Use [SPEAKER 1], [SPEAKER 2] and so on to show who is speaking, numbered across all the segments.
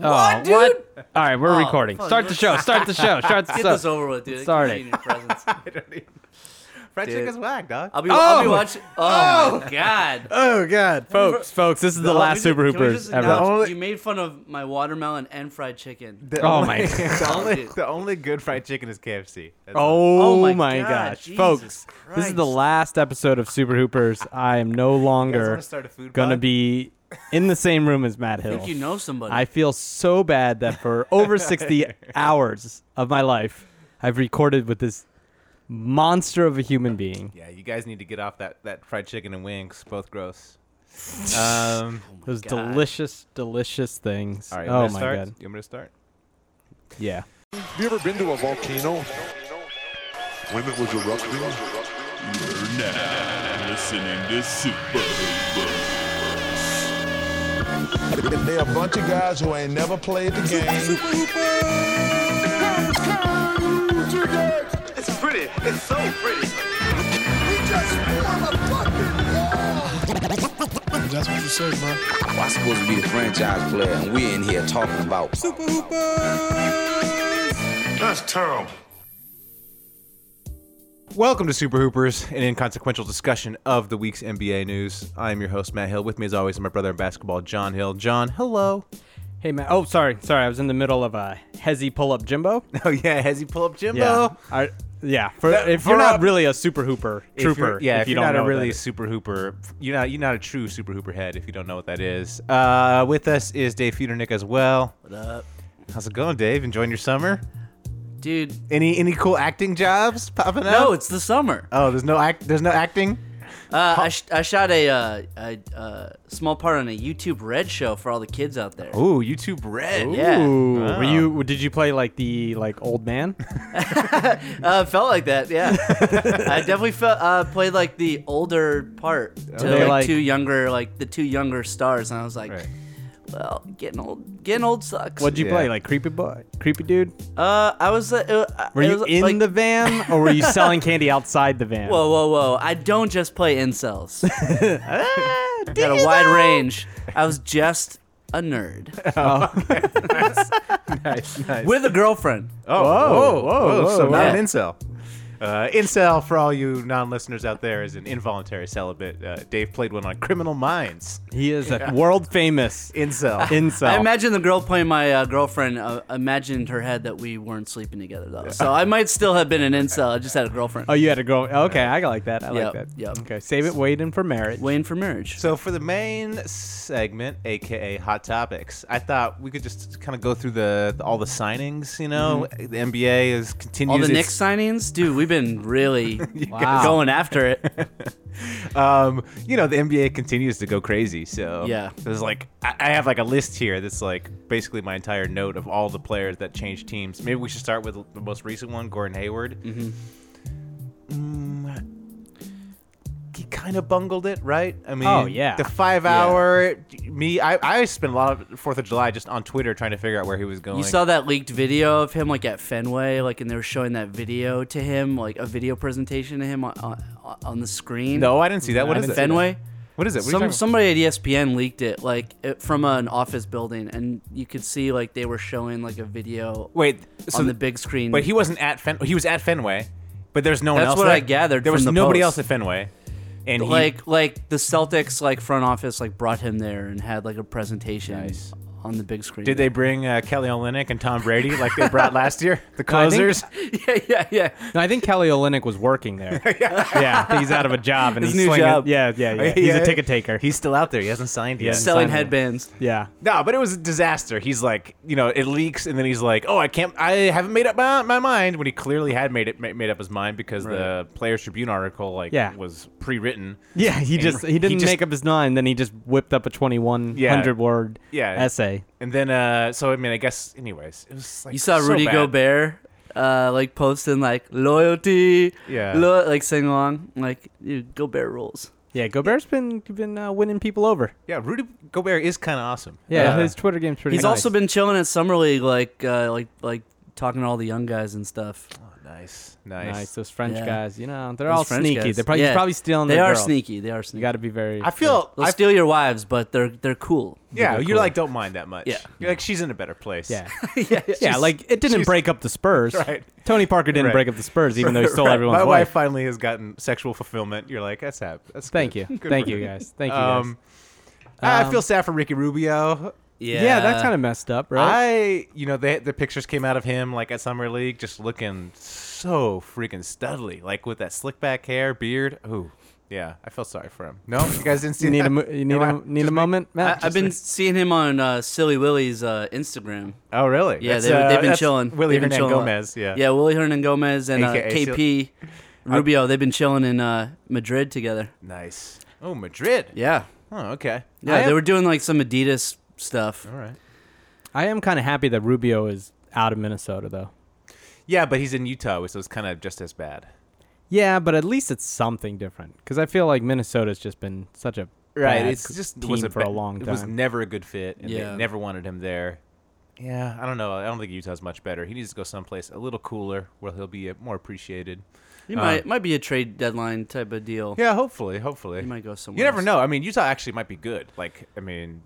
[SPEAKER 1] Oh,
[SPEAKER 2] What, dude?
[SPEAKER 1] what? All right, we're
[SPEAKER 2] Oh,
[SPEAKER 1] recording.
[SPEAKER 2] fuck.
[SPEAKER 1] Start the show. Start the show. Start the
[SPEAKER 2] Get
[SPEAKER 1] show.
[SPEAKER 2] this over with, dude. I keep
[SPEAKER 1] Starting.
[SPEAKER 2] hating your presence.
[SPEAKER 3] I don't even. Fried
[SPEAKER 2] Dude.
[SPEAKER 3] chicken's whack, dog.
[SPEAKER 2] I'll be, I'll be
[SPEAKER 1] Oh!
[SPEAKER 2] watching. Oh, my god.
[SPEAKER 1] Oh God, folks, folks, this is the
[SPEAKER 2] Oh,
[SPEAKER 1] last
[SPEAKER 2] we
[SPEAKER 1] Super
[SPEAKER 2] just- can we
[SPEAKER 1] Hoopers
[SPEAKER 2] just
[SPEAKER 1] ever.
[SPEAKER 2] acknowledge
[SPEAKER 3] Only-
[SPEAKER 2] You made fun of my watermelon and fried chicken.
[SPEAKER 3] The
[SPEAKER 1] Oh
[SPEAKER 3] only-
[SPEAKER 1] my
[SPEAKER 3] the only,
[SPEAKER 2] God.
[SPEAKER 3] the only good fried chicken is KFC. That's
[SPEAKER 1] Oh,
[SPEAKER 2] Oh my
[SPEAKER 1] my
[SPEAKER 2] God,
[SPEAKER 1] gosh,
[SPEAKER 2] Jesus
[SPEAKER 1] folks, this is the
[SPEAKER 2] Christ.
[SPEAKER 1] last episode of Super Hoopers. I am no
[SPEAKER 3] You guys
[SPEAKER 1] longer
[SPEAKER 3] wanna start a food
[SPEAKER 1] gonna
[SPEAKER 3] pod?
[SPEAKER 1] be in the same room as Matt
[SPEAKER 2] I
[SPEAKER 1] Hill.
[SPEAKER 2] think you know somebody.
[SPEAKER 1] I feel so bad that for over 60 hours of my life, I've recorded with this monster of a human being.
[SPEAKER 3] Yeah, you guys need to get off that, that fried chicken and wings. Both gross. Um,
[SPEAKER 1] Those
[SPEAKER 2] Oh God.
[SPEAKER 1] delicious, delicious things.
[SPEAKER 3] all right. you want
[SPEAKER 1] oh
[SPEAKER 3] me to
[SPEAKER 1] my
[SPEAKER 3] start?
[SPEAKER 1] god.
[SPEAKER 3] You want me to start?
[SPEAKER 1] Yeah.
[SPEAKER 4] Have you ever been to a volcano? When it was erupting?
[SPEAKER 5] You're now listening to Super Hoopers.
[SPEAKER 4] They're a bunch of guys who ain't never played the game.
[SPEAKER 6] It's pretty. It's so pretty.
[SPEAKER 4] That's what you say, bro.
[SPEAKER 7] I'm supposed to be the franchise player, and we're in here talking about
[SPEAKER 4] That's terrible.
[SPEAKER 3] Welcome to Super Hoopers, an inconsequential discussion of the week's NBA news. I am your host, Matt Hill. With me, as always, is my brother in basketball, John Hill. John, hello.
[SPEAKER 1] Hey Matt. Oh, sorry, sorry. I was in the middle of a hezy pull-up Jimbo.
[SPEAKER 3] Oh, yeah. Has he pull up Jimbo?
[SPEAKER 1] Yeah. I, yeah. For,
[SPEAKER 3] That-
[SPEAKER 1] if
[SPEAKER 3] for
[SPEAKER 1] you're not
[SPEAKER 3] a-
[SPEAKER 1] really a super hooper
[SPEAKER 3] If you're-
[SPEAKER 1] trooper,
[SPEAKER 3] yeah,
[SPEAKER 1] if,
[SPEAKER 3] if,
[SPEAKER 1] you
[SPEAKER 3] you're
[SPEAKER 1] don't
[SPEAKER 3] not
[SPEAKER 1] know
[SPEAKER 3] a
[SPEAKER 1] what that
[SPEAKER 3] really
[SPEAKER 1] is.
[SPEAKER 3] super hooper, you're not you're not a true super hooper head if you don't know what that is. Uh, with us is Dave Feudernick as well.
[SPEAKER 2] What up?
[SPEAKER 3] How's it going, Dave? Enjoying your summer?
[SPEAKER 2] Dude.
[SPEAKER 3] Any any cool acting jobs popping up?
[SPEAKER 2] No, it's the summer.
[SPEAKER 3] oh, there's no act. There's no acting.
[SPEAKER 2] Uh, I, sh- I shot a, uh, a uh, small part on a YouTube Red show for all the kids out there.
[SPEAKER 3] Ooh, YouTube Red.
[SPEAKER 2] Yeah.
[SPEAKER 1] Ooh,
[SPEAKER 3] Wow.
[SPEAKER 1] were you? Did you play like the like old man?
[SPEAKER 2] Uh, felt like that, yeah. I definitely felt uh, played like the older part to
[SPEAKER 1] They
[SPEAKER 2] like,
[SPEAKER 1] like-
[SPEAKER 2] two younger, like the two younger stars, and I was like,
[SPEAKER 3] Right.
[SPEAKER 2] well, getting old, getting old sucks.
[SPEAKER 1] What'd you
[SPEAKER 3] Yeah.
[SPEAKER 1] play? Like creepy boy, creepy dude.
[SPEAKER 2] Uh, I was. Uh, uh,
[SPEAKER 1] Were
[SPEAKER 2] it
[SPEAKER 1] you
[SPEAKER 2] was,
[SPEAKER 1] in
[SPEAKER 2] like-
[SPEAKER 1] the van or were you selling candy outside the van?
[SPEAKER 2] Whoa, whoa, whoa! I don't just play incels. I got a wide range. I was just a nerd
[SPEAKER 3] Nice, nice.
[SPEAKER 2] with a girlfriend.
[SPEAKER 3] oh,
[SPEAKER 1] Whoa,
[SPEAKER 3] whoa, whoa,
[SPEAKER 1] whoa, whoa,
[SPEAKER 3] So not
[SPEAKER 2] yeah.
[SPEAKER 3] an incel. Uh, incel for all you non-listeners out there is an involuntary celibate. Uh, Dave played one on Criminal Minds.
[SPEAKER 1] He is a world famous
[SPEAKER 3] Incel.
[SPEAKER 1] incel.
[SPEAKER 2] I imagine the girl playing my uh, girlfriend uh, imagined in her head that we weren't sleeping together though, so I might still have been an incel. I just had a girlfriend.
[SPEAKER 1] oh, you had a girl. Okay, I like that. I
[SPEAKER 2] Yep,
[SPEAKER 1] like that.
[SPEAKER 2] yep.
[SPEAKER 1] Okay, save it, waiting for marriage.
[SPEAKER 2] Waiting for marriage.
[SPEAKER 3] So for the main segment, aka hot topics, I thought we could just kind of go through the, all the signings. You know, the NBA is continues.
[SPEAKER 2] Mm-hmm. All the Knicks
[SPEAKER 3] its-
[SPEAKER 2] signings, dude. We've been really
[SPEAKER 1] guys-
[SPEAKER 2] going after it.
[SPEAKER 3] um, you know, the NBA continues to go crazy. So
[SPEAKER 2] Yeah.
[SPEAKER 3] there's like I, I have like a list here that's like basically my entire note of all the players that changed teams. Maybe we should start with the most recent one, Gordon Hayward. Mm-hmm. he kind of bungled it, right? I mean,
[SPEAKER 1] Oh, yeah.
[SPEAKER 3] the five hour me. I, I spent a lot of Fourth of July just on Twitter trying to figure out where he was going.
[SPEAKER 2] You saw that leaked video of him like at Fenway, like, and they were showing that video to him, like a video presentation to him on, on, on the screen.
[SPEAKER 3] No, I didn't see that. What
[SPEAKER 2] at
[SPEAKER 3] is it?
[SPEAKER 2] Fenway.
[SPEAKER 3] What is it? What are you talking
[SPEAKER 2] Some,
[SPEAKER 3] about?
[SPEAKER 2] somebody at E ESPN leaked it, like it, from an office building, and you could see like they were showing like a video
[SPEAKER 3] Wait, so
[SPEAKER 2] on the
[SPEAKER 3] th-
[SPEAKER 2] big screen.
[SPEAKER 3] But he wasn't at Fen. He was at Fenway, but there's no one
[SPEAKER 2] That's
[SPEAKER 3] else.
[SPEAKER 2] what
[SPEAKER 3] there.
[SPEAKER 2] I gathered
[SPEAKER 3] There
[SPEAKER 2] from
[SPEAKER 3] was
[SPEAKER 2] the
[SPEAKER 3] nobody
[SPEAKER 2] post.
[SPEAKER 3] else at Fenway, and he-
[SPEAKER 2] like like the Celtics like front office like brought him there and had like a presentation
[SPEAKER 3] Nice.
[SPEAKER 2] on the big screen.
[SPEAKER 3] did they bring uh, Kelly Olynyk and Tom Brady like they brought last year? The
[SPEAKER 1] I think-
[SPEAKER 3] closers.
[SPEAKER 2] yeah, yeah, yeah.
[SPEAKER 1] No, I think Kelly Olynyk was working there. yeah. I think he's out of a job and
[SPEAKER 2] His
[SPEAKER 1] he's
[SPEAKER 2] new
[SPEAKER 1] swinging-
[SPEAKER 2] job.
[SPEAKER 1] Yeah, yeah, yeah. He's a ticket taker.
[SPEAKER 3] He's still out there. He hasn't signed yet.
[SPEAKER 1] hasn't
[SPEAKER 2] Selling
[SPEAKER 1] Simon.
[SPEAKER 2] headbands.
[SPEAKER 1] yeah.
[SPEAKER 3] No, but it was a disaster. He's like, you know, it leaks, and then he's like, "Oh, I can't. I haven't made up my, my mind." When he clearly had made it ma- made up his mind because the Players Tribune article like
[SPEAKER 1] Yeah.
[SPEAKER 3] was pre-written.
[SPEAKER 1] Yeah, he just he didn't
[SPEAKER 3] just-
[SPEAKER 1] make up his mind. Then he just whipped up a twenty one hundred word
[SPEAKER 3] Yeah.
[SPEAKER 1] essay.
[SPEAKER 3] And then, uh, so I mean, I guess, anyways, it was like
[SPEAKER 2] You saw
[SPEAKER 3] so
[SPEAKER 2] Rudy
[SPEAKER 3] bad.
[SPEAKER 2] Gobert uh, like posting like loyalty,
[SPEAKER 3] Yeah.
[SPEAKER 2] lo- like sing along, like dude, Gobert rules.
[SPEAKER 1] Yeah, Gobert's been been uh, winning people over.
[SPEAKER 3] Yeah, Rudy Gobert is kind of awesome.
[SPEAKER 1] Yeah,
[SPEAKER 3] Uh,
[SPEAKER 1] his Twitter game's pretty.
[SPEAKER 2] He's
[SPEAKER 1] nice.
[SPEAKER 2] also been chilling at summer league, like uh, like like talking to all the young guys and stuff.
[SPEAKER 3] Nice,
[SPEAKER 1] Nice.
[SPEAKER 3] nice.
[SPEAKER 1] Those French
[SPEAKER 2] Yeah.
[SPEAKER 1] guys, you know, they're
[SPEAKER 2] Those
[SPEAKER 1] all
[SPEAKER 2] French
[SPEAKER 1] sneaky.
[SPEAKER 2] guys.
[SPEAKER 1] They're probably, he's
[SPEAKER 2] Yeah.
[SPEAKER 1] probably stealing.
[SPEAKER 2] They
[SPEAKER 1] their
[SPEAKER 2] are
[SPEAKER 1] girl.
[SPEAKER 2] sneaky. They are sneaky.
[SPEAKER 1] You got to be very.
[SPEAKER 3] I feel.
[SPEAKER 2] They'll
[SPEAKER 3] I,
[SPEAKER 2] steal your wives, but they're they're cool.
[SPEAKER 3] yeah,
[SPEAKER 1] They're
[SPEAKER 3] you're
[SPEAKER 1] cool.
[SPEAKER 3] like don't mind that much.
[SPEAKER 2] Yeah.
[SPEAKER 3] you're like she's in a better place.
[SPEAKER 1] Yeah.
[SPEAKER 2] yeah,
[SPEAKER 1] yeah, like it didn't
[SPEAKER 3] she's-
[SPEAKER 1] break up the Spurs.
[SPEAKER 3] Right.
[SPEAKER 1] Tony Parker didn't
[SPEAKER 3] Right.
[SPEAKER 1] break up the Spurs, even though he stole
[SPEAKER 3] Right.
[SPEAKER 1] everyone's
[SPEAKER 3] My
[SPEAKER 1] wife.
[SPEAKER 3] wife finally has gotten sexual fulfillment. You're like, that's hap- that's
[SPEAKER 1] Thank
[SPEAKER 3] good.
[SPEAKER 1] you,
[SPEAKER 3] Good
[SPEAKER 1] thank
[SPEAKER 3] for
[SPEAKER 1] you
[SPEAKER 3] her.
[SPEAKER 1] guys, thank you guys.
[SPEAKER 3] Um, I
[SPEAKER 1] Um,
[SPEAKER 3] feel sad for Ricky Rubio.
[SPEAKER 2] yeah.
[SPEAKER 1] yeah. that's kind of messed up, right?
[SPEAKER 3] I, you know, they, the pictures came out of him like at summer league, just looking so freaking studly, like with that slick back hair, beard. Ooh, yeah, I feel sorry for him. No, you guys didn't see
[SPEAKER 1] you need
[SPEAKER 3] that?
[SPEAKER 1] a mo- you need
[SPEAKER 3] No, I-
[SPEAKER 1] a need
[SPEAKER 3] just
[SPEAKER 1] a
[SPEAKER 3] me?
[SPEAKER 1] moment, Matt.
[SPEAKER 2] I, I've been seeing him on uh, Silly Willy's uh, Instagram.
[SPEAKER 3] Oh, really?
[SPEAKER 2] Yeah,
[SPEAKER 3] That's,
[SPEAKER 2] they,
[SPEAKER 3] uh,
[SPEAKER 2] they've been
[SPEAKER 3] that's
[SPEAKER 2] chilling.
[SPEAKER 3] Willie
[SPEAKER 2] They've been
[SPEAKER 3] Hernan
[SPEAKER 2] chilling a lot.
[SPEAKER 3] Gomez. Yeah,
[SPEAKER 2] yeah, Willie Hernan Gomez and uh,
[SPEAKER 3] AKA
[SPEAKER 2] KP Rubio. They've been chilling in uh, Madrid together.
[SPEAKER 3] Nice. Oh, Madrid.
[SPEAKER 2] Yeah,
[SPEAKER 3] Oh, okay.
[SPEAKER 2] yeah.
[SPEAKER 3] I
[SPEAKER 2] they
[SPEAKER 3] am-
[SPEAKER 2] were doing like some Adidas stuff.
[SPEAKER 1] Uh-huh.
[SPEAKER 3] All right.
[SPEAKER 1] I am kind of happy that Rubio is out of Minnesota, though.
[SPEAKER 3] Yeah, but he's in Utah, so it's kind of just as bad.
[SPEAKER 1] Yeah, but at least it's something different because I feel like Minnesota's just been such a bad c- team
[SPEAKER 3] was
[SPEAKER 1] for a
[SPEAKER 3] ba-
[SPEAKER 1] long time.
[SPEAKER 3] It was never a good fit, and
[SPEAKER 2] Yeah.
[SPEAKER 3] they never wanted him there. Yeah, I don't know. I don't think Utah's much better. He needs to go someplace a little cooler where he'll be uh, more appreciated.
[SPEAKER 2] He might might be a trade deadline type of deal.
[SPEAKER 3] Yeah, hopefully, hopefully.
[SPEAKER 2] He might go somewhere.
[SPEAKER 3] You never
[SPEAKER 2] else.
[SPEAKER 3] know. I mean, Utah actually might be good. Like, I mean,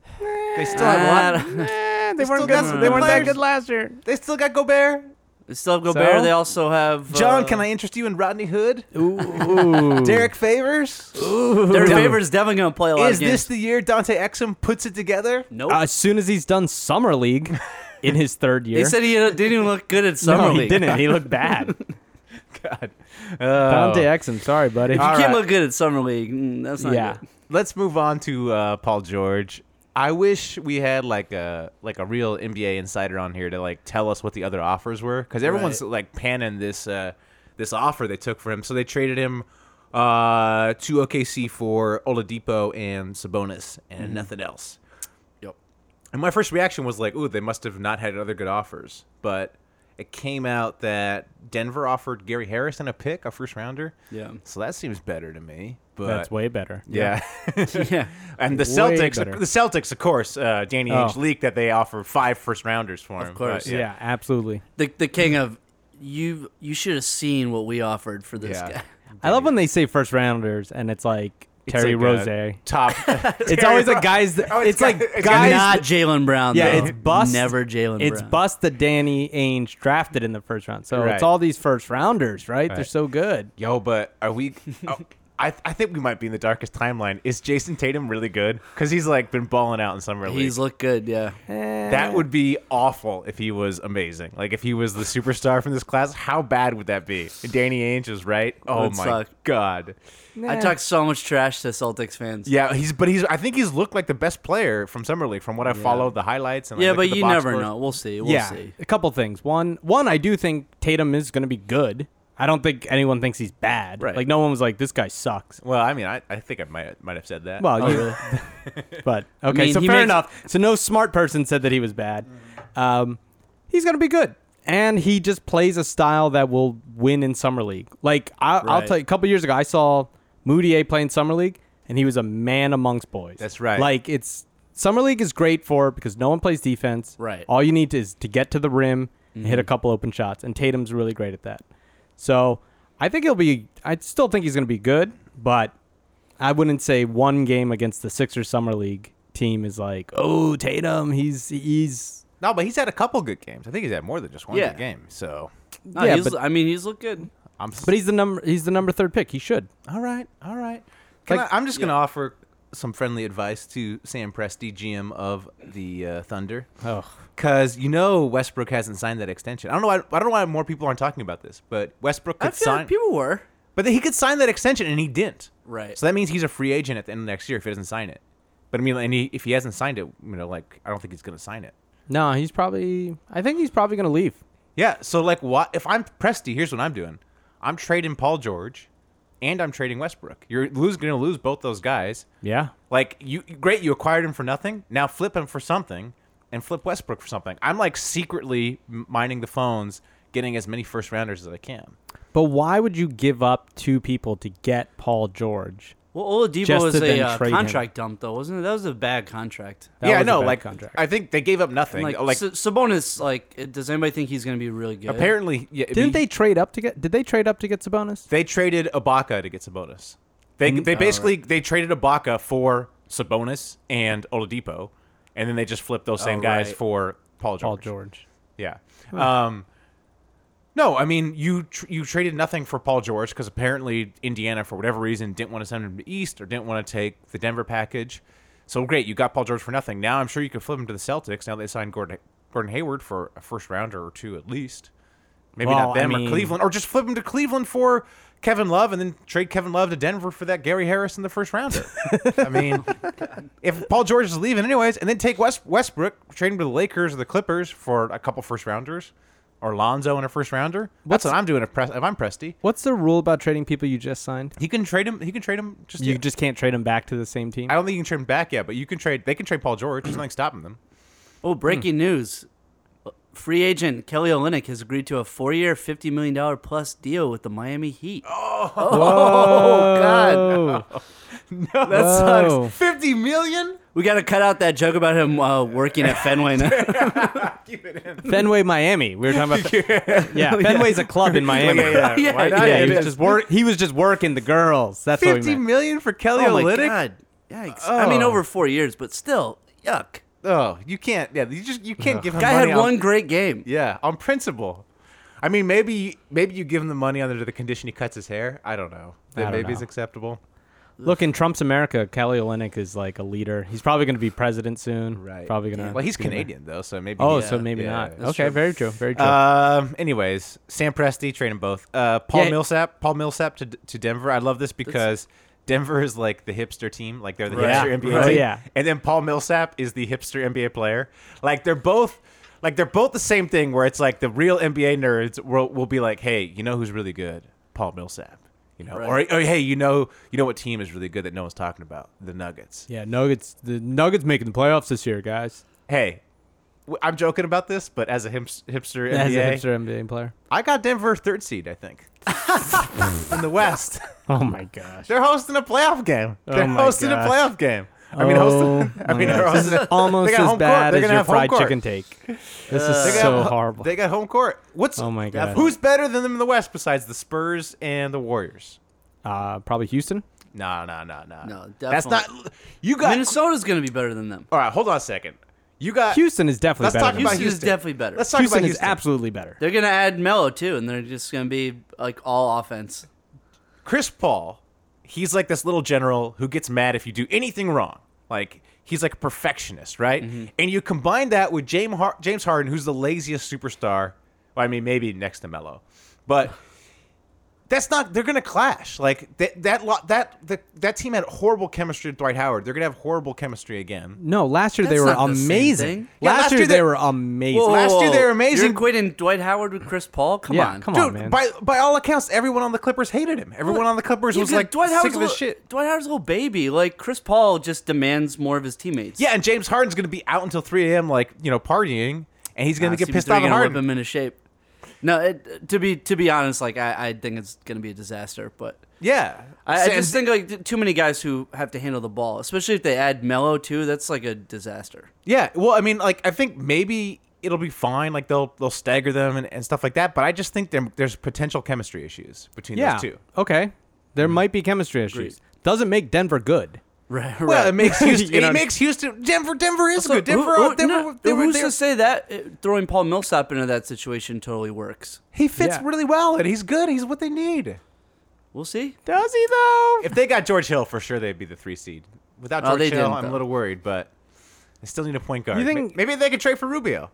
[SPEAKER 3] they still have a
[SPEAKER 2] I
[SPEAKER 3] lot.
[SPEAKER 2] don't-
[SPEAKER 1] Eh,
[SPEAKER 3] They weren't good. They weren't that good last year. They still got Gobert.
[SPEAKER 2] They still have Gobert.
[SPEAKER 3] So?
[SPEAKER 2] They also have
[SPEAKER 3] John,
[SPEAKER 2] uh,
[SPEAKER 3] can I interest you in Rodney Hood?
[SPEAKER 1] Ooh.
[SPEAKER 3] Derek Favors?
[SPEAKER 2] Their favor's definitely gonna play a lot
[SPEAKER 3] Is
[SPEAKER 2] of games.
[SPEAKER 3] this the year Dante Exum puts it together?
[SPEAKER 2] nope.
[SPEAKER 1] as soon as he's done summer league in his third year,
[SPEAKER 2] they said he uh, didn't even look good at summer
[SPEAKER 1] no, he
[SPEAKER 2] league.
[SPEAKER 1] didn't. He looked bad.
[SPEAKER 3] God.
[SPEAKER 1] Dante
[SPEAKER 3] Oh.
[SPEAKER 1] Exum, sorry, buddy.
[SPEAKER 2] You
[SPEAKER 3] All
[SPEAKER 2] can't
[SPEAKER 3] right.
[SPEAKER 2] look good at summer league. Mm, that's not
[SPEAKER 1] yeah,
[SPEAKER 2] good.
[SPEAKER 3] Let's move on to uh, Paul George. I wish we had like a like a real NBA insider on here to like tell us what the other offers were because everyone's like panning this uh, this offer they took for him. So they traded him uh, to OKC for Oladipo and Sabonis and nothing else.
[SPEAKER 2] Yep.
[SPEAKER 3] And my first reaction was like, "Ooh, they must have not had other good offers." But it came out that Denver offered Gary Harrison a pick, a first rounder.
[SPEAKER 2] Yeah.
[SPEAKER 3] So that seems better to me. But
[SPEAKER 1] that's way better.
[SPEAKER 3] yeah.
[SPEAKER 2] Yeah.
[SPEAKER 3] And the
[SPEAKER 1] Way
[SPEAKER 3] Celtics,
[SPEAKER 1] better.
[SPEAKER 3] the Celtics, of course, uh, Danny Ainge
[SPEAKER 1] Oh.
[SPEAKER 3] leaked that they offer five first rounders for him.
[SPEAKER 2] course.
[SPEAKER 3] but
[SPEAKER 1] Yeah, absolutely.
[SPEAKER 2] The the king of you you should have seen what we offered for this
[SPEAKER 3] Yeah.
[SPEAKER 2] guy.
[SPEAKER 1] I love when they say first rounders and it's like
[SPEAKER 3] It's
[SPEAKER 1] Terry
[SPEAKER 3] like,
[SPEAKER 1] Rose.
[SPEAKER 3] uh, top.
[SPEAKER 1] it's always like guys. That,
[SPEAKER 3] Oh,
[SPEAKER 1] it's,
[SPEAKER 3] it's
[SPEAKER 1] like
[SPEAKER 3] guy- it's
[SPEAKER 1] guys.
[SPEAKER 2] Not Jalen Brown.
[SPEAKER 1] yeah,
[SPEAKER 2] though.
[SPEAKER 1] it's bust.
[SPEAKER 2] Never Jalen.
[SPEAKER 1] It's
[SPEAKER 2] Brown.
[SPEAKER 1] bust that Danny Ainge drafted in the first round. So
[SPEAKER 3] Right.
[SPEAKER 1] it's all these first rounders, right? They're
[SPEAKER 3] Right.
[SPEAKER 1] so good.
[SPEAKER 3] Yo, but are we? Oh, I I think we might be in the darkest timeline. Is Jason Tatum really good? Because he's like been balling out in summer league.
[SPEAKER 2] He's looked good. Yeah.
[SPEAKER 3] that would be awful if he was amazing. Like if he was the superstar from this class, how bad would that be? And Danny Ainge is right. Oh
[SPEAKER 2] would
[SPEAKER 3] my
[SPEAKER 2] suck.
[SPEAKER 3] god.
[SPEAKER 2] I talk so much trash to Celtics fans.
[SPEAKER 3] Yeah, he's but he's I think he's looked like the best player from summer league from what I followed the highlights and like,
[SPEAKER 2] Yeah,
[SPEAKER 3] looked
[SPEAKER 2] but
[SPEAKER 3] at the
[SPEAKER 2] you
[SPEAKER 3] box
[SPEAKER 2] never
[SPEAKER 3] scores.
[SPEAKER 2] know. We'll see. We'll
[SPEAKER 1] yeah,
[SPEAKER 2] see.
[SPEAKER 1] a couple things. One, one, I do think Tatum is going to be good. I don't think anyone thinks he's bad.
[SPEAKER 3] Right.
[SPEAKER 1] Like no one was like this guy sucks.
[SPEAKER 3] Well, I mean, I, I think I might might have said
[SPEAKER 2] Oh,
[SPEAKER 3] that.
[SPEAKER 1] Well, you, but okay,
[SPEAKER 2] mean,
[SPEAKER 1] so
[SPEAKER 2] he
[SPEAKER 1] fair
[SPEAKER 2] makes-
[SPEAKER 1] enough. So no smart person said that he was bad. Um, he's gonna be good, and he just plays a style that will win in summer league. Like I, I'll
[SPEAKER 2] Right.
[SPEAKER 1] tell you, a couple years ago, I saw Moutier playing summer league, and he was a man amongst boys.
[SPEAKER 3] That's right.
[SPEAKER 1] Like it's summer league is great for because no one plays defense.
[SPEAKER 2] Right.
[SPEAKER 1] All you need to, is to get to the rim and hit a couple open shots, and Tatum's really great at that. So I think he'll be. I still think he's gonna be good, but I wouldn't say one game against the Sixers summer league team is like, oh Tatum, he's he's
[SPEAKER 3] no, but he's had a couple good games. I think he's had more than just one
[SPEAKER 2] Yeah.
[SPEAKER 3] good game. So
[SPEAKER 2] No,
[SPEAKER 1] Yeah,
[SPEAKER 2] he's,
[SPEAKER 1] but-
[SPEAKER 2] I mean, he's looked good.
[SPEAKER 3] I'm
[SPEAKER 1] but he's the number he's the number third pick. He should.
[SPEAKER 3] all right, all right. Can
[SPEAKER 1] Like-
[SPEAKER 3] I, I'm just gonna offer some friendly advice to Sam Presti, GM of the uh, Thunder.
[SPEAKER 1] Oh,
[SPEAKER 3] Because you know Westbrook hasn't signed that extension. I don't know. Why, I don't know why more people aren't talking about this. But Westbrook
[SPEAKER 2] I
[SPEAKER 3] could
[SPEAKER 2] feel
[SPEAKER 3] sign,
[SPEAKER 2] like people were.
[SPEAKER 3] but then he could sign that extension, and he didn't.
[SPEAKER 2] Right.
[SPEAKER 3] So that means he's a free agent at the end of next year if he doesn't sign it. But I mean, and he, if he hasn't signed it, you know, like I don't think he's gonna sign it.
[SPEAKER 1] no, he's probably. I think he's probably gonna leave.
[SPEAKER 3] Yeah. So like, what if I'm Presti? Here's what I'm doing: I'm trading Paul George, and I'm trading Westbrook. You're lose, gonna lose both those guys.
[SPEAKER 1] Yeah.
[SPEAKER 3] Like you, great, you acquired him for nothing. Now flip him for something, and flip Westbrook for something. I'm like secretly m- mining the phones, getting as many first rounders as I can.
[SPEAKER 1] But why would you give up two people to get Paul George
[SPEAKER 2] Well, Oladipo
[SPEAKER 1] Just
[SPEAKER 2] was
[SPEAKER 1] to
[SPEAKER 2] a
[SPEAKER 1] then
[SPEAKER 2] uh,
[SPEAKER 1] trade him.
[SPEAKER 2] contract dump, though, wasn't it? That was a bad contract.
[SPEAKER 1] That
[SPEAKER 3] yeah,
[SPEAKER 1] was a
[SPEAKER 3] no,
[SPEAKER 1] bad
[SPEAKER 3] like
[SPEAKER 1] contract.
[SPEAKER 3] I think they gave up nothing.
[SPEAKER 2] Like,
[SPEAKER 3] Like,
[SPEAKER 2] S- Sabonis, like, it- does anybody think he's going to be really good?
[SPEAKER 3] apparently, yeah,
[SPEAKER 1] Didn't
[SPEAKER 3] we-
[SPEAKER 1] they trade up to get? Did they trade up to get Sabonis?
[SPEAKER 3] They traded Ibaka to get Sabonis. They they basically they traded Ibaka for Sabonis and Oladipo, and then they just flipped those same
[SPEAKER 2] Oh,
[SPEAKER 3] guys
[SPEAKER 2] right.
[SPEAKER 3] for Paul George.
[SPEAKER 1] Paul George.
[SPEAKER 3] Yeah. Um, no, I mean you tr- you traded nothing for Paul George because apparently Indiana for whatever reason didn't want to send him to the East or didn't want to take the Denver package. So great, you got Paul George for nothing. Now I'm sure you could flip him to the Celtics. Now they signed Gordon Gordon Hayward for a first rounder or two at least. Maybe
[SPEAKER 1] Well,
[SPEAKER 3] not
[SPEAKER 1] I
[SPEAKER 3] them
[SPEAKER 1] mean-
[SPEAKER 3] or Cleveland, or just flip him to Cleveland for Kevin Love and then trade Kevin Love to Denver for that Gary Harris in the first rounder. I mean, if Paul George is leaving anyways, and then take West Westbrook, trade him to the Lakers or the Clippers for a couple first rounders, or Lonzo in a first rounder.
[SPEAKER 1] What's-
[SPEAKER 3] That's what I'm doing if, Pres- if I'm Presty.
[SPEAKER 1] What's the rule about trading people you just signed?
[SPEAKER 3] He can trade him. He can trade him. Just
[SPEAKER 1] You
[SPEAKER 3] yeah.
[SPEAKER 1] just can't trade them back to the same team.
[SPEAKER 3] I don't think you can trade him back yet, but you can trade. They can trade Paul George. There's nothing stopping them.
[SPEAKER 2] Oh, breaking news. Free agent Kelly Olynyk has agreed to a four-year, $50 million plus deal with the Miami Heat.
[SPEAKER 1] Oh
[SPEAKER 2] God.
[SPEAKER 3] No, that
[SPEAKER 1] sucks. Whoa.
[SPEAKER 3] Fifty million.
[SPEAKER 2] We got to cut out that joke about him uh, working at Fenway now.
[SPEAKER 3] Keep it in.
[SPEAKER 1] Fenway, Miami. We were talking about. yeah, Fenway's a club in Miami.
[SPEAKER 3] yeah, yeah. Why not?
[SPEAKER 1] he
[SPEAKER 3] It
[SPEAKER 1] was
[SPEAKER 3] is.
[SPEAKER 1] just work. He was just working the girls. That's what we
[SPEAKER 3] Fifty
[SPEAKER 1] meant.
[SPEAKER 3] million for Kelly
[SPEAKER 2] oh, my
[SPEAKER 3] Olynyk.
[SPEAKER 2] God. Yikes. I mean,
[SPEAKER 3] Oh.
[SPEAKER 2] over four years, but still, yuck.
[SPEAKER 3] Oh, you can't. Yeah, you just you can't give him.
[SPEAKER 2] Guy
[SPEAKER 3] money
[SPEAKER 2] had
[SPEAKER 3] on-
[SPEAKER 2] one great game.
[SPEAKER 3] Yeah, on principle. I mean, maybe maybe you give him the money under the condition he cuts his hair. I don't know. That
[SPEAKER 1] don't
[SPEAKER 3] maybe is
[SPEAKER 1] know.
[SPEAKER 3] acceptable.
[SPEAKER 1] Look in Trump's America, Kelly Olynyk is like a leader. He's probably going to be president soon. Probably going to.
[SPEAKER 3] Well, he's Canadian though, so maybe.
[SPEAKER 1] Oh,
[SPEAKER 3] he- uh,
[SPEAKER 1] so maybe
[SPEAKER 3] yeah,
[SPEAKER 1] not.
[SPEAKER 3] that's
[SPEAKER 1] Okay,
[SPEAKER 2] true.
[SPEAKER 1] very true. Uh, Very true.
[SPEAKER 3] Um. Anyways, Sam Presti, trade them both. Uh, Paul
[SPEAKER 1] Yeah.
[SPEAKER 3] Millsap, Paul Millsap to to Denver. I love this because Denver is like the hipster team, like they're the
[SPEAKER 2] Right.
[SPEAKER 3] hipster NBA
[SPEAKER 1] Right. Oh,
[SPEAKER 3] team.
[SPEAKER 1] Yeah.
[SPEAKER 3] And then Paul Millsap is the hipster NBA player. Like they're both. Like they're both the same thing, where it's like the real NBA nerds will, will be like, "Hey, you know who's really good? Paul Millsap, you know,
[SPEAKER 2] Right.
[SPEAKER 3] or, or hey, you know, you know what team is really good that no one's talking about? The Nuggets.
[SPEAKER 1] yeah, Nuggets. The Nuggets making the playoffs this year, guys.
[SPEAKER 3] Hey, w- I'm joking about this, but as a hips- hipster
[SPEAKER 1] As a
[SPEAKER 3] NBA,
[SPEAKER 1] hipster NBA player.
[SPEAKER 3] I got Denver third seed, I think. in the West.
[SPEAKER 1] Oh my gosh.
[SPEAKER 3] They're hosting a playoff game. They're
[SPEAKER 1] Oh my
[SPEAKER 3] hosting
[SPEAKER 1] gosh.
[SPEAKER 3] a playoff game. I mean,
[SPEAKER 1] Oh
[SPEAKER 3] hosting, I mean, they're hosting a-
[SPEAKER 1] almost
[SPEAKER 3] they got
[SPEAKER 1] as
[SPEAKER 3] home court.
[SPEAKER 1] bad
[SPEAKER 3] They're
[SPEAKER 1] as
[SPEAKER 3] gonna
[SPEAKER 1] your
[SPEAKER 3] have home
[SPEAKER 1] fried
[SPEAKER 3] court.
[SPEAKER 1] chicken take. This
[SPEAKER 3] They
[SPEAKER 1] is
[SPEAKER 3] got
[SPEAKER 1] so
[SPEAKER 3] ho-
[SPEAKER 1] horrible.
[SPEAKER 3] They got home court. What's
[SPEAKER 1] Oh my God.
[SPEAKER 3] Who's better than them in the West besides the Spurs and the Warriors?
[SPEAKER 1] Uh, probably Houston.
[SPEAKER 3] No, no, no, no.
[SPEAKER 2] No,
[SPEAKER 3] That's not.
[SPEAKER 2] definitely.
[SPEAKER 3] You got.
[SPEAKER 2] Minnesota's going to be better than them.
[SPEAKER 3] all right, hold on a second. You got.
[SPEAKER 1] Houston is definitely
[SPEAKER 3] Uh, Let's
[SPEAKER 1] better.
[SPEAKER 3] talk
[SPEAKER 1] than
[SPEAKER 3] about
[SPEAKER 1] them.
[SPEAKER 2] Houston is definitely better.
[SPEAKER 3] Let's talk
[SPEAKER 1] Houston
[SPEAKER 3] about
[SPEAKER 1] is absolutely better.
[SPEAKER 2] They're gonna add Melo too, and they're just gonna be like all offense.
[SPEAKER 3] Chris Paul, he's like this little general who gets mad if you do anything wrong. Like he's like a perfectionist, right? And you combine that with James Har- James Harden, who's the laziest superstar. Well, I mean, maybe next to Melo, but that's not. They're gonna clash. Like that that lo- that the, that team had horrible chemistry with Dwight Howard. They're gonna have horrible chemistry again.
[SPEAKER 1] No, last year they
[SPEAKER 2] That's
[SPEAKER 1] were
[SPEAKER 2] not the same
[SPEAKER 1] amazing.
[SPEAKER 2] thing.
[SPEAKER 1] Last,
[SPEAKER 3] Yeah, last
[SPEAKER 1] year
[SPEAKER 3] year
[SPEAKER 1] they,
[SPEAKER 3] they-
[SPEAKER 1] were amazing.
[SPEAKER 2] Whoa,
[SPEAKER 3] Last
[SPEAKER 2] whoa,
[SPEAKER 3] year they
[SPEAKER 2] whoa.
[SPEAKER 3] were amazing.
[SPEAKER 2] You're equating Dwight Howard with Chris Paul? Come
[SPEAKER 1] Yeah,
[SPEAKER 2] on,
[SPEAKER 1] come on.
[SPEAKER 3] Dude,
[SPEAKER 1] man.
[SPEAKER 3] by by all accounts, everyone on the Clippers hated him. Everyone on the Clippers
[SPEAKER 2] Yeah,
[SPEAKER 3] was
[SPEAKER 2] 'cause
[SPEAKER 3] like
[SPEAKER 2] Dwight
[SPEAKER 3] sick
[SPEAKER 2] Howard's
[SPEAKER 3] of
[SPEAKER 2] a
[SPEAKER 3] his
[SPEAKER 2] little-
[SPEAKER 3] shit.
[SPEAKER 2] Dwight Howard's a little baby. Like Chris Paul just demands more of his teammates.
[SPEAKER 3] Yeah, and James Harden's going to be out until 3 a.m. like you know partying, and he's going
[SPEAKER 2] Nah,
[SPEAKER 3] to get
[SPEAKER 2] CP3
[SPEAKER 3] pissed off at
[SPEAKER 2] gonna whip
[SPEAKER 3] Harden.
[SPEAKER 2] him into shape. No, it, to be to be honest, like I, I think it's gonna be a disaster. But
[SPEAKER 3] Yeah,
[SPEAKER 2] I, I
[SPEAKER 3] Sa-
[SPEAKER 2] just think like too many guys who have to handle the ball, especially if they add Melo too. That's like a disaster.
[SPEAKER 3] yeah. Well, I mean, like I think maybe it'll be fine. Like they'll they'll stagger them and, and stuff like that. But I just think there, there's potential chemistry issues between
[SPEAKER 1] yeah.
[SPEAKER 3] those two.
[SPEAKER 1] Okay. There
[SPEAKER 3] Mm.
[SPEAKER 1] might be chemistry issues. Doesn't make Denver good.
[SPEAKER 2] Right.
[SPEAKER 3] Well, it makes Houston.
[SPEAKER 1] You know-
[SPEAKER 3] it makes Houston. Denver. Denver is good.
[SPEAKER 2] So who-
[SPEAKER 3] Denver. uh,
[SPEAKER 2] who-
[SPEAKER 3] Denver.
[SPEAKER 2] no,
[SPEAKER 3] they were-
[SPEAKER 2] who's
[SPEAKER 3] they
[SPEAKER 2] to
[SPEAKER 3] were-
[SPEAKER 2] say that uh, throwing Paul Millsap into that situation totally works?
[SPEAKER 3] he fits
[SPEAKER 1] Yeah.
[SPEAKER 3] really well, and he's good. He's what they need.
[SPEAKER 2] We'll see.
[SPEAKER 3] Does he though? If they got George Hill, for sure they'd be the three seed. Without
[SPEAKER 2] Oh,
[SPEAKER 3] George
[SPEAKER 2] they
[SPEAKER 3] Hill,
[SPEAKER 2] didn't,
[SPEAKER 3] I'm
[SPEAKER 2] though.
[SPEAKER 3] a little worried, but they still need a point guard.
[SPEAKER 1] You
[SPEAKER 3] You
[SPEAKER 1] think-
[SPEAKER 3] think maybe they could trade for Rubio?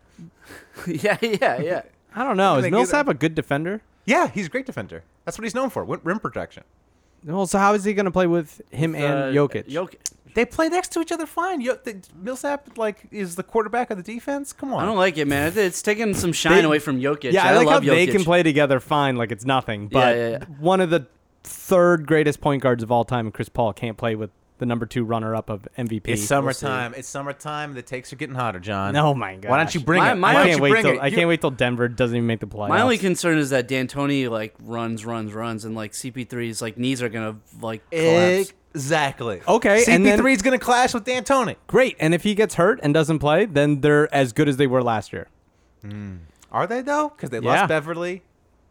[SPEAKER 2] yeah, yeah, yeah.
[SPEAKER 1] I don't know. Is
[SPEAKER 3] think either.
[SPEAKER 1] Millsap a good defender?
[SPEAKER 3] Yeah, he's a great defender. That's what he's known for. wi- Rim protection.
[SPEAKER 1] Well, so how is he going to play with him
[SPEAKER 2] Uh,
[SPEAKER 1] and Jokic?
[SPEAKER 2] Jokic.
[SPEAKER 3] They play next to each other fine. Yo, the, Millsap like is the quarterback of the defense. Come on.
[SPEAKER 2] I don't like it, man. It- It's taking some shine away from Jokic.
[SPEAKER 1] yeah, I, like
[SPEAKER 2] love
[SPEAKER 1] how
[SPEAKER 2] Jokic.
[SPEAKER 1] they can play together fine, like it's nothing. But
[SPEAKER 2] yeah, yeah.
[SPEAKER 1] one of the third greatest point guards of all time, Chris Paul, can't play with the number two runner-up of MVP.
[SPEAKER 3] It's summertime. it's summertime. The takes are getting hotter, John.
[SPEAKER 1] Oh my god!
[SPEAKER 3] Why don't you bring
[SPEAKER 2] My-
[SPEAKER 3] it?
[SPEAKER 2] my-
[SPEAKER 1] I
[SPEAKER 3] Why don't
[SPEAKER 1] can't
[SPEAKER 3] you
[SPEAKER 1] wait
[SPEAKER 3] bring
[SPEAKER 1] till
[SPEAKER 3] it?
[SPEAKER 1] I
[SPEAKER 3] You-
[SPEAKER 1] can't wait till Denver doesn't even make the playoffs.
[SPEAKER 2] My only concern is that D'Antoni like runs, runs, runs, and like CP3's like knees are gonna like collapse.
[SPEAKER 3] Exactly.
[SPEAKER 1] Okay,
[SPEAKER 3] CP3
[SPEAKER 1] and then-
[SPEAKER 3] is going to clash with D'Antoni.
[SPEAKER 1] Great. And if he gets hurt and doesn't play, then they're as good as they were last year.
[SPEAKER 3] Are they though? Because they
[SPEAKER 1] Yeah.
[SPEAKER 3] lost Beverly.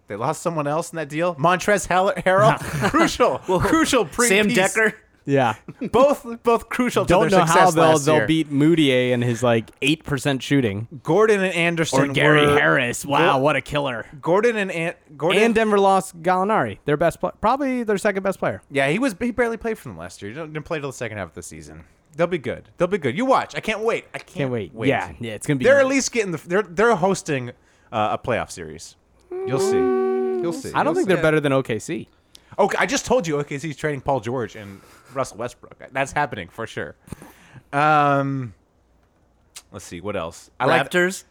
[SPEAKER 3] They lost someone else in that deal. Montrez Hall- Harrell, crucial, crucial. Pre-
[SPEAKER 2] Sam
[SPEAKER 3] piece.
[SPEAKER 2] Decker.
[SPEAKER 1] Yeah.
[SPEAKER 3] both both crucial.
[SPEAKER 1] Don't
[SPEAKER 3] to their
[SPEAKER 1] know
[SPEAKER 3] success
[SPEAKER 1] how they'll
[SPEAKER 3] last
[SPEAKER 1] they'll
[SPEAKER 3] year.
[SPEAKER 1] beat Moutier and his like eight percent shooting.
[SPEAKER 3] Gordon and Anderson
[SPEAKER 1] Or Gary
[SPEAKER 3] were-
[SPEAKER 1] Harris. Wow,
[SPEAKER 3] Gor-
[SPEAKER 1] what a killer.
[SPEAKER 3] Gordon and An- Gordon
[SPEAKER 1] And uh, Denver lost Gallinari, their best pla probably their second best player.
[SPEAKER 3] Yeah, he was. He barely played for them last year. He didn't didn't play till the second half of the season. They'll be good. They'll be good. You watch. I can't wait. I
[SPEAKER 1] Can't
[SPEAKER 3] can't,
[SPEAKER 1] wait. Yeah, yeah, it's gonna be-
[SPEAKER 3] They're at least getting the. They're they're hosting uh, a playoff series. You'll see. You'll see.
[SPEAKER 1] I
[SPEAKER 3] You'll
[SPEAKER 1] don't think
[SPEAKER 3] see.
[SPEAKER 1] they're better than OKC.
[SPEAKER 3] Okay, I just told you OKC's trading Paul George and Russell Westbrook. That's happening for sure. Um, let's see what else. I
[SPEAKER 2] Raptors.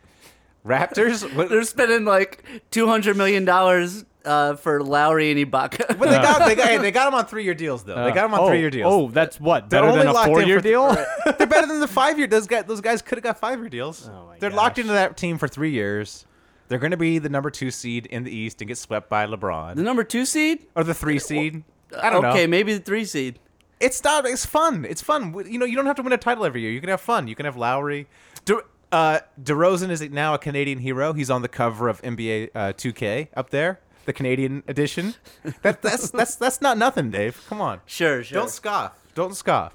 [SPEAKER 3] like Raptors. What-
[SPEAKER 2] They're spending like two hundred million dollars uh, for Lowry and Ibaka.
[SPEAKER 3] but they got they got, hey, they got him on three year deals though. they got him on
[SPEAKER 1] oh,
[SPEAKER 3] three year deals.
[SPEAKER 1] Oh, that's what
[SPEAKER 3] They're
[SPEAKER 1] better
[SPEAKER 3] only
[SPEAKER 1] than a
[SPEAKER 3] locked in
[SPEAKER 1] four year
[SPEAKER 3] for-
[SPEAKER 1] deal.
[SPEAKER 3] They're better than the five year. Those guys, those guys could have got five year deals.
[SPEAKER 1] Oh my
[SPEAKER 3] They're
[SPEAKER 1] gosh.
[SPEAKER 3] locked into that team for three years. They're going to be the number two seed in the East and get swept by
[SPEAKER 2] the
[SPEAKER 3] LeBron
[SPEAKER 2] number two seed.
[SPEAKER 3] or the three seed. I don't
[SPEAKER 2] okay,
[SPEAKER 3] know.
[SPEAKER 2] maybe the three seed.
[SPEAKER 3] It's not. It's fun. It's fun. You know, you don't have to win a title every year. You can have fun. You can have Lowry. De- uh, DeRozan is now a Canadian hero. He's on the cover of NBA uh, 2K up there, the Canadian edition. That, that's that's that's not nothing, Dave. Come on.
[SPEAKER 2] Sure, sure.
[SPEAKER 3] Don't scoff. Don't scoff.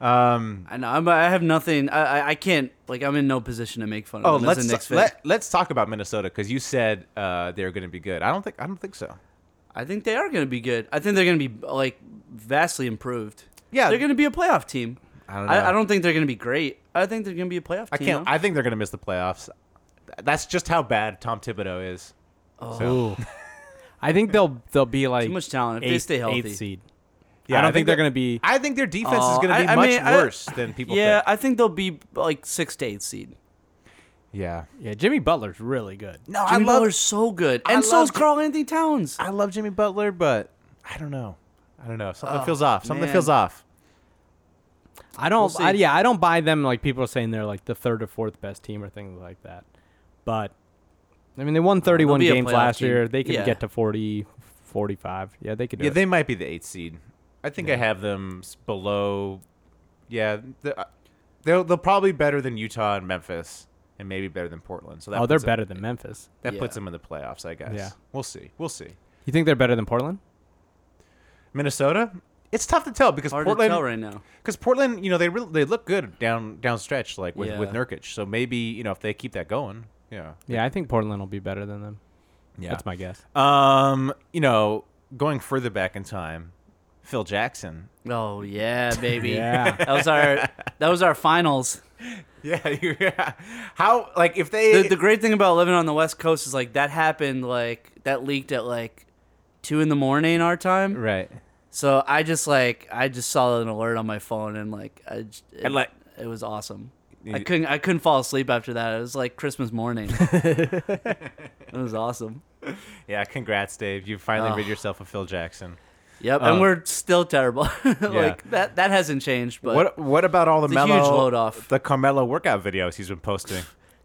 [SPEAKER 2] I know. I'm, I have nothing. I, I I can't. Like I'm in no position to make fun
[SPEAKER 3] Oh,
[SPEAKER 2] of them as
[SPEAKER 3] let's
[SPEAKER 2] a Knicks fan.
[SPEAKER 3] let, let's talk about Minnesota because you said uh, they're going to be good. I don't think I don't think so.
[SPEAKER 2] I think they are going to be good. I think they're going to be like vastly improved.
[SPEAKER 3] Yeah.
[SPEAKER 2] they're going to be a playoff team.
[SPEAKER 3] I don't know.
[SPEAKER 2] I, don't think they're going to be great. I think they're going to be a playoff
[SPEAKER 3] I
[SPEAKER 2] team.
[SPEAKER 3] can't.
[SPEAKER 2] though.
[SPEAKER 3] I think they're going to miss the playoffs. Th- That's just how bad Tom Thibodeau is. So,
[SPEAKER 1] I think they'll they'll be like
[SPEAKER 2] much talent. If they
[SPEAKER 1] eighth-
[SPEAKER 2] stay healthy.
[SPEAKER 1] eighth seed. I don't think they're
[SPEAKER 3] that-
[SPEAKER 1] gonna be-
[SPEAKER 3] I think their defense is
[SPEAKER 2] Uh,
[SPEAKER 3] going to be
[SPEAKER 2] I- I
[SPEAKER 3] much
[SPEAKER 2] mean, I-
[SPEAKER 3] worse than people.
[SPEAKER 2] yeah,
[SPEAKER 3] think.
[SPEAKER 2] I think they'll be like six to eight seed.
[SPEAKER 3] yeah.
[SPEAKER 1] Yeah, Jimmy Butler's really good.
[SPEAKER 3] No,
[SPEAKER 2] Jimmy Butler's so good,
[SPEAKER 3] I
[SPEAKER 2] and so
[SPEAKER 3] love
[SPEAKER 2] is
[SPEAKER 3] Ji-
[SPEAKER 2] Carl Anthony Towns.
[SPEAKER 3] I love Jimmy Butler, but I don't know. I don't know. Something
[SPEAKER 2] Oh,
[SPEAKER 3] feels off. Something
[SPEAKER 2] man.
[SPEAKER 3] feels off.
[SPEAKER 1] I don't.
[SPEAKER 2] We'll
[SPEAKER 1] I,
[SPEAKER 2] see.
[SPEAKER 1] yeah, I don't buy them. Like people are saying they're like the third or fourth best team or things like that. But I mean, they won 31
[SPEAKER 2] be a
[SPEAKER 1] games
[SPEAKER 2] playoff
[SPEAKER 1] last
[SPEAKER 2] team.
[SPEAKER 1] year. They can
[SPEAKER 2] Yeah.
[SPEAKER 1] get to 40, 45. Yeah, they could do
[SPEAKER 3] Yeah,
[SPEAKER 1] it.
[SPEAKER 3] they might be the eighth seed. I think I have them s- below. Yeah, the- uh, they'll they'll probably better than Utah and Memphis, and maybe better than Portland. So that
[SPEAKER 1] oh, they're
[SPEAKER 3] puts them-
[SPEAKER 1] better than Memphis.
[SPEAKER 3] That
[SPEAKER 2] Yeah.
[SPEAKER 3] puts them in the playoffs, I guess.
[SPEAKER 1] Yeah.
[SPEAKER 3] we'll see. We'll see.
[SPEAKER 1] You think they're better than Portland?
[SPEAKER 3] Minnesota. It's tough to tell because
[SPEAKER 2] Hard
[SPEAKER 3] Portland,
[SPEAKER 2] to tell right now.
[SPEAKER 3] Because Portland, you know, they really they look good down down stretch, like with with
[SPEAKER 2] Yeah.
[SPEAKER 3] Nurkic. So maybe you know if they keep that going, yeah,
[SPEAKER 1] Yeah, I think Portland will be better than them.
[SPEAKER 3] yeah.
[SPEAKER 1] That's my guess.
[SPEAKER 3] Um, you know, going further back in time, Phil Jackson.
[SPEAKER 2] Oh yeah, baby.
[SPEAKER 1] Yeah.
[SPEAKER 2] that was our that was our finals.
[SPEAKER 3] Yeah, yeah. How like if they
[SPEAKER 2] The, the great thing about living on the West Coast is like that happened like that leaked at like two in the morning our time.
[SPEAKER 3] right.
[SPEAKER 2] So I just like I just saw an alert on my phone and like I j- it,
[SPEAKER 3] And, like-
[SPEAKER 2] it was awesome. I
[SPEAKER 3] You-
[SPEAKER 2] couldn't I couldn't fall asleep after that. It was like Christmas morning. it was awesome.
[SPEAKER 3] Yeah, congrats, Dave. You finally
[SPEAKER 2] Oh.
[SPEAKER 3] rid yourself of Phil Jackson.
[SPEAKER 2] Yep,
[SPEAKER 3] Um,
[SPEAKER 2] and we're still terrible. like that that hasn't changed, but
[SPEAKER 3] what what about all the
[SPEAKER 2] It's a huge
[SPEAKER 3] Melo-
[SPEAKER 2] load off.
[SPEAKER 3] the Carmelo workout videos he's been posting?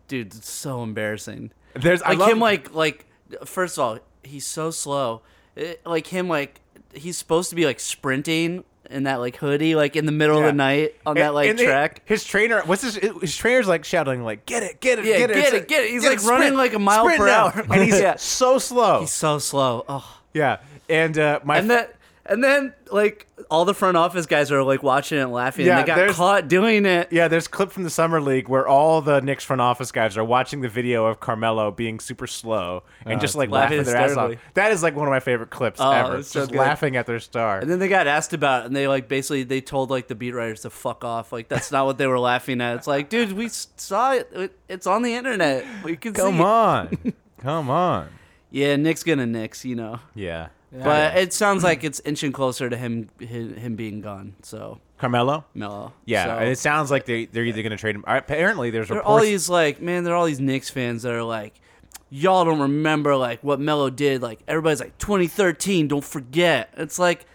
[SPEAKER 2] dude, it's so embarrassing.
[SPEAKER 3] There's I
[SPEAKER 2] Like
[SPEAKER 3] love,
[SPEAKER 2] him like like first of all, he's so slow. It- like him like he's supposed to be like sprinting in that like hoodie like in the middle of
[SPEAKER 3] Yeah.
[SPEAKER 2] the night on that
[SPEAKER 3] And-
[SPEAKER 2] like
[SPEAKER 3] and they-
[SPEAKER 2] track.
[SPEAKER 3] his trainer, what's his? His trainer's like shouting, like, "Get it, get it,
[SPEAKER 2] Yeah,
[SPEAKER 3] get it,
[SPEAKER 2] get
[SPEAKER 3] it's
[SPEAKER 2] it, get it." He's, like,
[SPEAKER 3] sprint,
[SPEAKER 2] running, like, a mile
[SPEAKER 3] sprint
[SPEAKER 2] per
[SPEAKER 3] now."
[SPEAKER 2] hour.
[SPEAKER 3] and he's
[SPEAKER 2] Yeah.
[SPEAKER 3] so slow.
[SPEAKER 2] He's so slow. Oh,
[SPEAKER 3] yeah, and uh, my
[SPEAKER 2] and that and then like all the front office guys are like watching it and laughing
[SPEAKER 3] Yeah,
[SPEAKER 2] and they got
[SPEAKER 3] there's-
[SPEAKER 2] caught doing it
[SPEAKER 3] yeah, there's a clip from the summer league where all the Knicks front office guys are watching the video of Carmelo being super slow and just like laughing
[SPEAKER 2] laughing
[SPEAKER 3] their ass off.
[SPEAKER 2] hysterically.
[SPEAKER 3] That is like one of my favorite clips
[SPEAKER 2] Oh,
[SPEAKER 3] ever.
[SPEAKER 2] it's so
[SPEAKER 3] just
[SPEAKER 2] good.
[SPEAKER 3] laughing at their star.
[SPEAKER 2] and then they got asked about it and they like basically they told like the beat writers to fuck off like that's not what they were laughing at it's like dude we s- saw it It- it's on the internet we can
[SPEAKER 3] Come
[SPEAKER 2] see it.
[SPEAKER 3] on, come on.
[SPEAKER 2] yeah nick's gonna nick's you know
[SPEAKER 3] Yeah,
[SPEAKER 2] but it sounds like it's inching closer to him him, him being gone so
[SPEAKER 3] Carmelo.
[SPEAKER 2] mellow
[SPEAKER 3] Yeah,
[SPEAKER 2] So-
[SPEAKER 3] and it sounds like they they're either going to trade him. Apparently, there's
[SPEAKER 2] There are all
[SPEAKER 3] reports.
[SPEAKER 2] these like, man, there are all these Knicks fans that are like, y'all don't remember like what Melo did. Like everybody's like 2013, don't forget. It's like,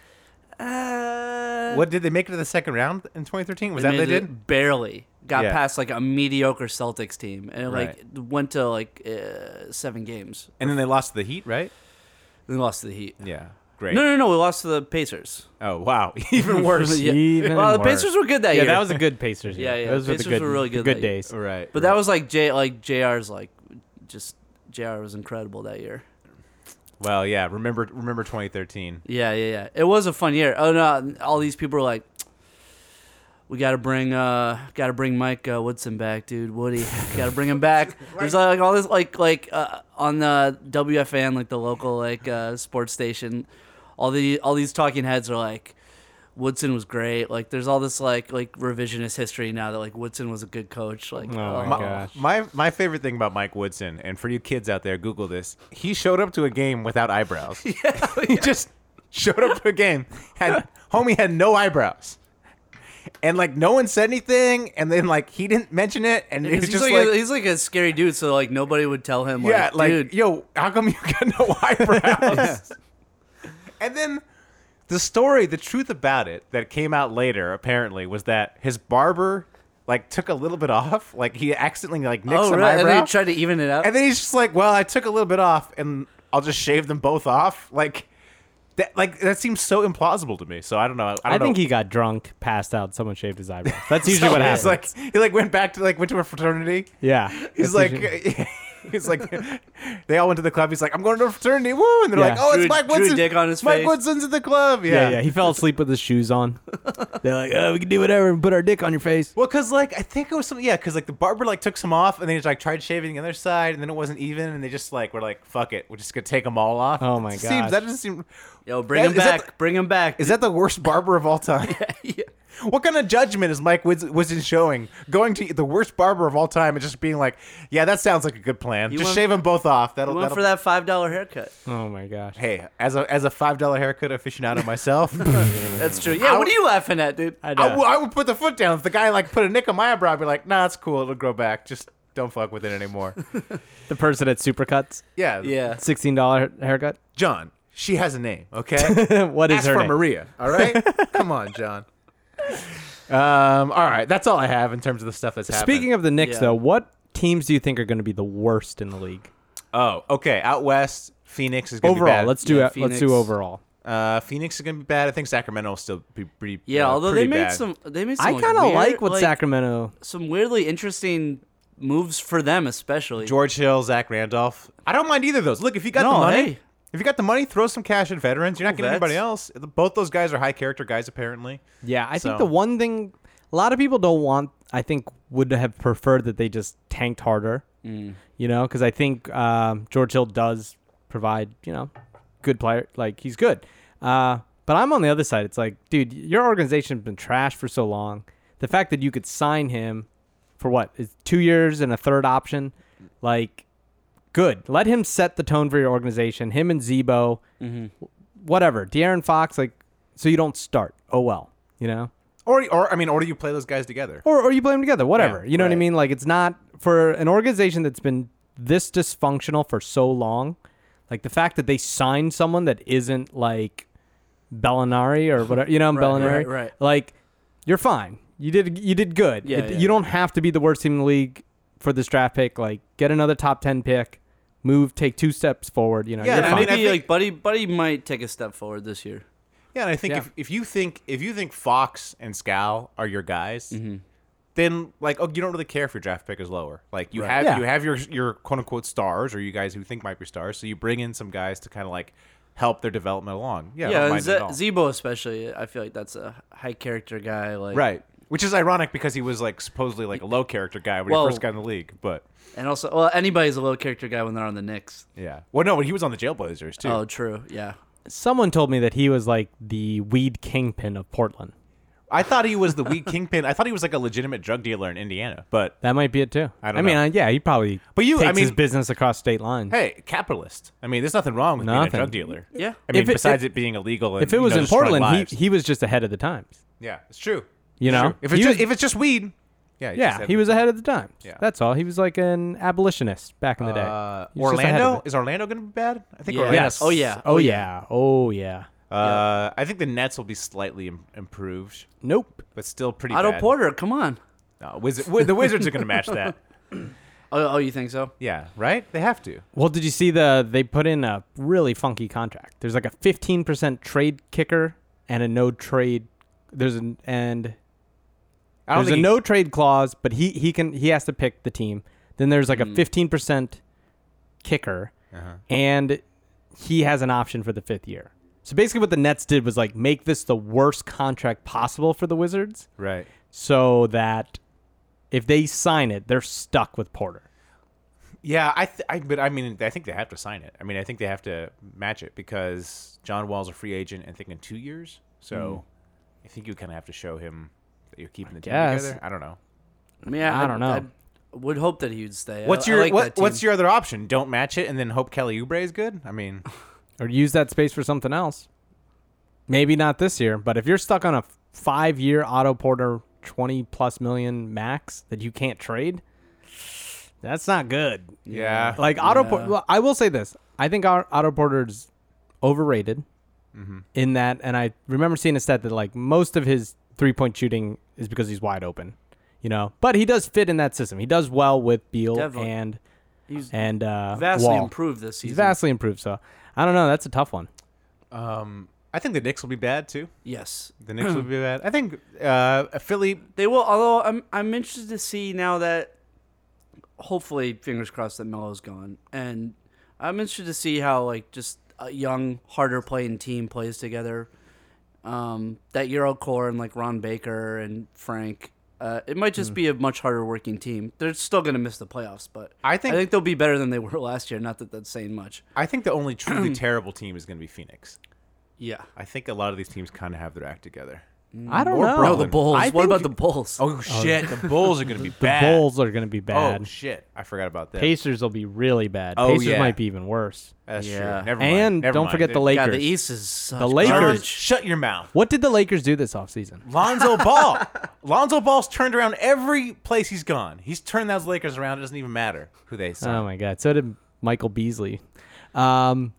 [SPEAKER 2] uh,
[SPEAKER 3] what did they make it to the second round in 2013? Was that
[SPEAKER 2] made
[SPEAKER 3] they
[SPEAKER 2] it
[SPEAKER 3] did?
[SPEAKER 2] barely got
[SPEAKER 3] Yeah.
[SPEAKER 2] past like a mediocre Celtics team and like
[SPEAKER 3] Right.
[SPEAKER 2] went to like uh, seven games.
[SPEAKER 3] And then they lost to the Heat, right?
[SPEAKER 2] They lost to the Heat.
[SPEAKER 3] Yeah. Great.
[SPEAKER 2] No, no, no. We lost to the Pacers.
[SPEAKER 3] Oh wow, even worse.
[SPEAKER 2] Yeah.
[SPEAKER 1] Even
[SPEAKER 2] well, the
[SPEAKER 1] worse.
[SPEAKER 2] Pacers were good that
[SPEAKER 1] Yeah,
[SPEAKER 2] year.
[SPEAKER 1] that was a good Pacers. year.
[SPEAKER 2] Yeah, yeah,
[SPEAKER 1] Those were
[SPEAKER 2] Pacers
[SPEAKER 1] the good,
[SPEAKER 2] were really good
[SPEAKER 1] the
[SPEAKER 2] that
[SPEAKER 1] good
[SPEAKER 2] year.
[SPEAKER 1] days.
[SPEAKER 3] Right.
[SPEAKER 2] But that was like J, like Jr's like just Jr was incredible that year.
[SPEAKER 3] well, yeah. Remember, remember 2013.
[SPEAKER 2] Yeah, yeah, yeah. It was a fun year. Oh no, all these people were like, we gotta bring, uh, gotta bring Mike uh, Woodson back, dude. Woody, gotta bring him back. There's like, all this like like uh, on the WFN, like the local like uh, sports station. All the all these talking heads are like, Woodson was great. Like there's all this like like revisionist history now that like Woodson was a good coach. Like
[SPEAKER 1] Oh, my
[SPEAKER 3] My,
[SPEAKER 1] gosh.
[SPEAKER 3] my my favorite thing about Mike Woodson, and for you kids out there, Google this. He showed up to a game without eyebrows. he just showed up to a game. Had homie had no eyebrows, and like no one said anything, and then like he didn't mention it, and it
[SPEAKER 2] He's,
[SPEAKER 3] was just
[SPEAKER 2] like,
[SPEAKER 3] like.
[SPEAKER 2] a, he's like a scary dude, so like nobody would tell him. Like,
[SPEAKER 3] yeah, like,
[SPEAKER 2] dude,
[SPEAKER 3] yo, how come you got no eyebrows? and then the story, the truth about it that came out later apparently was that his barber like took a little bit off, like he accidentally like nicked
[SPEAKER 2] oh
[SPEAKER 3] an
[SPEAKER 2] right, and
[SPEAKER 3] eyebrow,
[SPEAKER 2] they tried to even it out.
[SPEAKER 3] and then he's just like, well, I took a little bit off, and I'll just shave them both off, like. That, like that seems so implausible to me. So I don't know. I, don't
[SPEAKER 1] I think
[SPEAKER 3] know.
[SPEAKER 1] he got drunk, passed out, someone shaved his eyebrows. That's usually what happens.
[SPEAKER 3] He's like he like went back to like went to a fraternity.
[SPEAKER 1] yeah. That's
[SPEAKER 3] He's like,
[SPEAKER 1] usually-
[SPEAKER 3] he's like, they all went to the club. He's like, I'm going to a fraternity. Woo! And they're
[SPEAKER 1] Yeah.
[SPEAKER 3] like, oh,
[SPEAKER 2] Drew-
[SPEAKER 3] it's Mike
[SPEAKER 2] Drew
[SPEAKER 3] Woodson.
[SPEAKER 2] Dick on his
[SPEAKER 3] Mike
[SPEAKER 2] face.
[SPEAKER 3] Woodson's at the club. Yeah,
[SPEAKER 1] yeah, yeah. He fell asleep with his shoes on. They're like, oh, we can do whatever and put our dick on your face.
[SPEAKER 3] Well, cause like I think it was some yeah, cause like the barber like took some off and then he like tried shaving the other side and then it wasn't even and they just like were like fuck it, we're just gonna take them all off.
[SPEAKER 1] Oh my
[SPEAKER 3] It
[SPEAKER 1] gosh.
[SPEAKER 3] Seems that doesn't seem.
[SPEAKER 2] Yo, bring
[SPEAKER 3] That-
[SPEAKER 2] him
[SPEAKER 3] is that
[SPEAKER 2] back. bring him back.
[SPEAKER 3] Is that the worst barber of all time? What kind of judgment is Mike Woods- Woodson showing? Going to the worst barber of all time and just being like, yeah, that sounds like a good plan. just
[SPEAKER 2] went-
[SPEAKER 3] shave them both off. That'll
[SPEAKER 2] We went
[SPEAKER 3] that'll
[SPEAKER 2] for that five dollar haircut.
[SPEAKER 1] Oh my gosh.
[SPEAKER 3] Hey, as a as a five dollar haircut aficionado myself,
[SPEAKER 2] That's true. Yeah, what are you laughing at, dude?
[SPEAKER 1] I know.
[SPEAKER 3] I, would, I would put the foot down. If the guy like put a nick on my eyebrow, I'd be like, nah, it's cool. It'll grow back. Just don't fuck with it anymore.
[SPEAKER 1] the person at Supercuts,
[SPEAKER 3] Yeah,
[SPEAKER 2] Yeah.
[SPEAKER 1] $16 haircut.
[SPEAKER 3] John, she has a name. Okay,
[SPEAKER 1] what is
[SPEAKER 3] ask
[SPEAKER 1] her
[SPEAKER 3] for
[SPEAKER 1] name?
[SPEAKER 3] Maria. All right, come on, John. Um, all right, that's all I have in terms of the stuff that's happening.
[SPEAKER 1] Speaking of the Knicks,
[SPEAKER 2] Yeah.
[SPEAKER 1] though, what teams do you think are going to be the worst in the league?
[SPEAKER 3] oh, okay, out west, Phoenix is gonna be
[SPEAKER 1] Overall,
[SPEAKER 3] bad.
[SPEAKER 1] let's do
[SPEAKER 2] Yeah,
[SPEAKER 1] it. let's
[SPEAKER 2] Phoenix.
[SPEAKER 1] do overall.
[SPEAKER 3] uh, Phoenix is gonna be bad. I think Sacramento will still be pretty.
[SPEAKER 2] Yeah,
[SPEAKER 3] uh,
[SPEAKER 2] although they
[SPEAKER 3] pretty
[SPEAKER 2] made
[SPEAKER 3] bad.
[SPEAKER 2] some, they made some.
[SPEAKER 1] I kind of
[SPEAKER 2] weird,
[SPEAKER 1] like what
[SPEAKER 2] like,
[SPEAKER 1] Sacramento.
[SPEAKER 2] Some weirdly interesting moves for them, especially.
[SPEAKER 3] George Hill, Zach Randolph. I don't mind either of those. Look, if you got
[SPEAKER 2] No,
[SPEAKER 3] the money,
[SPEAKER 2] hey.
[SPEAKER 3] if you got the money, throw some cash at veterans. You're not getting
[SPEAKER 2] vets.
[SPEAKER 3] anybody else. Both those guys are high character guys, apparently.
[SPEAKER 1] Yeah, I
[SPEAKER 3] So-
[SPEAKER 1] think the one thing a lot of people don't want, I think, would have preferred that they just tanked harder. You know, because I think um, George Hill does provide, you know, good player. Like he's good. Uh, but I'm on the other side. It's like, dude, your organization's been trashed for so long. The fact that you could sign him for what is two years and a third option, like, good. Let him set the tone for your organization. Him and Zebo whatever. De'Aaron Fox, like, so you don't start. Oh well, you know,
[SPEAKER 3] Or, or I mean, or do you play those guys together?
[SPEAKER 1] or or you play them together, whatever.
[SPEAKER 3] Yeah,
[SPEAKER 1] you know what I
[SPEAKER 3] right.
[SPEAKER 1] mean? Like, it's not for an organization that's been this dysfunctional for so long. Like the fact that they signed someone that isn't like Bellinari or whatever, you know, Bellinari.
[SPEAKER 2] right, right.
[SPEAKER 1] Like, you're fine. You did you did good.
[SPEAKER 2] Yeah,
[SPEAKER 1] It-
[SPEAKER 2] yeah,
[SPEAKER 1] you don't have to be the worst team in the league for this draft pick. Like, get another top ten pick. Move, take two steps forward. You know,
[SPEAKER 3] Yeah,
[SPEAKER 1] you're
[SPEAKER 3] and I
[SPEAKER 1] fine.
[SPEAKER 3] mean,
[SPEAKER 2] Maybe
[SPEAKER 3] think-
[SPEAKER 2] like Buddy, Buddy might take a step forward this year.
[SPEAKER 3] Yeah, and I think
[SPEAKER 1] Yeah.
[SPEAKER 3] if, if you think if you think Fox and Scal are your guys, then like oh, you don't really care if your draft pick is lower. Like you have
[SPEAKER 1] Yeah.
[SPEAKER 3] you have your your quote unquote stars or you guys who think might be stars, so you bring in some guys to kind of like help their development along. Yeah, I don't
[SPEAKER 2] yeah, and
[SPEAKER 3] mind
[SPEAKER 2] Ze-
[SPEAKER 3] it at all.
[SPEAKER 2] Zebo especially. I feel like that's a high character guy. Like
[SPEAKER 3] right. Which is ironic because he was like supposedly like a low character guy when
[SPEAKER 2] Well-
[SPEAKER 3] he first got in the league, but
[SPEAKER 2] and also, well, anybody's a low character guy when they're on the Knicks.
[SPEAKER 3] yeah. Well, no, but he was on the Jailblazers too.
[SPEAKER 2] Oh, true. Yeah.
[SPEAKER 1] someone told me that he was like the weed kingpin of Portland.
[SPEAKER 3] I thought he was the weak kingpin. I thought he was like a legitimate drug dealer in Indiana, but
[SPEAKER 1] That might be it too.
[SPEAKER 3] I don't
[SPEAKER 1] I mean,
[SPEAKER 3] know.
[SPEAKER 1] uh, yeah, he probably.
[SPEAKER 3] But you- I
[SPEAKER 1] takes his
[SPEAKER 3] mean-
[SPEAKER 1] business across state lines.
[SPEAKER 3] hey, capitalist. I mean, there's nothing wrong with being
[SPEAKER 1] Nothing.
[SPEAKER 3] a drug dealer.
[SPEAKER 2] Yeah.
[SPEAKER 3] I mean,
[SPEAKER 1] If it-
[SPEAKER 3] besides
[SPEAKER 1] if-
[SPEAKER 3] it being illegal, and,
[SPEAKER 1] if it
[SPEAKER 3] you
[SPEAKER 1] was
[SPEAKER 3] know,
[SPEAKER 1] in
[SPEAKER 3] destroying
[SPEAKER 1] Portland,
[SPEAKER 3] lives.
[SPEAKER 1] he he was just ahead of the times.
[SPEAKER 3] yeah, it's true.
[SPEAKER 1] You know,
[SPEAKER 3] True. if it's
[SPEAKER 1] he
[SPEAKER 3] just,
[SPEAKER 1] was,
[SPEAKER 3] if it's just weed, yeah,
[SPEAKER 1] yeah, he was ahead of the times.
[SPEAKER 3] Yeah.
[SPEAKER 1] that's all. He was like an abolitionist back in the day.
[SPEAKER 3] Uh,
[SPEAKER 1] He was just ahead of
[SPEAKER 3] Orlando
[SPEAKER 1] it.
[SPEAKER 3] is Orlando going to be bad? I think
[SPEAKER 2] Yeah.
[SPEAKER 3] Orlando.
[SPEAKER 1] Yes.
[SPEAKER 2] Yes. Oh, yeah.
[SPEAKER 1] Oh
[SPEAKER 2] Oh,
[SPEAKER 1] yeah. Oh yeah.
[SPEAKER 3] Uh, I think the Nets will be slightly Im- improved,
[SPEAKER 1] Nope.
[SPEAKER 3] but still pretty.
[SPEAKER 2] Otto
[SPEAKER 3] bad.
[SPEAKER 2] Porter, come on.
[SPEAKER 3] No, Wizard, Wi- the Wizards are going to match that.
[SPEAKER 2] Oh, oh, you think so?
[SPEAKER 3] Yeah, right? They have to.
[SPEAKER 1] Well, did you see the they put in a really funky contract? There's like a 15% trade kicker and a no trade there's an and
[SPEAKER 3] I don't
[SPEAKER 1] there's a
[SPEAKER 3] think he-
[SPEAKER 1] no trade clause, but he he can he has to pick the team. Then there's like
[SPEAKER 3] Hmm.
[SPEAKER 1] a 15% kicker
[SPEAKER 3] Uh-huh.
[SPEAKER 1] and he has an option for the fifth year. So basically what the Nets did was like make this the worst contract possible for the Wizards
[SPEAKER 3] Right.
[SPEAKER 1] so that if they sign it, they're stuck with Porter.
[SPEAKER 3] Yeah, I, th- I but I mean, I think they have to sign it. I mean, I think they have to match it because John Wall's a free agent. I think in two years, so I think you kind of have to show him that you're keeping the team
[SPEAKER 1] guess.
[SPEAKER 3] together. I don't know.
[SPEAKER 2] I mean, I,
[SPEAKER 1] I don't know.
[SPEAKER 2] I would hope that he would stay. I-
[SPEAKER 3] What's
[SPEAKER 2] I
[SPEAKER 3] your
[SPEAKER 2] like that
[SPEAKER 3] what,
[SPEAKER 2] team.
[SPEAKER 3] what's your other option? Don't match it and then hope Kelly Oubre is good. I mean,
[SPEAKER 1] or use that space for something else. Maybe not this year, but if you're stuck on a five year Otto Porter 20 plus million max that you can't trade, that's not good.
[SPEAKER 3] yeah,
[SPEAKER 1] Like Otto Porter, well, I will say this I think our Otto Porter's overrated
[SPEAKER 2] Mm-hmm.
[SPEAKER 1] in that, and I remember seeing a stat that like most of his three point shooting is because he's wide open, you know, but he does fit in that system. He does well with Beal
[SPEAKER 2] Definitely.
[SPEAKER 1] and,
[SPEAKER 2] He's
[SPEAKER 1] and, uh,
[SPEAKER 2] vastly
[SPEAKER 1] Wall.
[SPEAKER 2] improved this season.
[SPEAKER 1] He's vastly improved. So I don't know. That's a tough one.
[SPEAKER 3] I think the Knicks will be bad too.
[SPEAKER 2] Yes,
[SPEAKER 3] The Knicks will be bad. I think uh, Philly.
[SPEAKER 2] they will. Although I'm I'm interested to see now that hopefully fingers crossed that Melo's gone, and I'm interested to see how like just a young, harder playing team plays together. Um, that Euro core and like Ron Baker and Frank. Uh, it might
[SPEAKER 3] Hmm.
[SPEAKER 2] just be a much harder working team. They're still going to miss the playoffs, but
[SPEAKER 3] I think-
[SPEAKER 2] I think they'll be better than they were last year. Not that that's saying much.
[SPEAKER 3] I think the only truly terrible team is going to be Phoenix.
[SPEAKER 2] Yeah.
[SPEAKER 3] I think a lot of these teams kind of have their act together.
[SPEAKER 2] Mm,
[SPEAKER 1] I don't know.
[SPEAKER 2] No, the
[SPEAKER 3] Brooklyn.
[SPEAKER 2] Bulls.
[SPEAKER 3] I
[SPEAKER 2] what
[SPEAKER 3] think-
[SPEAKER 2] about the Bulls?
[SPEAKER 3] Oh shit! The Bulls are going to be
[SPEAKER 1] The
[SPEAKER 3] bad.
[SPEAKER 1] Bulls are going to be bad.
[SPEAKER 3] Oh shit! I forgot about that.
[SPEAKER 1] Pacers will be really bad.
[SPEAKER 3] Oh,
[SPEAKER 1] Pacers
[SPEAKER 3] yeah.
[SPEAKER 1] might be even worse.
[SPEAKER 3] That's
[SPEAKER 2] Yeah.
[SPEAKER 3] true. Never mind.
[SPEAKER 1] And
[SPEAKER 3] Never
[SPEAKER 1] don't
[SPEAKER 3] mind.
[SPEAKER 1] forget
[SPEAKER 3] They-
[SPEAKER 1] the Lakers.
[SPEAKER 2] God, the East is such
[SPEAKER 1] The Lakers-
[SPEAKER 3] Jarvis,
[SPEAKER 2] garbage.
[SPEAKER 3] shut your mouth.
[SPEAKER 1] What did the Lakers do this offseason?
[SPEAKER 3] Lonzo Ball. Lonzo Ball's turned around every place he's gone. He's turned those Lakers around. It doesn't even matter who they sign.
[SPEAKER 1] Oh my god. So did Michael Beasley. Um,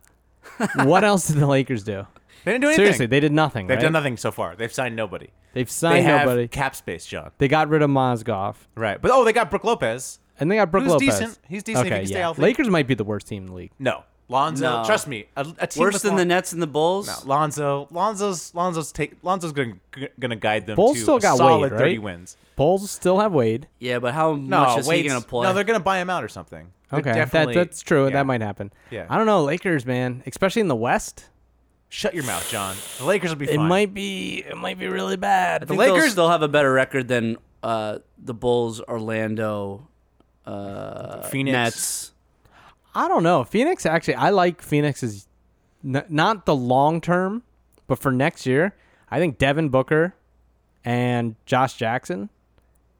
[SPEAKER 1] what else did the Lakers do?
[SPEAKER 3] they didn't do anything.
[SPEAKER 1] Seriously, they did nothing.
[SPEAKER 3] They've
[SPEAKER 1] right?
[SPEAKER 3] done nothing so far. They've signed nobody.
[SPEAKER 1] They've
[SPEAKER 3] They
[SPEAKER 1] signed
[SPEAKER 3] have
[SPEAKER 1] nobody.
[SPEAKER 3] cap space, John.
[SPEAKER 1] They got rid of Mozgov.
[SPEAKER 3] Right. But oh, they got Brooke Lopez.
[SPEAKER 1] And they got Brook
[SPEAKER 3] Who's
[SPEAKER 1] Lopez.
[SPEAKER 3] decent. He's decent if he
[SPEAKER 1] Okay,
[SPEAKER 3] can stay
[SPEAKER 1] yeah.
[SPEAKER 3] healthy.
[SPEAKER 1] Lakers might be the worst team in the league.
[SPEAKER 3] No. Lonzo,
[SPEAKER 2] No.
[SPEAKER 3] trust me, a, a team
[SPEAKER 2] Worse
[SPEAKER 3] with
[SPEAKER 2] than the
[SPEAKER 3] Lon-
[SPEAKER 2] Nets and the Bulls.
[SPEAKER 3] No, Lonzo, Lonzo's Lonzo's take Lonzo's gonna gonna guide them
[SPEAKER 1] Bulls
[SPEAKER 3] to
[SPEAKER 1] still
[SPEAKER 3] a
[SPEAKER 1] got
[SPEAKER 3] solid
[SPEAKER 1] Wade,
[SPEAKER 3] 30
[SPEAKER 1] right?
[SPEAKER 3] wins.
[SPEAKER 1] Bulls still have Wade.
[SPEAKER 2] Yeah, but how
[SPEAKER 3] No,
[SPEAKER 2] much is he
[SPEAKER 3] Wade's-
[SPEAKER 2] going to play?
[SPEAKER 3] No, they're gonna buy him out or something. They're
[SPEAKER 1] Okay, that,
[SPEAKER 3] definitely-
[SPEAKER 1] that's true.
[SPEAKER 3] yeah.
[SPEAKER 1] That might happen.
[SPEAKER 3] Yeah.
[SPEAKER 1] I don't know, Lakers, man, especially in the West.
[SPEAKER 3] Shut your mouth, John. The Lakers will be
[SPEAKER 1] It
[SPEAKER 3] fine.
[SPEAKER 1] might be it might be really bad.
[SPEAKER 2] the Lakers they'll have a better record than uh, the Bulls, Orlando, uh,
[SPEAKER 3] Phoenix.
[SPEAKER 2] Nets.
[SPEAKER 1] I don't know. Phoenix actually, I like Phoenix's n- not the long term, but for next year, I think Devin Booker and Josh Jackson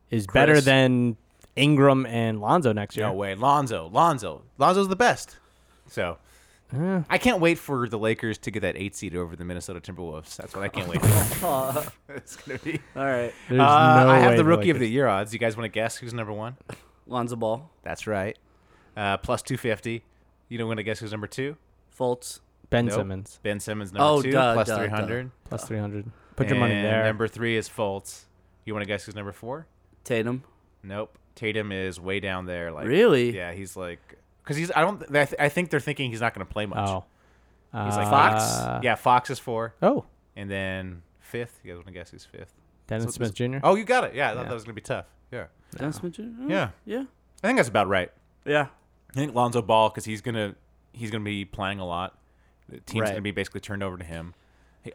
[SPEAKER 1] is better
[SPEAKER 2] Chris.
[SPEAKER 1] than Ingram and Lonzo next year.
[SPEAKER 3] No way, Lonzo, Lonzo, Lonzo's the best. So I can't wait for the Lakers to get that eight seed over the Minnesota Timberwolves. That's what I can't wait. for. it's gonna be.
[SPEAKER 2] All right,
[SPEAKER 1] There's
[SPEAKER 3] Uh,
[SPEAKER 1] no
[SPEAKER 3] I have
[SPEAKER 1] way
[SPEAKER 3] the rookie of the
[SPEAKER 1] Lakers-
[SPEAKER 3] year odds. You guys want to guess who's number one?
[SPEAKER 2] Lonzo Ball,
[SPEAKER 3] That's right. Uh, plus two fifty. You don't want to guess who's number two?
[SPEAKER 2] Fultz.
[SPEAKER 1] Ben
[SPEAKER 3] Nope.
[SPEAKER 1] Simmons
[SPEAKER 3] Ben Simmons number
[SPEAKER 2] Oh,
[SPEAKER 3] two.
[SPEAKER 2] duh,
[SPEAKER 3] plus
[SPEAKER 2] duh, duh.
[SPEAKER 3] three hundred.
[SPEAKER 1] plus 300. Put your money
[SPEAKER 3] And
[SPEAKER 1] there.
[SPEAKER 3] Number three is Fultz. You want to guess who's number four?
[SPEAKER 2] Tatum.
[SPEAKER 3] Nope. Tatum is way down there. Like
[SPEAKER 2] Really?
[SPEAKER 3] Yeah, he's like because he's. I don't. I, th- I think they're thinking he's not going to play much.
[SPEAKER 1] oh. Uh,
[SPEAKER 3] He's like
[SPEAKER 2] Fox?
[SPEAKER 3] Fox. Yeah, Fox is four,
[SPEAKER 1] Oh,
[SPEAKER 3] and then fifth. You guys want to guess who's fifth?
[SPEAKER 1] Dennis Smith Jr.
[SPEAKER 3] Oh, you got it. Yeah, I thought that was gonna be tough. Yeah,
[SPEAKER 2] Dennis Mitchell? Oh,
[SPEAKER 3] yeah.
[SPEAKER 2] yeah,
[SPEAKER 3] I think that's about right.
[SPEAKER 2] yeah.
[SPEAKER 3] I think Lonzo Ball because he's gonna he's gonna be playing a lot. The team's
[SPEAKER 2] Right.
[SPEAKER 3] gonna be basically turned over to him.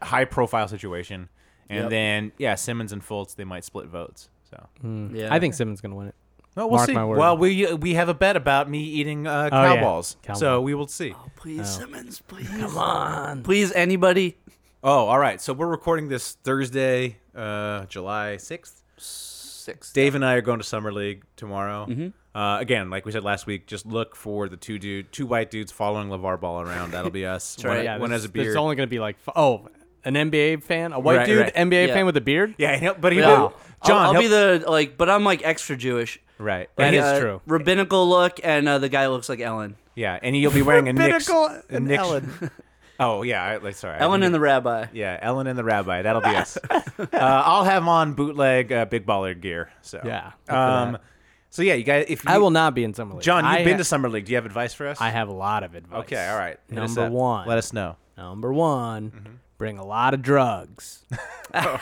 [SPEAKER 3] High profile situation, and
[SPEAKER 2] Yep.
[SPEAKER 3] then yeah, Simmons and Fultz they might split votes. So
[SPEAKER 2] Mm. yeah.
[SPEAKER 1] I think Simmons going to win it.
[SPEAKER 3] no, we'll
[SPEAKER 1] Mark
[SPEAKER 3] see.
[SPEAKER 1] my word. Oh,
[SPEAKER 3] Well, we uh, we have a bet about me eating uh, cow
[SPEAKER 1] yeah.
[SPEAKER 3] balls,
[SPEAKER 1] Cow
[SPEAKER 3] so
[SPEAKER 1] balls.
[SPEAKER 3] we will see.
[SPEAKER 2] Please, Simmons. Please, come on. Please, anybody.
[SPEAKER 3] Oh, all right. So we're recording this Thursday, uh, July sixth.
[SPEAKER 2] Six.
[SPEAKER 3] Dave and I are going to summer league tomorrow.
[SPEAKER 1] Mm-hmm.
[SPEAKER 3] Uh, again, like we said last week, just look for the two dude, two white dudes following Levar Ball around. That'll be us. one,
[SPEAKER 2] right.
[SPEAKER 1] Yeah,
[SPEAKER 3] one
[SPEAKER 1] there's-
[SPEAKER 3] has a beard.
[SPEAKER 1] There's only going to be like f- oh, an NBA fan, a white
[SPEAKER 3] Right,
[SPEAKER 1] dude,
[SPEAKER 3] right.
[SPEAKER 1] NBA
[SPEAKER 2] Yeah.
[SPEAKER 1] fan with a beard.
[SPEAKER 3] yeah, and he'll- but he
[SPEAKER 2] Yeah.
[SPEAKER 3] will. John,
[SPEAKER 2] I'll, I'll be
[SPEAKER 3] he'll-
[SPEAKER 2] the like, but I'm like extra Jewish.
[SPEAKER 3] right.
[SPEAKER 1] That
[SPEAKER 3] And
[SPEAKER 1] is
[SPEAKER 3] he'll-
[SPEAKER 2] Uh,
[SPEAKER 1] true.
[SPEAKER 2] Rabbinical look, and uh, the guy looks like Ellen.
[SPEAKER 3] yeah, and you'll be wearing a Knicks.
[SPEAKER 1] Pinnacle
[SPEAKER 3] a
[SPEAKER 1] and
[SPEAKER 3] Knicks-
[SPEAKER 1] Ellen.
[SPEAKER 3] Oh yeah, I, like, sorry. I
[SPEAKER 2] Ellen
[SPEAKER 3] didn't-
[SPEAKER 2] and the Rabbi.
[SPEAKER 3] yeah, Ellen and the Rabbi. That'll be us. uh, I'll have on bootleg uh, big baller gear. So
[SPEAKER 1] Yeah, look for
[SPEAKER 3] Um, So yeah, you guys. If you,
[SPEAKER 1] I will not be in summer league.
[SPEAKER 3] John, you've
[SPEAKER 1] I
[SPEAKER 3] been
[SPEAKER 1] ha-
[SPEAKER 3] to summer league. Do you have advice for us?
[SPEAKER 1] I have a lot of advice.
[SPEAKER 3] Okay, all right. Hit us
[SPEAKER 1] Number
[SPEAKER 3] up. Mm-hmm.
[SPEAKER 1] one.
[SPEAKER 3] Let us know.
[SPEAKER 1] Number one, bring a lot of drugs.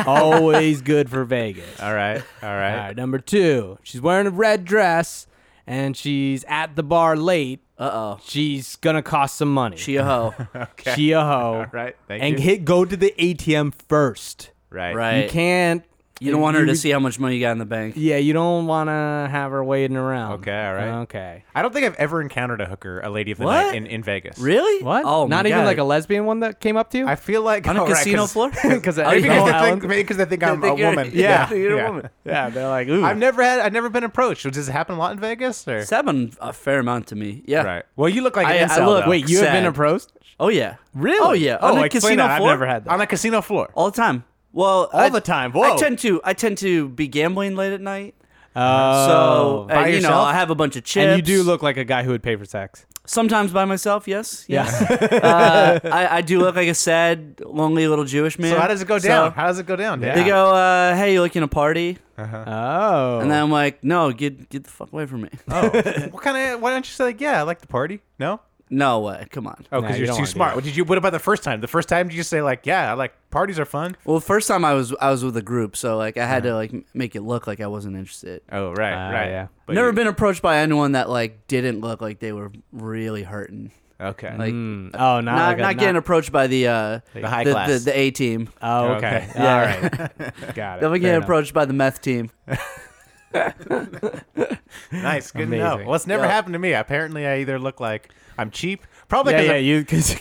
[SPEAKER 1] Always good for Vegas.
[SPEAKER 3] All right, all
[SPEAKER 1] All
[SPEAKER 3] right.
[SPEAKER 1] right, number two, she's wearing a red dress and she's at the bar late.
[SPEAKER 2] Uh oh.
[SPEAKER 1] She's gonna cost some money.
[SPEAKER 2] She a hoe.
[SPEAKER 3] Okay.
[SPEAKER 1] She a hoe.
[SPEAKER 3] All right, thank
[SPEAKER 1] and
[SPEAKER 3] you.
[SPEAKER 1] hit go to the ATM first.
[SPEAKER 3] right,
[SPEAKER 2] Right.
[SPEAKER 1] You can't.
[SPEAKER 2] You don't want her to see how much money you got in the bank.
[SPEAKER 1] Yeah, you don't want to have her waiting around.
[SPEAKER 3] Okay, all right.
[SPEAKER 1] Okay.
[SPEAKER 3] I don't think I've ever encountered a hooker, a lady of the
[SPEAKER 2] What?
[SPEAKER 3] night in, in Vegas.
[SPEAKER 2] Really?
[SPEAKER 1] What?
[SPEAKER 2] Oh,
[SPEAKER 1] not
[SPEAKER 2] my
[SPEAKER 1] even
[SPEAKER 2] God.
[SPEAKER 1] like a lesbian one that came up to you.
[SPEAKER 3] I feel like
[SPEAKER 2] On a
[SPEAKER 3] all right,
[SPEAKER 2] casino
[SPEAKER 3] 'cause-
[SPEAKER 2] floor?
[SPEAKER 1] Because
[SPEAKER 2] Oh,
[SPEAKER 1] I
[SPEAKER 3] Maybe
[SPEAKER 2] you know,
[SPEAKER 1] know
[SPEAKER 3] because they
[SPEAKER 1] Alan.
[SPEAKER 3] think, maybe 'cause they think I'm
[SPEAKER 2] think
[SPEAKER 3] a
[SPEAKER 2] you're-
[SPEAKER 3] woman.
[SPEAKER 2] yeah, you're a woman.
[SPEAKER 1] yeah, they're like, ooh.
[SPEAKER 3] I've never had. I've never been approached. Does it happen a lot in Vegas? Or
[SPEAKER 2] It's happened a fair amount to me. Yeah.
[SPEAKER 3] right. Well, you look like
[SPEAKER 2] I-
[SPEAKER 3] an
[SPEAKER 2] I
[SPEAKER 3] incel,
[SPEAKER 2] look-
[SPEAKER 3] though.
[SPEAKER 1] Wait, you have been
[SPEAKER 2] sad.
[SPEAKER 1] approached?
[SPEAKER 2] Oh yeah.
[SPEAKER 1] Really?
[SPEAKER 2] Oh yeah.
[SPEAKER 1] Oh,
[SPEAKER 2] On a
[SPEAKER 1] explain
[SPEAKER 2] casino
[SPEAKER 1] that. I've
[SPEAKER 2] floor.
[SPEAKER 1] never had that. Oh,
[SPEAKER 3] on a casino floor.
[SPEAKER 2] All the time. Well, all
[SPEAKER 1] the time.
[SPEAKER 2] I
[SPEAKER 1] Whoa.
[SPEAKER 2] tend to. I tend to be gambling late at night. So
[SPEAKER 1] Oh.
[SPEAKER 2] and, you know,
[SPEAKER 3] yourself?
[SPEAKER 2] I have a bunch of chips.
[SPEAKER 1] and you do look like a guy who would pay for sex.
[SPEAKER 2] sometimes by myself. Yes. Yes. uh, I, I do look like a sad, lonely little Jewish man.
[SPEAKER 3] so how does it go
[SPEAKER 2] So
[SPEAKER 3] down? how does it go down? Dan?
[SPEAKER 2] They go, uh, "Hey, you looking to party?"
[SPEAKER 1] Oh.
[SPEAKER 2] And then I'm like, "No, get get the fuck away from me."
[SPEAKER 3] Oh, what kind of? Why don't you say like, yeah, I like the party? No.
[SPEAKER 2] no way. Come on.
[SPEAKER 1] Nah,
[SPEAKER 3] Oh, because
[SPEAKER 1] you
[SPEAKER 3] you're
[SPEAKER 1] don't
[SPEAKER 3] too
[SPEAKER 1] wanna do
[SPEAKER 3] smart.
[SPEAKER 1] that.
[SPEAKER 3] What did you? What about the first time? The first time, did you say like, yeah, I like parties are fun?
[SPEAKER 2] Well, first time I was I was with a group, so like I had to like m- make it look like I wasn't interested.
[SPEAKER 3] Oh, right,
[SPEAKER 1] Ah,
[SPEAKER 3] right,
[SPEAKER 1] yeah.
[SPEAKER 3] But
[SPEAKER 2] Never
[SPEAKER 3] you-
[SPEAKER 2] been approached by anyone that like didn't look like they were really hurting.
[SPEAKER 3] Okay.
[SPEAKER 2] Like
[SPEAKER 1] Mm. Oh, not,
[SPEAKER 2] not
[SPEAKER 1] like
[SPEAKER 2] not,
[SPEAKER 1] a-
[SPEAKER 2] getting approached by the uh
[SPEAKER 3] The high
[SPEAKER 2] the,
[SPEAKER 3] class.
[SPEAKER 2] the, the A team.
[SPEAKER 1] Oh,
[SPEAKER 3] Okay.
[SPEAKER 1] okay.
[SPEAKER 2] Yeah.
[SPEAKER 1] All right. Got it.
[SPEAKER 2] Definitely
[SPEAKER 1] Fair
[SPEAKER 2] getting
[SPEAKER 1] enough.
[SPEAKER 2] approached by the meth team.
[SPEAKER 3] nice. Good to know.
[SPEAKER 1] Amazing.
[SPEAKER 3] Well, it's never
[SPEAKER 2] Yeah.
[SPEAKER 3] happened to me. Apparently, I either look like I'm cheap. Probably
[SPEAKER 1] Yeah,
[SPEAKER 3] 'cause
[SPEAKER 1] yeah,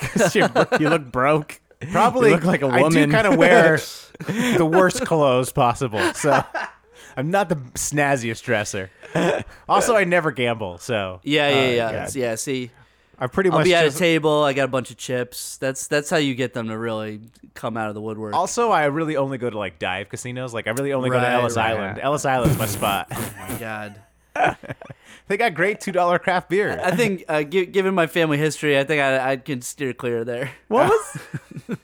[SPEAKER 1] you
[SPEAKER 3] I'm-
[SPEAKER 1] because you look broke.
[SPEAKER 3] probably
[SPEAKER 1] You look like a
[SPEAKER 3] I do
[SPEAKER 1] woman.
[SPEAKER 3] kind of wear the worst clothes possible. So I'm not the snazziest dresser. Also, I never gamble, so
[SPEAKER 2] Yeah, yeah, yeah.
[SPEAKER 3] God.
[SPEAKER 2] It's- Yeah, see.
[SPEAKER 3] I pretty
[SPEAKER 2] I'll
[SPEAKER 3] much
[SPEAKER 2] be at
[SPEAKER 3] just-
[SPEAKER 2] a table, I got a bunch of chips. That's that's how you get them to really come out of the woodwork.
[SPEAKER 3] Also, I really only go to like dive casinos. Like I really only go to
[SPEAKER 2] Right,
[SPEAKER 3] Ellis
[SPEAKER 2] right.
[SPEAKER 3] Island. Ellis Island's my spot.
[SPEAKER 2] my god.
[SPEAKER 3] they got great two dollar craft beer.
[SPEAKER 2] I think uh, gi- given my family history, I think I I can steer clear there. Uh,
[SPEAKER 1] What was?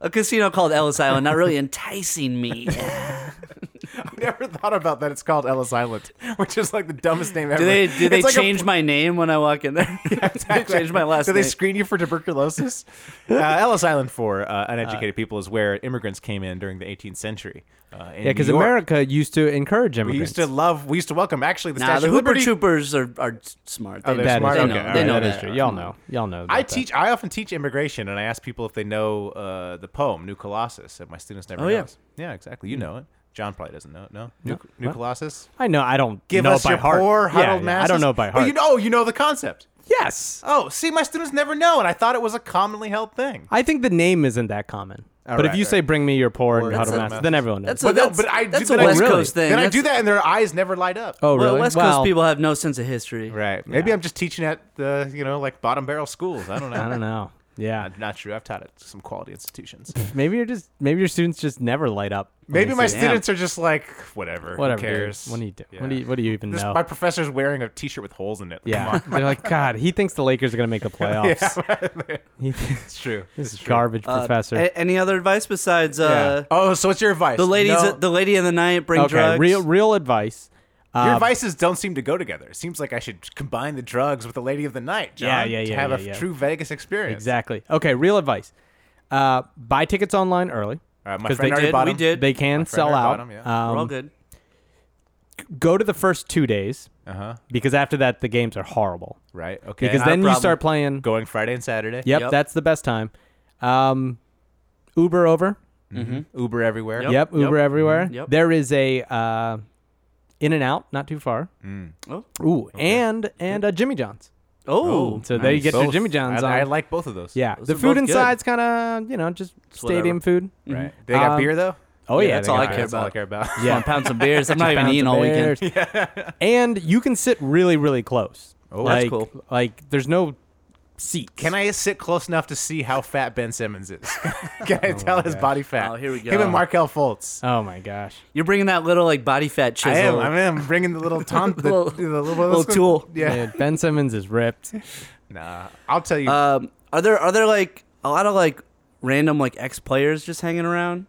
[SPEAKER 2] A casino called Ellis Island not really enticing me.
[SPEAKER 3] I never thought about that. It's called Ellis Island, which is like the dumbest name ever.
[SPEAKER 2] Do they do they
[SPEAKER 3] It's like a-
[SPEAKER 2] change my name when I walk in there?
[SPEAKER 3] Exactly.
[SPEAKER 2] Change my last
[SPEAKER 3] Do they
[SPEAKER 2] name.
[SPEAKER 3] screen you for tuberculosis? uh, Ellis Island for uh, uneducated people is where immigrants came in during the 18th century. Uh, in
[SPEAKER 1] Yeah, because
[SPEAKER 3] New York.
[SPEAKER 1] America used to encourage
[SPEAKER 3] We
[SPEAKER 1] immigrants.
[SPEAKER 3] used to love. We used to welcome. Actually, the
[SPEAKER 2] nah,
[SPEAKER 3] Statue
[SPEAKER 2] the
[SPEAKER 3] of
[SPEAKER 2] Hooper
[SPEAKER 3] Liberty. Oh,
[SPEAKER 2] Troopers are, are smart. They,
[SPEAKER 3] they're
[SPEAKER 2] know-
[SPEAKER 3] smart?
[SPEAKER 2] they
[SPEAKER 3] Okay,
[SPEAKER 2] know,
[SPEAKER 3] all right,
[SPEAKER 2] they know
[SPEAKER 1] that
[SPEAKER 2] that.
[SPEAKER 1] is true. Y'all know. Y'all know.
[SPEAKER 3] I
[SPEAKER 1] about that.
[SPEAKER 3] teach. I often teach immigration, and I ask people if they know uh, the poem "New Colossus," and my students never.
[SPEAKER 2] Oh, yeah.
[SPEAKER 3] knows. yeah, exactly. You know it. John probably doesn't know it. No, New,
[SPEAKER 1] No.
[SPEAKER 3] New
[SPEAKER 1] What?
[SPEAKER 3] Colossus.
[SPEAKER 1] I know. I don't
[SPEAKER 3] Give
[SPEAKER 1] know
[SPEAKER 3] us
[SPEAKER 1] by
[SPEAKER 3] your
[SPEAKER 1] heart.
[SPEAKER 3] poor
[SPEAKER 1] yeah,
[SPEAKER 3] huddled
[SPEAKER 1] yeah,
[SPEAKER 3] masses.
[SPEAKER 1] I don't know by heart.
[SPEAKER 3] But you know, oh, you know the concept.
[SPEAKER 1] yes,
[SPEAKER 3] Oh, see, my students never know, and I thought it was a commonly held thing.
[SPEAKER 1] I think the name isn't that common.
[SPEAKER 3] All
[SPEAKER 1] but
[SPEAKER 3] right,
[SPEAKER 1] if you
[SPEAKER 3] right.
[SPEAKER 1] say "bring me your poor and
[SPEAKER 3] Poor
[SPEAKER 1] huddled
[SPEAKER 3] and
[SPEAKER 1] masses,"
[SPEAKER 3] huddled
[SPEAKER 1] then everyone knows.
[SPEAKER 2] That's a,
[SPEAKER 3] no,
[SPEAKER 2] that's,
[SPEAKER 3] I do-
[SPEAKER 2] that's a
[SPEAKER 3] then I
[SPEAKER 2] West
[SPEAKER 3] do-
[SPEAKER 2] Coast thing.
[SPEAKER 3] Then I
[SPEAKER 2] That's-
[SPEAKER 3] do that, and their eyes never light up.
[SPEAKER 1] oh,
[SPEAKER 2] Well,
[SPEAKER 1] really?
[SPEAKER 2] West
[SPEAKER 1] Well,
[SPEAKER 2] Coast people have no sense of history.
[SPEAKER 3] right. Maybe I'm just teaching at the you know like bottom barrel schools. I don't know.
[SPEAKER 1] I don't know. Yeah,
[SPEAKER 3] Not, not true. I've taught at some quality institutions.
[SPEAKER 1] maybe you're just maybe your students just never light up. when
[SPEAKER 3] Maybe
[SPEAKER 1] they
[SPEAKER 3] my
[SPEAKER 1] see it.
[SPEAKER 3] students are just like whatever. who
[SPEAKER 1] whatever. dude.
[SPEAKER 3] cares?
[SPEAKER 1] What do you do?
[SPEAKER 3] Yeah.
[SPEAKER 1] What do you What do you even
[SPEAKER 3] This-
[SPEAKER 1] know?
[SPEAKER 3] My professor's wearing a T-shirt with holes in it.
[SPEAKER 1] yeah,
[SPEAKER 3] Come on.
[SPEAKER 1] they're like, God, he thinks the Lakers are gonna make the playoffs. He thinks-
[SPEAKER 3] it's true.
[SPEAKER 1] this is garbage,
[SPEAKER 2] Uh,
[SPEAKER 1] professor.
[SPEAKER 2] a- any other advice besides uh,
[SPEAKER 3] oh, so what's your advice?
[SPEAKER 2] the ladies,
[SPEAKER 3] No,
[SPEAKER 2] the lady in the night bring
[SPEAKER 1] okay,
[SPEAKER 2] drugs?
[SPEAKER 1] real real advice.
[SPEAKER 3] your
[SPEAKER 1] Uh,
[SPEAKER 3] advices don't seem to go together. It seems like I should combine the drugs with the lady of the night. John,
[SPEAKER 1] Yeah, yeah,
[SPEAKER 3] to
[SPEAKER 1] yeah,
[SPEAKER 3] have a
[SPEAKER 1] yeah, yeah.
[SPEAKER 3] true Vegas experience.
[SPEAKER 1] Exactly. Okay, real advice. Uh, buy tickets online early.
[SPEAKER 3] All right, my
[SPEAKER 1] 'Cause
[SPEAKER 3] friend
[SPEAKER 1] they
[SPEAKER 3] already
[SPEAKER 2] did,
[SPEAKER 3] bought
[SPEAKER 2] we
[SPEAKER 3] 'em.
[SPEAKER 2] did.
[SPEAKER 1] They can
[SPEAKER 3] friend
[SPEAKER 1] sell
[SPEAKER 3] already
[SPEAKER 1] out.
[SPEAKER 3] bought 'em, yeah.
[SPEAKER 2] We're all
[SPEAKER 1] Um,
[SPEAKER 2] good.
[SPEAKER 1] go to the first two days
[SPEAKER 3] Uh-huh.
[SPEAKER 1] because after that the games are horrible.
[SPEAKER 3] Right. Okay.
[SPEAKER 1] Because
[SPEAKER 3] Not a
[SPEAKER 1] then you
[SPEAKER 3] problem.
[SPEAKER 1] start playing.
[SPEAKER 3] going Friday and Saturday.
[SPEAKER 1] Yep,
[SPEAKER 2] Yep.
[SPEAKER 1] that's the best time. Um, Uber over.
[SPEAKER 3] Uber everywhere.
[SPEAKER 1] Yep, Uber everywhere.
[SPEAKER 2] Yep.
[SPEAKER 1] There is a uh, In and Out, not too far.
[SPEAKER 2] Oh.
[SPEAKER 1] Ooh, and and uh, Jimmy John's.
[SPEAKER 2] Oh,
[SPEAKER 1] So there you get your
[SPEAKER 3] Both.
[SPEAKER 1] Jimmy John's. on.
[SPEAKER 3] I, I like both of those.
[SPEAKER 1] yeah,
[SPEAKER 2] Those
[SPEAKER 1] the
[SPEAKER 2] are both
[SPEAKER 1] food
[SPEAKER 2] good.
[SPEAKER 1] inside's kind of you know just stadium food.
[SPEAKER 3] Right. They got
[SPEAKER 1] Um,
[SPEAKER 3] beer though.
[SPEAKER 1] Oh yeah,
[SPEAKER 2] that's
[SPEAKER 1] they
[SPEAKER 2] all
[SPEAKER 1] got
[SPEAKER 2] I
[SPEAKER 1] that.
[SPEAKER 2] care
[SPEAKER 3] That's all I
[SPEAKER 2] about.
[SPEAKER 3] care about.
[SPEAKER 2] yeah. on pound some beers. I'm not even
[SPEAKER 1] pounds
[SPEAKER 2] eating
[SPEAKER 1] of
[SPEAKER 2] all weekend.
[SPEAKER 1] bears. and you can sit really, really close.
[SPEAKER 3] Oh,
[SPEAKER 1] like,
[SPEAKER 3] that's
[SPEAKER 2] cool.
[SPEAKER 1] Like there's no seats.
[SPEAKER 3] Can I sit close enough to see how fat Ben Simmons is? Can I tell his body fat?
[SPEAKER 2] Oh, here we
[SPEAKER 3] Him
[SPEAKER 2] go.
[SPEAKER 3] and Markel Fultz.
[SPEAKER 1] Oh my gosh.
[SPEAKER 2] You're bringing that little like body fat
[SPEAKER 3] I
[SPEAKER 2] chisel.
[SPEAKER 3] am. I am I'm bringing the little Tom, the, the
[SPEAKER 2] Little-
[SPEAKER 3] little,
[SPEAKER 2] little tool.
[SPEAKER 3] Yeah.
[SPEAKER 1] Dude, ben Simmons is ripped.
[SPEAKER 3] Nah. I'll tell
[SPEAKER 1] Uh,
[SPEAKER 3] you.
[SPEAKER 2] Um, are there are there like a lot of like random like ex players just hanging around?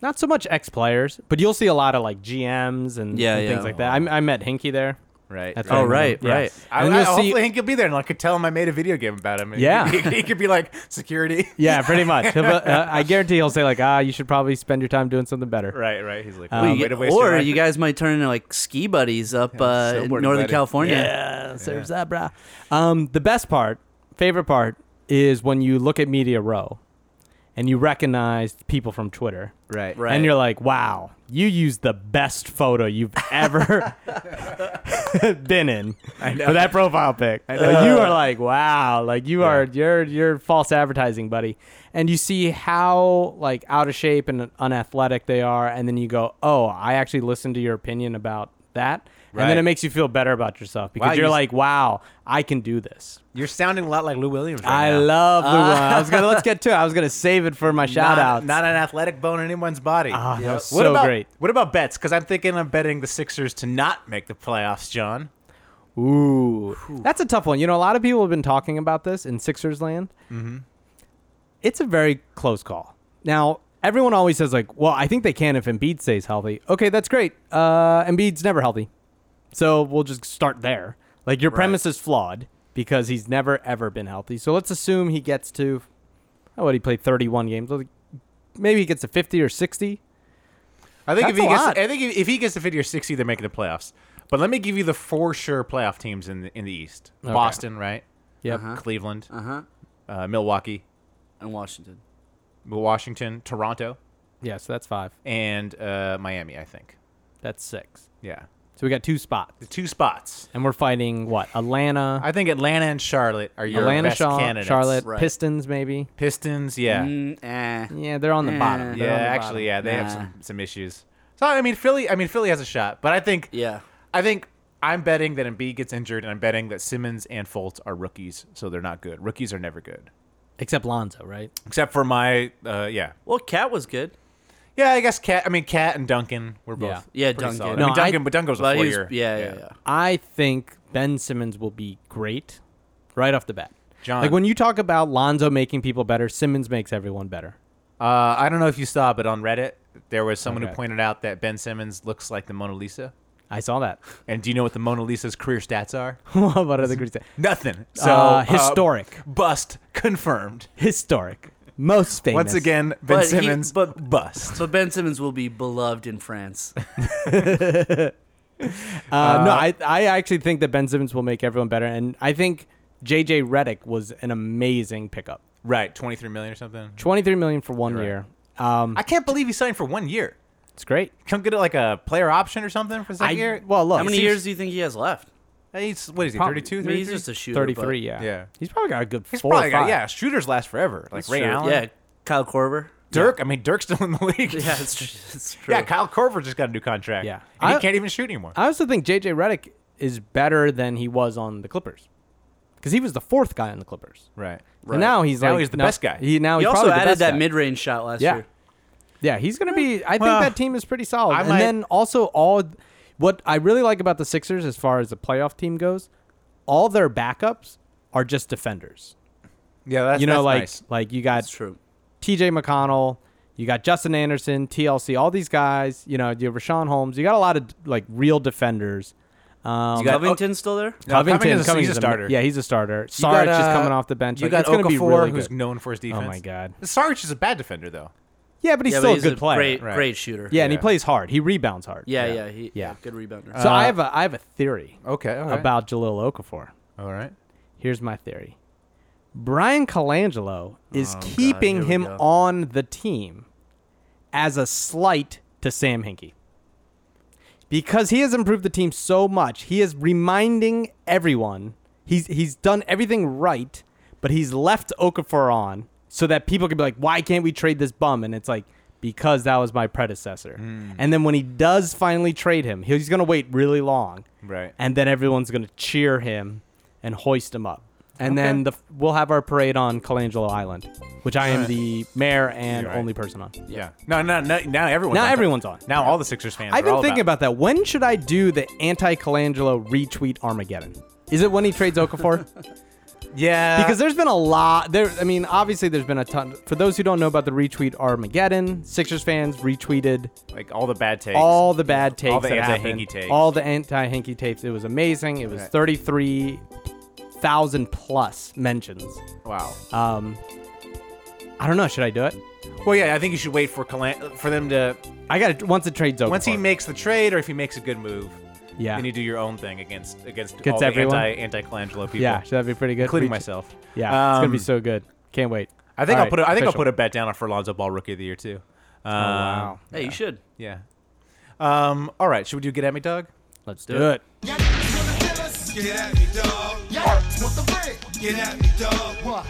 [SPEAKER 1] not so much ex players, but you'll see a lot of like GMs and,
[SPEAKER 2] Yeah,
[SPEAKER 1] and
[SPEAKER 2] yeah.
[SPEAKER 1] things like that. I, I met Hinky there.
[SPEAKER 3] Right.
[SPEAKER 1] That's
[SPEAKER 3] right.
[SPEAKER 2] Oh, right,
[SPEAKER 1] Yeah.
[SPEAKER 2] right.
[SPEAKER 3] I,
[SPEAKER 1] And
[SPEAKER 3] I,
[SPEAKER 1] you'll see-
[SPEAKER 3] hopefully Hank could be there, and I could tell him I made a video game about him. and
[SPEAKER 1] Yeah.
[SPEAKER 3] he, he could be like security.
[SPEAKER 1] Yeah, pretty much. He'll- uh, I guarantee he'll say like, ah, you should probably spend your time doing something better.
[SPEAKER 3] Right, right. He's like,
[SPEAKER 1] Um,
[SPEAKER 3] "Way
[SPEAKER 1] you
[SPEAKER 2] You
[SPEAKER 3] to
[SPEAKER 2] get-
[SPEAKER 3] waste your
[SPEAKER 2] or
[SPEAKER 3] life."
[SPEAKER 2] you guys might turn into like ski buddies up uh, in
[SPEAKER 3] snowboarding
[SPEAKER 2] Northern
[SPEAKER 3] buddy.
[SPEAKER 2] California.
[SPEAKER 1] Yeah, serves that, brah. Um, the best part, favorite part, is when you look at Media Row, and you recognize people from Twitter,
[SPEAKER 3] right,
[SPEAKER 2] Right.
[SPEAKER 1] and you're like, wow, you used the best photo you've ever been in for that profile pic. Like, you are like, wow, like you are you're you're false advertising, buddy. And you see how like out of shape and unathletic they are, and then you go, oh, I actually listened to your opinion about that. And then
[SPEAKER 3] Right.
[SPEAKER 1] it makes you feel better about yourself because
[SPEAKER 3] Wow,
[SPEAKER 1] you're
[SPEAKER 3] you-
[SPEAKER 1] like, wow, I can do this. Ah.
[SPEAKER 3] You're sounding a lot like Lou Williams. Right
[SPEAKER 1] I
[SPEAKER 3] now.
[SPEAKER 1] love the one. I was gonna let's get to it. I was gonna save it for my shout
[SPEAKER 3] not,
[SPEAKER 1] outs.
[SPEAKER 3] Not an athletic bone in anyone's body.
[SPEAKER 1] Ah, that was
[SPEAKER 3] What
[SPEAKER 1] so
[SPEAKER 3] about,
[SPEAKER 1] great.
[SPEAKER 3] What about bets? Because I'm thinking of betting the Sixers to not make the playoffs, John.
[SPEAKER 1] Ooh, that's a tough one. You know, a lot of people have been talking about this in Sixers land. Mm-hmm. It's a very close call. Now, everyone always says like, "Well, I think they can if Embiid stays healthy." Okay, that's great. Uh, Embiid's never healthy, so we'll just start there. Like your premise is flawed because he's never ever been healthy. So let's assume he gets to, how would he play thirty-one games? Like, Maybe he gets to fifty or sixty.
[SPEAKER 3] I think
[SPEAKER 1] That's
[SPEAKER 3] if he
[SPEAKER 1] a
[SPEAKER 3] gets,
[SPEAKER 1] lot.
[SPEAKER 3] I think if- if he gets to 50 or 60, they're making the playoffs. But let me give you the for sure playoff teams in the, in the East: Boston, right?
[SPEAKER 1] Yep.
[SPEAKER 3] Cleveland,
[SPEAKER 2] Uh-huh.
[SPEAKER 3] uh, Milwaukee,
[SPEAKER 2] In Washington.
[SPEAKER 3] Washington, Toronto,
[SPEAKER 1] Yeah, so that's five.
[SPEAKER 3] and uh, Miami. I think.
[SPEAKER 1] That's six.
[SPEAKER 3] Yeah,
[SPEAKER 1] So we got two spots,
[SPEAKER 3] the two spots.
[SPEAKER 1] and we're fighting what? Atlanta.
[SPEAKER 3] I think Atlanta and Charlotte are your
[SPEAKER 1] Atlanta,
[SPEAKER 3] best
[SPEAKER 1] Char-
[SPEAKER 3] candidates.
[SPEAKER 1] Charlotte,
[SPEAKER 2] Right.
[SPEAKER 1] Pistons, maybe.
[SPEAKER 3] Pistons. Yeah.
[SPEAKER 2] Mm, eh.
[SPEAKER 1] Yeah, they're on the
[SPEAKER 2] Eh.
[SPEAKER 1] bottom. They're
[SPEAKER 3] Yeah,
[SPEAKER 1] on the
[SPEAKER 3] actually, yeah, they have
[SPEAKER 2] Nah.
[SPEAKER 3] some, some issues. So I mean, Philly. I mean, Philly has a shot, but I think
[SPEAKER 2] Yeah.
[SPEAKER 3] I think I'm betting that Embiid gets injured, and I'm betting that Simmons and Fultz are rookies, so they're not good. Rookies are never good,
[SPEAKER 1] except Lonzo, right?
[SPEAKER 3] except for my uh, yeah,
[SPEAKER 2] Well, Cat was good.
[SPEAKER 3] yeah. I guess Cat. I mean, Cat and Duncan were both
[SPEAKER 1] Yeah.
[SPEAKER 2] Yeah,
[SPEAKER 3] pretty
[SPEAKER 2] Duncan.
[SPEAKER 3] solid.
[SPEAKER 1] No,
[SPEAKER 3] I mean,
[SPEAKER 1] I-
[SPEAKER 3] Duncan, but Duncan was a
[SPEAKER 2] But
[SPEAKER 3] four
[SPEAKER 2] he was,
[SPEAKER 3] year.
[SPEAKER 2] yeah, yeah, yeah.
[SPEAKER 1] I think Ben Simmons will be great right off the bat.
[SPEAKER 3] John.
[SPEAKER 1] Like when you talk about Lonzo making people better, Simmons makes everyone better.
[SPEAKER 3] Uh, I don't know if you saw, but on Reddit there was someone
[SPEAKER 1] Okay.
[SPEAKER 3] who pointed out that Ben Simmons looks like the Mona Lisa.
[SPEAKER 1] I saw that.
[SPEAKER 3] And do you know what the Mona Lisa's career stats are?
[SPEAKER 1] what other great thing?
[SPEAKER 3] Nothing. So
[SPEAKER 1] So uh, historic,
[SPEAKER 3] bust confirmed.
[SPEAKER 1] historic, most famous.
[SPEAKER 3] Once again, Ben
[SPEAKER 2] But he-
[SPEAKER 3] Simmons,
[SPEAKER 2] but-
[SPEAKER 3] bust.
[SPEAKER 2] But Ben Simmons will be beloved in France.
[SPEAKER 1] uh, no, I I actually think that Ben Simmons will make everyone better, and I think JJ Redick was an amazing pickup.
[SPEAKER 3] Right, twenty three million or something.
[SPEAKER 1] Twenty three million for one year. Um,
[SPEAKER 3] I can't believe he signed for one year.
[SPEAKER 1] it's great.
[SPEAKER 3] Come get like a player option or something for the
[SPEAKER 1] I,
[SPEAKER 3] second year.
[SPEAKER 1] well, look,
[SPEAKER 2] How many
[SPEAKER 1] he's-
[SPEAKER 2] years do you think he has left?
[SPEAKER 3] he's what is he?
[SPEAKER 1] Probably-
[SPEAKER 3] Thirty two,
[SPEAKER 2] I mean,
[SPEAKER 3] thirty
[SPEAKER 2] he's
[SPEAKER 3] three.
[SPEAKER 2] just a shooter. but-
[SPEAKER 1] 33, yeah.
[SPEAKER 3] Yeah.
[SPEAKER 1] He's probably got a good
[SPEAKER 3] He's
[SPEAKER 1] four
[SPEAKER 3] probably
[SPEAKER 1] or
[SPEAKER 3] got
[SPEAKER 1] five.
[SPEAKER 3] yeah. Shooters last forever. Like Ray
[SPEAKER 2] Sure.
[SPEAKER 3] Allen,
[SPEAKER 2] Yeah, Kyle Korver.
[SPEAKER 3] Dirk. I mean, Dirk's still in the league.
[SPEAKER 2] Yeah, it's, tr- it's true.
[SPEAKER 3] yeah. Kyle Korver just got a new contract.
[SPEAKER 1] Yeah.
[SPEAKER 3] and
[SPEAKER 1] I-
[SPEAKER 3] he can't even shoot anymore.
[SPEAKER 1] I also think JJ Redick is better than he was on the Clippers. Because he was the fourth guy on the Clippers.
[SPEAKER 3] right.
[SPEAKER 1] And now he's
[SPEAKER 3] Now
[SPEAKER 1] like
[SPEAKER 3] he's the
[SPEAKER 1] now-
[SPEAKER 3] best guy.
[SPEAKER 1] He now
[SPEAKER 2] he
[SPEAKER 1] he's
[SPEAKER 2] also
[SPEAKER 1] probably the
[SPEAKER 2] added
[SPEAKER 1] best
[SPEAKER 2] that
[SPEAKER 1] guy.
[SPEAKER 2] mid-range shot last
[SPEAKER 1] Yeah.
[SPEAKER 2] year.
[SPEAKER 1] Yeah, he's gonna be. I think
[SPEAKER 3] Well,
[SPEAKER 1] that team is pretty solid.
[SPEAKER 3] I
[SPEAKER 1] and
[SPEAKER 3] might-
[SPEAKER 1] then also all what I really like about the Sixers as far as the playoff team goes, all their backups are just defenders.
[SPEAKER 3] Yeah, that's
[SPEAKER 1] You know,
[SPEAKER 3] that's
[SPEAKER 1] like
[SPEAKER 3] nice.
[SPEAKER 1] like you got
[SPEAKER 2] That's true.
[SPEAKER 1] T.J. McConnell. You got Justin Anderson, TLC, all these guys. You know, you have Rashawn Holmes. You got a lot of like real defenders. Um,
[SPEAKER 2] Is
[SPEAKER 3] got-
[SPEAKER 2] Covington still there?
[SPEAKER 3] No, Covington is a- he's a
[SPEAKER 1] is
[SPEAKER 3] starter.
[SPEAKER 1] yeah, he's a starter.
[SPEAKER 3] You got,
[SPEAKER 1] Sarge is
[SPEAKER 3] uh,
[SPEAKER 1] coming off the bench.
[SPEAKER 3] You
[SPEAKER 1] Like,
[SPEAKER 3] got
[SPEAKER 1] it's going to be
[SPEAKER 3] Okafor,
[SPEAKER 1] really
[SPEAKER 3] who's
[SPEAKER 1] good. Oh,
[SPEAKER 3] known for his defense.
[SPEAKER 1] my God.
[SPEAKER 3] Sarge is a bad defender though.
[SPEAKER 1] Yeah, but he's
[SPEAKER 2] yeah,
[SPEAKER 1] still
[SPEAKER 2] but
[SPEAKER 1] a
[SPEAKER 2] he's
[SPEAKER 1] good player.
[SPEAKER 2] Great,
[SPEAKER 3] Right.
[SPEAKER 2] great shooter.
[SPEAKER 1] Yeah, and he
[SPEAKER 3] Yeah.
[SPEAKER 1] plays hard. He rebounds hard.
[SPEAKER 2] yeah, yeah. he,
[SPEAKER 1] Yeah.
[SPEAKER 2] good rebounder.
[SPEAKER 1] So I have a I have a theory
[SPEAKER 3] Uh, Okay.
[SPEAKER 1] about Jalil Okafor.
[SPEAKER 3] all right.
[SPEAKER 1] Here's my theory. Brian Colangelo is keeping
[SPEAKER 2] Oh, here we
[SPEAKER 1] him
[SPEAKER 2] go.
[SPEAKER 1] on the team as a slight to Sam Hinkie. Because he has improved the team so much, he is reminding everyone he's he's done everything right, but he's left Okafor on so that people can be like, "Why can't we trade this bum?" And it's like, "Because that was my predecessor."
[SPEAKER 3] Hmm.
[SPEAKER 1] And then when he does finally trade him, he's going to wait really long
[SPEAKER 3] Right.
[SPEAKER 1] and then everyone's going to cheer him and hoist him up. And then the, we'll have our parade on Colangelo Island, which I am the mayor and
[SPEAKER 3] You're right.
[SPEAKER 1] only person on.
[SPEAKER 3] Yeah. No, no, no. Now everyone's
[SPEAKER 1] Now
[SPEAKER 3] on.
[SPEAKER 1] everyone's on.
[SPEAKER 3] Now all the Sixers fans.
[SPEAKER 1] I've
[SPEAKER 3] are
[SPEAKER 1] been
[SPEAKER 3] all
[SPEAKER 1] thinking
[SPEAKER 3] about.
[SPEAKER 1] about that. When should I do the anti Colangelo retweet Armageddon? Is it when he trades Okafor?
[SPEAKER 3] Yeah.
[SPEAKER 1] because there's been a lot there i mean obviously there's been a ton for those who don't know about the retweet armageddon sixers fans retweeted
[SPEAKER 3] like all the bad takes.
[SPEAKER 1] all the bad takes
[SPEAKER 3] All the
[SPEAKER 1] that
[SPEAKER 3] anti-hanky
[SPEAKER 1] happened,
[SPEAKER 3] takes.
[SPEAKER 1] all the anti-hanky tapes it was amazing it was
[SPEAKER 3] Right.
[SPEAKER 1] 33000 plus mentions
[SPEAKER 3] wow.
[SPEAKER 1] um i don't know should i do it
[SPEAKER 3] well, yeah, I think you should wait for Calan- for them to
[SPEAKER 1] i gotta once the trade's over
[SPEAKER 3] once he
[SPEAKER 1] for it.
[SPEAKER 3] makes the trade or if he makes a good move.
[SPEAKER 1] yeah
[SPEAKER 3] Then you do your own thing against against
[SPEAKER 1] Against
[SPEAKER 3] all the
[SPEAKER 1] everyone?
[SPEAKER 3] anti anti Colangelo people.
[SPEAKER 1] yeah should that be pretty good
[SPEAKER 3] including
[SPEAKER 1] Retweet-
[SPEAKER 3] myself.
[SPEAKER 1] yeah it's gonna be
[SPEAKER 3] Um,
[SPEAKER 1] so good can't wait
[SPEAKER 3] I think
[SPEAKER 1] All
[SPEAKER 3] I'll
[SPEAKER 1] right,
[SPEAKER 3] put a, I think
[SPEAKER 1] official. Oh,
[SPEAKER 3] I'll put a bet down for Lonzo Ball Rookie of the Year too. Um,
[SPEAKER 1] wow.
[SPEAKER 2] Hey, you should.
[SPEAKER 3] Yeah. Um, all right. Should we do Get At Me Dog?
[SPEAKER 1] let's do it
[SPEAKER 8] Get at me, dog. What the frick? Get at me, dog. What?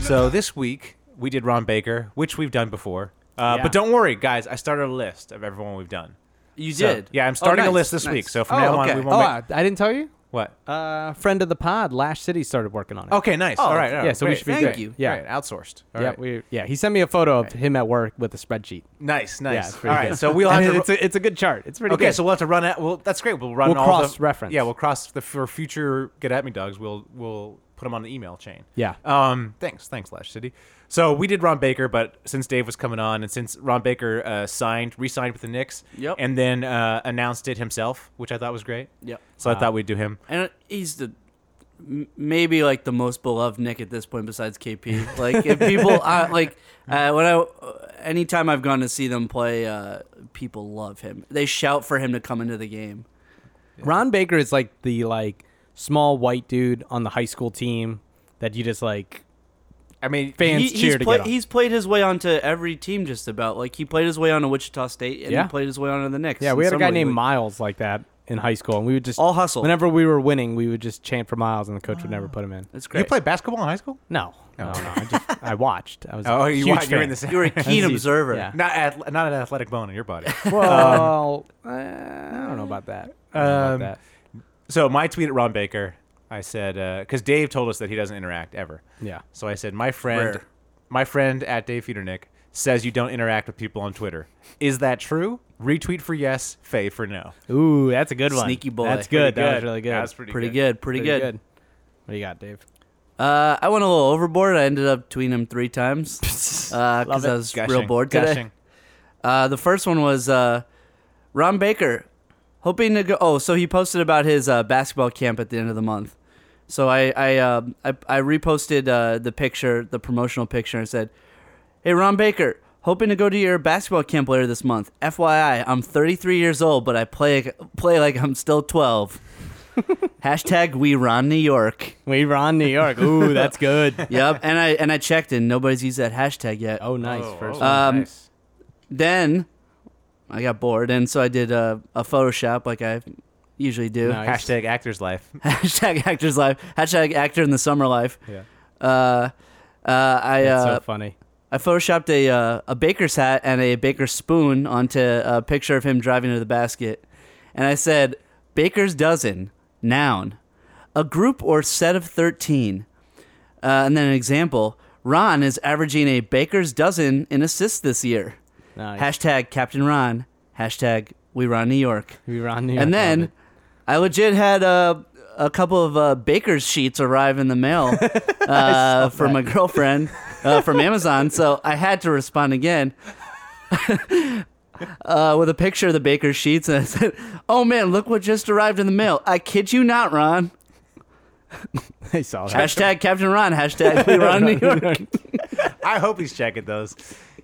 [SPEAKER 3] So this week we did Ron Baker, which we've done before. Uh,
[SPEAKER 1] Yeah.
[SPEAKER 3] But don't worry, guys. I started a list of everyone we've done.
[SPEAKER 2] You
[SPEAKER 3] So,
[SPEAKER 2] did.
[SPEAKER 3] yeah, I'm
[SPEAKER 2] Oh,
[SPEAKER 3] starting
[SPEAKER 2] nice,
[SPEAKER 3] a list this
[SPEAKER 2] nice.
[SPEAKER 3] week. So from
[SPEAKER 2] Oh,
[SPEAKER 3] now on,
[SPEAKER 2] okay.
[SPEAKER 3] we won't
[SPEAKER 1] oh
[SPEAKER 3] make
[SPEAKER 1] I, I didn't tell you
[SPEAKER 3] what.
[SPEAKER 1] uh friend of the pod lash city started working on it
[SPEAKER 3] Okay, nice. all right. all right,
[SPEAKER 1] yeah, so we
[SPEAKER 3] great.
[SPEAKER 1] should be
[SPEAKER 2] Thank
[SPEAKER 1] good.
[SPEAKER 2] you.
[SPEAKER 1] Yeah.
[SPEAKER 3] Great, outsourced. All
[SPEAKER 1] yeah,
[SPEAKER 3] right.
[SPEAKER 1] we, yeah. He sent me a photo of him at work with a spreadsheet.
[SPEAKER 3] nice,
[SPEAKER 1] Yeah, it's
[SPEAKER 3] nice.
[SPEAKER 1] pretty
[SPEAKER 3] all right,
[SPEAKER 1] good.
[SPEAKER 3] so we'll
[SPEAKER 1] I
[SPEAKER 3] have
[SPEAKER 1] mean,
[SPEAKER 3] to.
[SPEAKER 1] it's a, it's a good chart. It's pretty
[SPEAKER 3] okay,
[SPEAKER 1] good.
[SPEAKER 3] so we'll have to run out. Well, that's great. We'll run.
[SPEAKER 1] We'll
[SPEAKER 3] all the-
[SPEAKER 1] cross-reference.
[SPEAKER 3] Yeah, we'll cross the for future get at me dogs. We'll we'll put them on the email chain.
[SPEAKER 1] Yeah.
[SPEAKER 3] Um. Thanks. Thanks, Lash City. So we did Ron Baker, but since Dave was coming on, and since Ron Baker uh, signed, re-signed with the Knicks,
[SPEAKER 2] Yep.
[SPEAKER 3] and then uh, announced it himself, which I thought was great.
[SPEAKER 2] Yep.
[SPEAKER 3] So I thought we'd do him.
[SPEAKER 2] And uh, he's the m- maybe like the most beloved Nick at this point besides KP. Like if people I, like uh, when I anytime I've gone to see them play, uh, people love him. They shout for him to come into the game.
[SPEAKER 1] Ron Baker is like the like small white dude on the high school team that you just like
[SPEAKER 3] I mean,
[SPEAKER 1] fans
[SPEAKER 2] He-
[SPEAKER 1] cheer
[SPEAKER 2] he's,
[SPEAKER 1] to
[SPEAKER 2] play,
[SPEAKER 1] get on.
[SPEAKER 2] he's played his way onto every team just about. Like he played his way onto Wichita State and
[SPEAKER 1] Yeah.
[SPEAKER 2] he played his way onto the Knicks.
[SPEAKER 1] Yeah,
[SPEAKER 2] in
[SPEAKER 1] we had a
[SPEAKER 2] some
[SPEAKER 1] guy
[SPEAKER 2] way.
[SPEAKER 1] named
[SPEAKER 2] Like,
[SPEAKER 1] Miles like that in high school, and we would just
[SPEAKER 2] All hustle. Oh,
[SPEAKER 1] Whenever we were winning, we would just chant for Miles, and the coach would never put him in.
[SPEAKER 2] That's great.
[SPEAKER 3] you played basketball in high school.
[SPEAKER 1] No, no, no. I, just, I watched. I was a huge
[SPEAKER 3] wa- you were
[SPEAKER 1] fan.
[SPEAKER 3] in the same.
[SPEAKER 2] Oh, You were a keen
[SPEAKER 1] That's-
[SPEAKER 2] observer.
[SPEAKER 1] yeah.
[SPEAKER 3] not ath- not an athletic bone in your body.
[SPEAKER 1] Well, uh, Um, I don't know about that. I don't know about
[SPEAKER 3] Um,
[SPEAKER 1] that.
[SPEAKER 3] So my tweet at Ron Baker, I said because Dave told us that he doesn't interact ever.
[SPEAKER 1] Yeah.
[SPEAKER 3] So I said my friend,
[SPEAKER 2] Rare.
[SPEAKER 3] my friend at Dave Feudernick says you don't interact with people on Twitter. Is that true? Retweet for yes, Faye for no.
[SPEAKER 1] Ooh, that's a good one.
[SPEAKER 2] Sneaky boy.
[SPEAKER 1] That's good.
[SPEAKER 3] Pretty
[SPEAKER 1] That was really good.
[SPEAKER 3] That was pretty,
[SPEAKER 2] Pretty
[SPEAKER 3] good.
[SPEAKER 2] good. Pretty,
[SPEAKER 1] Pretty
[SPEAKER 2] good.
[SPEAKER 1] What do you got, Dave?
[SPEAKER 2] Uh, I went a little overboard. I ended up tweeting him three times because
[SPEAKER 3] Love it.
[SPEAKER 2] I was real
[SPEAKER 3] Gushing,
[SPEAKER 2] bored today.
[SPEAKER 3] gushing.
[SPEAKER 2] Uh, the first one was uh, Ron Baker hoping to go. Oh, so he posted about his uh, basketball camp at the end of the month. So I I uh, I, I reposted uh, the picture, the promotional picture, and said, "Hey, Ron Baker." Hoping to go to your basketball camp later this month. FYI, I'm 33 years old, but I play play like I'm still 12. Hashtag we Ron New York.
[SPEAKER 1] We were on New York. Ooh, that's good.
[SPEAKER 2] Yep, and I and I checked and nobody's used that hashtag yet.
[SPEAKER 1] Oh, nice. First
[SPEAKER 3] oh,
[SPEAKER 1] one.
[SPEAKER 2] Um,
[SPEAKER 3] nice.
[SPEAKER 2] then I got bored, and so I did a, a Photoshop like I usually do.
[SPEAKER 1] Nice.
[SPEAKER 3] Hashtag actor's life.
[SPEAKER 2] Hashtag actor's life. Hashtag actor in the summer life. Yeah. Uh, uh, I
[SPEAKER 1] That's so
[SPEAKER 2] uh,
[SPEAKER 1] funny.
[SPEAKER 2] I photoshopped a uh, a baker's hat and a baker's spoon onto a picture of him driving to the basket, and I said, "Baker's dozen, noun, a group or set of thirteen, uh, and then an example. Ron is averaging a baker's dozen in assists this year.
[SPEAKER 1] Nice.
[SPEAKER 2] Hashtag Captain Ron. Hashtag We Ron New York.
[SPEAKER 1] we were on New York.
[SPEAKER 2] And
[SPEAKER 1] Love
[SPEAKER 2] then
[SPEAKER 1] it.
[SPEAKER 2] I legit had a, a couple of uh, baker's sheets arrive in the mail uh, for my girlfriend uh, from Amazon. So I had to respond again uh, with a picture of the baker's sheets. And I said, Oh man, look what just arrived in the mail. I kid you not, Ron.
[SPEAKER 1] I saw that.
[SPEAKER 2] Hashtag Captain Ron. Hashtag We Ron New York.
[SPEAKER 3] I hope he's checking those,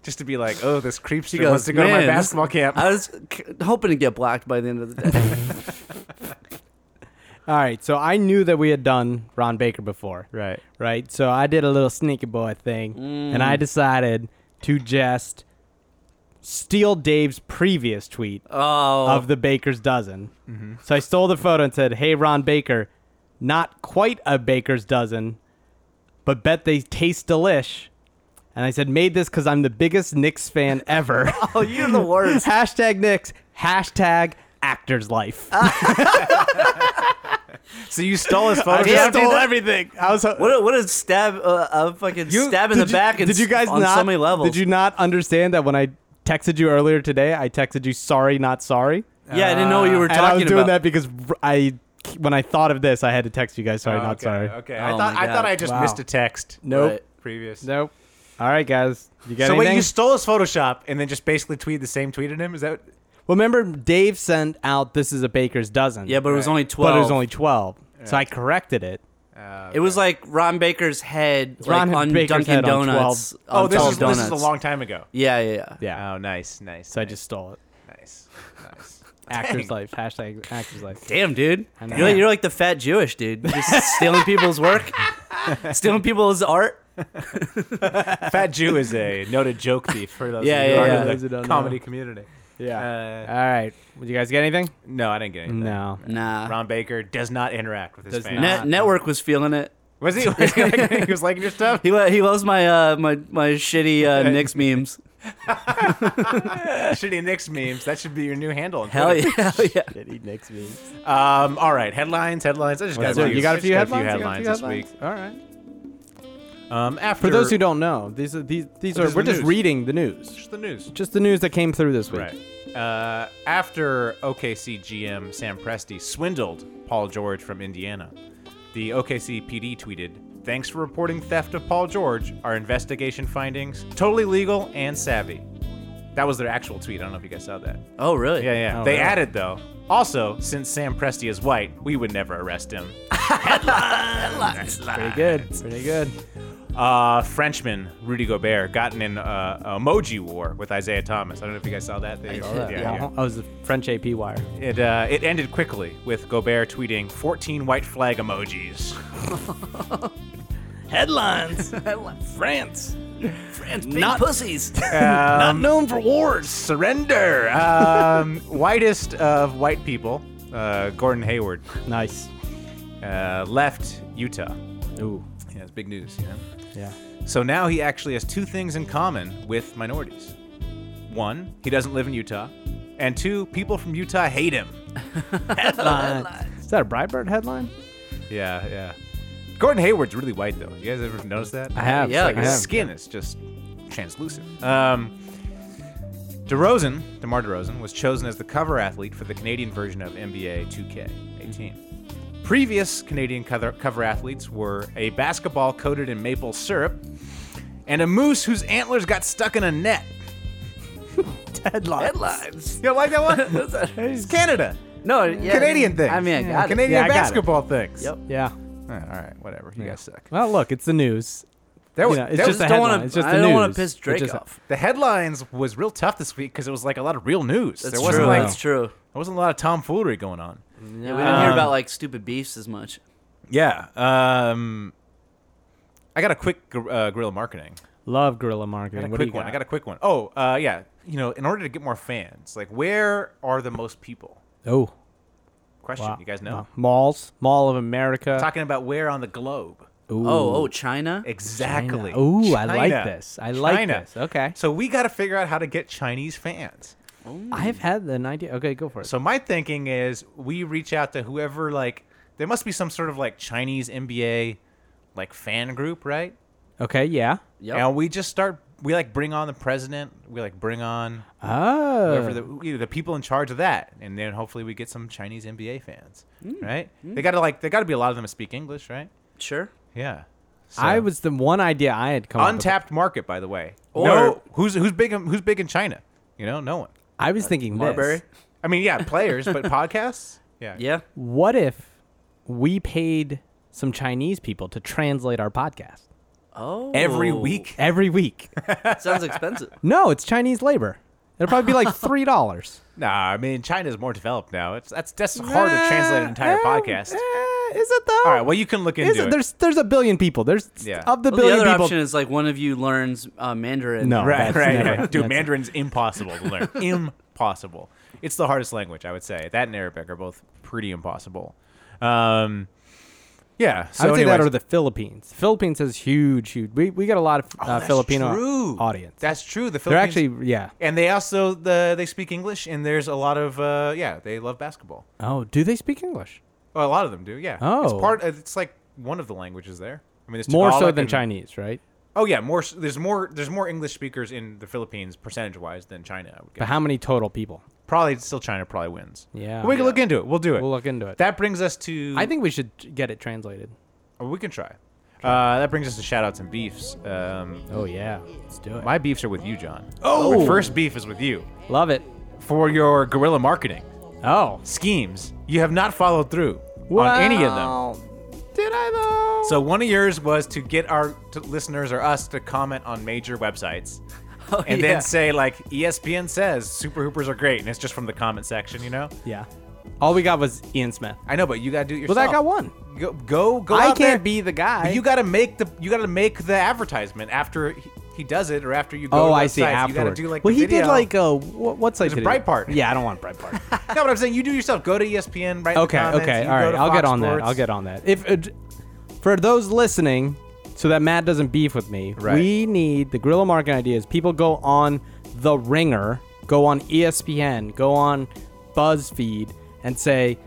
[SPEAKER 3] just to be like, oh, this creepster
[SPEAKER 2] goes,
[SPEAKER 3] wants to go to my
[SPEAKER 2] "Man,
[SPEAKER 3] basketball camp.
[SPEAKER 2] I was c- hoping to get blocked by the end of the day.
[SPEAKER 1] All right, so I knew that we had done Ron Baker before,
[SPEAKER 3] right.
[SPEAKER 1] right? So I did a little sneaky boy thing, and
[SPEAKER 2] Mm.
[SPEAKER 1] I decided to just steal Dave's previous tweet
[SPEAKER 2] Oh.
[SPEAKER 1] of the Baker's dozen. So I stole the photo and said, "Hey, Ron Baker, not quite a Baker's dozen, but bet they taste delish." And I said, "Made this because I'm the biggest Knicks fan ever."
[SPEAKER 2] Oh, you're the worst.
[SPEAKER 1] hashtag Knicks. Hashtag Actors Life.
[SPEAKER 2] Uh,
[SPEAKER 3] So you stole his
[SPEAKER 1] I
[SPEAKER 3] photo.
[SPEAKER 2] did
[SPEAKER 1] just
[SPEAKER 2] do
[SPEAKER 1] stole
[SPEAKER 2] that?
[SPEAKER 1] everything. I was.
[SPEAKER 2] What a, what a stab, uh, a fucking
[SPEAKER 1] You-
[SPEAKER 2] stab in the
[SPEAKER 1] did you-
[SPEAKER 2] back. and
[SPEAKER 1] Did you guys
[SPEAKER 2] on
[SPEAKER 1] not?
[SPEAKER 2] so many levels?
[SPEAKER 1] Did you not understand that when I texted you earlier today, I texted you sorry, not sorry.
[SPEAKER 2] Yeah, I didn't know what you were
[SPEAKER 1] and I was
[SPEAKER 2] talking
[SPEAKER 1] doing
[SPEAKER 2] about.
[SPEAKER 1] that because r- I when I thought of this, I had to text you guys. Sorry,
[SPEAKER 3] Oh,
[SPEAKER 1] not
[SPEAKER 3] okay,
[SPEAKER 1] sorry.
[SPEAKER 3] Okay, I
[SPEAKER 2] Oh
[SPEAKER 3] thought
[SPEAKER 2] my
[SPEAKER 3] I thought
[SPEAKER 2] God.
[SPEAKER 3] I just
[SPEAKER 1] Wow.
[SPEAKER 3] missed a text.
[SPEAKER 1] Nope.
[SPEAKER 2] Right.
[SPEAKER 3] Previous.
[SPEAKER 1] Nope. All right, guys. You got
[SPEAKER 3] So wait,
[SPEAKER 1] anything?
[SPEAKER 3] you stole his Photoshop and then just basically tweeted the same tweet at him? Is that
[SPEAKER 1] well, remember Dave sent out "This is a baker's dozen."
[SPEAKER 2] Yeah, but it was
[SPEAKER 3] Right.
[SPEAKER 2] only twelve.
[SPEAKER 1] but it was only twelve, so I corrected it.
[SPEAKER 3] uh,
[SPEAKER 2] It was like Ron Baker's head, like
[SPEAKER 1] Ron
[SPEAKER 2] on
[SPEAKER 1] Baker's
[SPEAKER 2] Dunkin'
[SPEAKER 1] head on
[SPEAKER 2] Donuts.
[SPEAKER 1] 12.
[SPEAKER 2] on
[SPEAKER 3] Oh, this
[SPEAKER 2] 12
[SPEAKER 3] is
[SPEAKER 2] donuts.
[SPEAKER 3] this is a long time ago.
[SPEAKER 2] Yeah, yeah, yeah.
[SPEAKER 1] Yeah,
[SPEAKER 3] Oh, nice, nice.
[SPEAKER 1] so I
[SPEAKER 3] nice,
[SPEAKER 1] just stole it.
[SPEAKER 3] nice, nice.
[SPEAKER 1] Actor's
[SPEAKER 3] Dang.
[SPEAKER 1] life hashtag actor's life.
[SPEAKER 2] Damn, dude,
[SPEAKER 1] I know.
[SPEAKER 2] you're like, you're like the fat Jewish dude, just stealing people's work, stealing people's art.
[SPEAKER 3] Fat Jew is a noted joke thief for those
[SPEAKER 2] Yeah,
[SPEAKER 3] who
[SPEAKER 2] yeah,
[SPEAKER 3] aren't
[SPEAKER 2] yeah.
[SPEAKER 3] in the
[SPEAKER 1] Those who don't know.
[SPEAKER 3] comedy community.
[SPEAKER 1] Yeah.
[SPEAKER 3] Uh,
[SPEAKER 1] All right. Would you guys get anything?
[SPEAKER 3] No, I didn't get anything.
[SPEAKER 1] No.
[SPEAKER 2] Nah,
[SPEAKER 3] Ron Baker does not interact with his
[SPEAKER 1] Does
[SPEAKER 3] fans.
[SPEAKER 1] not.
[SPEAKER 2] Net, network was feeling it.
[SPEAKER 3] Was he? Was he, like, he was liking your stuff.
[SPEAKER 2] He lo- he loves my uh my my shitty uh, Knicks memes.
[SPEAKER 3] Shitty Knicks memes. That should be your new handle. on
[SPEAKER 2] Hell
[SPEAKER 3] Twitter.
[SPEAKER 2] yeah, hell yeah.
[SPEAKER 3] Um. All right. Headlines. Headlines. I just got.
[SPEAKER 1] That's it.
[SPEAKER 3] few-
[SPEAKER 1] you got
[SPEAKER 3] I
[SPEAKER 1] a
[SPEAKER 3] just
[SPEAKER 1] few headlines. You
[SPEAKER 3] headlines
[SPEAKER 1] got a
[SPEAKER 3] this
[SPEAKER 1] few
[SPEAKER 3] week.
[SPEAKER 1] headlines? All right.
[SPEAKER 3] Um. After
[SPEAKER 1] For those who don't know, these are these these
[SPEAKER 3] This
[SPEAKER 1] are
[SPEAKER 3] is
[SPEAKER 1] we're
[SPEAKER 3] the
[SPEAKER 1] just
[SPEAKER 3] news.
[SPEAKER 1] reading the news,
[SPEAKER 3] just the news.
[SPEAKER 1] just the news that came through this week.
[SPEAKER 3] Right. Uh, after OKC GM Sam Presti swindled Paul George from Indiana, the OKC PD tweeted, "Thanks for reporting theft of Paul George. Our investigation findings totally legal and savvy." That was their actual tweet. I don't know if you guys saw that.
[SPEAKER 2] Oh really?
[SPEAKER 3] Yeah, yeah.
[SPEAKER 1] Oh,
[SPEAKER 3] they
[SPEAKER 1] really?
[SPEAKER 3] added though. Also, since Sam Presti is white, we would never arrest him.
[SPEAKER 1] Pretty good. Pretty good.
[SPEAKER 3] Uh, Frenchman Rudy Gobert got in an uh, emoji war with Isaiah Thomas. I don't know if you guys saw that. They,
[SPEAKER 2] saw that.
[SPEAKER 1] Yeah. I was the French AP wire.
[SPEAKER 3] It uh, it ended quickly with Gobert tweeting 14 white flag emojis.
[SPEAKER 1] Headlines. France.
[SPEAKER 2] Friends, big pussies.
[SPEAKER 1] Not known for wars.
[SPEAKER 3] Um, Surrender. Um, whitest of white people, uh, Gordon Hayward,
[SPEAKER 1] Nice.
[SPEAKER 3] uh, left Utah.
[SPEAKER 1] Ooh.
[SPEAKER 3] Yeah, it's big news. You know?
[SPEAKER 1] Yeah.
[SPEAKER 3] So now he actually has two things in common with minorities. One, he doesn't live in Utah, and two, people from Utah hate him.
[SPEAKER 1] Is that a Breitbart headline?
[SPEAKER 3] Yeah, yeah. Gordon Hayward's really white though. You guys ever notice that?
[SPEAKER 1] I have.
[SPEAKER 2] Yeah,
[SPEAKER 1] I
[SPEAKER 3] Like his
[SPEAKER 1] have.
[SPEAKER 3] skin is just translucent. Um, DeRozan, DeMar DeRozan, was chosen as the cover athlete for the Canadian version of NBA 2K18. Previous Canadian cover, cover athletes were a basketball coated in maple syrup and a moose whose antlers got stuck in a net.
[SPEAKER 1] Headline.
[SPEAKER 2] Headlines.
[SPEAKER 3] You don't like that one? it's Canada.
[SPEAKER 2] No, yeah,
[SPEAKER 3] Canadian thing.
[SPEAKER 2] I mean, I got it.
[SPEAKER 3] Canadian
[SPEAKER 1] Yeah, I got it.
[SPEAKER 3] basketball things.
[SPEAKER 2] Yep.
[SPEAKER 1] Yeah.
[SPEAKER 3] Eh, all right, whatever. You guys suck.
[SPEAKER 1] Well, look, it's the news.
[SPEAKER 3] There
[SPEAKER 1] You
[SPEAKER 3] was,
[SPEAKER 1] know, it's
[SPEAKER 3] there
[SPEAKER 1] just
[SPEAKER 3] was-
[SPEAKER 1] a
[SPEAKER 2] don't
[SPEAKER 1] headline.
[SPEAKER 2] wanna-
[SPEAKER 1] it's just
[SPEAKER 2] I
[SPEAKER 1] the
[SPEAKER 2] don't wanna
[SPEAKER 1] news.
[SPEAKER 2] piss
[SPEAKER 1] It
[SPEAKER 2] Drake
[SPEAKER 1] just-
[SPEAKER 2] off.
[SPEAKER 3] the headlines was real tough this week because it was like a lot of real news.
[SPEAKER 2] That's
[SPEAKER 3] there
[SPEAKER 2] true.
[SPEAKER 3] wasn't like
[SPEAKER 2] That's true.
[SPEAKER 3] There wasn't a lot of tomfoolery going on.
[SPEAKER 2] Yeah, we didn't hear about like stupid beefs as much.
[SPEAKER 3] Yeah. Um, I got a quick gr- uh, guerrilla marketing.
[SPEAKER 1] Love guerrilla
[SPEAKER 3] I got
[SPEAKER 1] marketing.
[SPEAKER 3] a
[SPEAKER 1] What do
[SPEAKER 3] quick
[SPEAKER 1] you
[SPEAKER 3] one.
[SPEAKER 1] got?
[SPEAKER 3] I got a quick one. Oh, uh, yeah. You know, in order to get more fans, like where are the most people?
[SPEAKER 1] oh,
[SPEAKER 3] Question.
[SPEAKER 1] wow.
[SPEAKER 3] You guys know.
[SPEAKER 1] Wow. malls, Mall of America.
[SPEAKER 3] Talking about where on the globe.
[SPEAKER 1] Ooh.
[SPEAKER 2] Oh, oh, China.
[SPEAKER 3] Exactly.
[SPEAKER 1] Ooh, I like
[SPEAKER 3] China.
[SPEAKER 1] this. I like
[SPEAKER 3] China.
[SPEAKER 1] this. Okay.
[SPEAKER 3] So we got to figure out how to get Chinese fans.
[SPEAKER 2] oh.
[SPEAKER 1] I've had an idea. Okay, go for it.
[SPEAKER 3] So my thinking is we reach out to whoever like there must be some sort of like Chinese NBA like fan group, right?
[SPEAKER 1] Okay, yeah.
[SPEAKER 2] Yep.
[SPEAKER 3] And we just start we like bring on the president, we like bring on whoever
[SPEAKER 1] Oh.
[SPEAKER 3] the either the people in charge of that and then hopefully we get some Chinese NBA fans, right? They got to like there got to be a lot of them that speak English, right?
[SPEAKER 2] Sure.
[SPEAKER 3] Yeah.
[SPEAKER 1] I
[SPEAKER 3] So-
[SPEAKER 1] was the one idea I had come up with.
[SPEAKER 3] untapped market by the way.
[SPEAKER 2] Or-
[SPEAKER 3] no, who's who's big in- who's big in China? You know, no one.
[SPEAKER 1] I was thinking this.
[SPEAKER 2] Marbury.
[SPEAKER 3] I mean, yeah, players, but podcasts? Yeah.
[SPEAKER 2] Yeah.
[SPEAKER 1] What if we paid some Chinese people to translate our podcast
[SPEAKER 2] Oh.
[SPEAKER 3] Every week.
[SPEAKER 1] every week?
[SPEAKER 2] Sounds expensive.
[SPEAKER 1] no, it's Chinese labor. It'll probably be like three dollars.
[SPEAKER 3] Nah, I mean China's more developed now. It's that's that's hard to translate an entire podcast.
[SPEAKER 1] Eh, is it though?
[SPEAKER 3] All right, well you can look
[SPEAKER 1] Is
[SPEAKER 3] into
[SPEAKER 1] it?
[SPEAKER 3] it.
[SPEAKER 1] There's there's a billion people. There's
[SPEAKER 3] Yeah.
[SPEAKER 1] of the
[SPEAKER 2] Well, the
[SPEAKER 1] billion
[SPEAKER 2] other
[SPEAKER 1] people.
[SPEAKER 2] option is like one of you learns uh, Mandarin.
[SPEAKER 1] No.
[SPEAKER 3] right,
[SPEAKER 1] That's
[SPEAKER 3] right,
[SPEAKER 1] never-
[SPEAKER 3] right. Dude,
[SPEAKER 1] that's-
[SPEAKER 3] Mandarin's impossible to learn. impossible. It's the hardest language, I would say. That and Arabic are both pretty impossible. Um, yeah. So
[SPEAKER 1] I would say that
[SPEAKER 3] anyways-
[SPEAKER 1] or the uh, Philippines. Philippines has huge, huge. We, we got a lot of
[SPEAKER 3] Oh,
[SPEAKER 1] uh,
[SPEAKER 3] that's
[SPEAKER 1] Filipino
[SPEAKER 3] true.
[SPEAKER 1] audience.
[SPEAKER 3] That's true. The
[SPEAKER 1] They're
[SPEAKER 3] Philippines,
[SPEAKER 1] actually yeah.
[SPEAKER 3] and they also the they speak English, and there's a lot of uh, yeah, they love basketball.
[SPEAKER 1] Oh, do they speak English?
[SPEAKER 3] Well, a lot of them do. Yeah. it's
[SPEAKER 1] Oh.
[SPEAKER 3] part. uh, It's like one of the languages there. I mean, it's
[SPEAKER 1] More so
[SPEAKER 3] Tagalog
[SPEAKER 1] than
[SPEAKER 3] and-
[SPEAKER 1] Chinese, right?
[SPEAKER 3] Oh yeah, more s- there's more there's more English speakers in the Philippines percentage wise than China. I would
[SPEAKER 1] But
[SPEAKER 3] guess.
[SPEAKER 1] how many total people?
[SPEAKER 3] Probably still China probably wins.
[SPEAKER 1] Yeah.
[SPEAKER 3] we can
[SPEAKER 1] Yeah.
[SPEAKER 3] look into it. We'll do it.
[SPEAKER 1] We'll look into it.
[SPEAKER 3] That brings us to
[SPEAKER 1] I think we should get it translated.
[SPEAKER 3] or we can try. Uh, that brings us to shout outs and beefs. Um,
[SPEAKER 1] Oh yeah, let's do it.
[SPEAKER 3] my beefs are with you, John. Oh, my first beef is with you
[SPEAKER 1] Love it.
[SPEAKER 3] for your guerrilla marketing
[SPEAKER 1] Oh,
[SPEAKER 3] schemes. You have not followed through on any of them.
[SPEAKER 1] Did I though?
[SPEAKER 3] So one of yours was to get our to listeners or us to comment on major websites.
[SPEAKER 2] Oh,
[SPEAKER 3] and
[SPEAKER 2] yeah.
[SPEAKER 3] then say like E ESPN says Super Hoopers are great, and it's just from the comment section, you know.
[SPEAKER 1] Yeah. All we got was Ian Smith.
[SPEAKER 3] I know, but you gotta do it yourself.
[SPEAKER 1] Well, that got one.
[SPEAKER 3] Go, go, go
[SPEAKER 1] I
[SPEAKER 3] out
[SPEAKER 1] can't
[SPEAKER 3] there.
[SPEAKER 1] be the guy.
[SPEAKER 3] But you gotta make the you gotta make the advertisement after he, he does it or after you go. to
[SPEAKER 1] oh,
[SPEAKER 3] the
[SPEAKER 1] I see.
[SPEAKER 3] sites.
[SPEAKER 1] Afterward.
[SPEAKER 3] you gotta do like
[SPEAKER 1] well,
[SPEAKER 3] the
[SPEAKER 1] he did
[SPEAKER 3] video.
[SPEAKER 1] like a what, what site?
[SPEAKER 3] There's a
[SPEAKER 1] did he do?
[SPEAKER 3] Breitbart.
[SPEAKER 1] Yeah, I don't want Breitbart.
[SPEAKER 3] No, but I'm saying you do yourself. Go to E ESPN. Right.
[SPEAKER 1] okay, okay, all right. I'll get on that. I'll get on that. If uh, j- for those listening, so that Matt doesn't beef with me,
[SPEAKER 3] Right.
[SPEAKER 1] we need the guerrilla marketing ideas. People go on the Ringer, go on E ESPN, go on BuzzFeed, and say,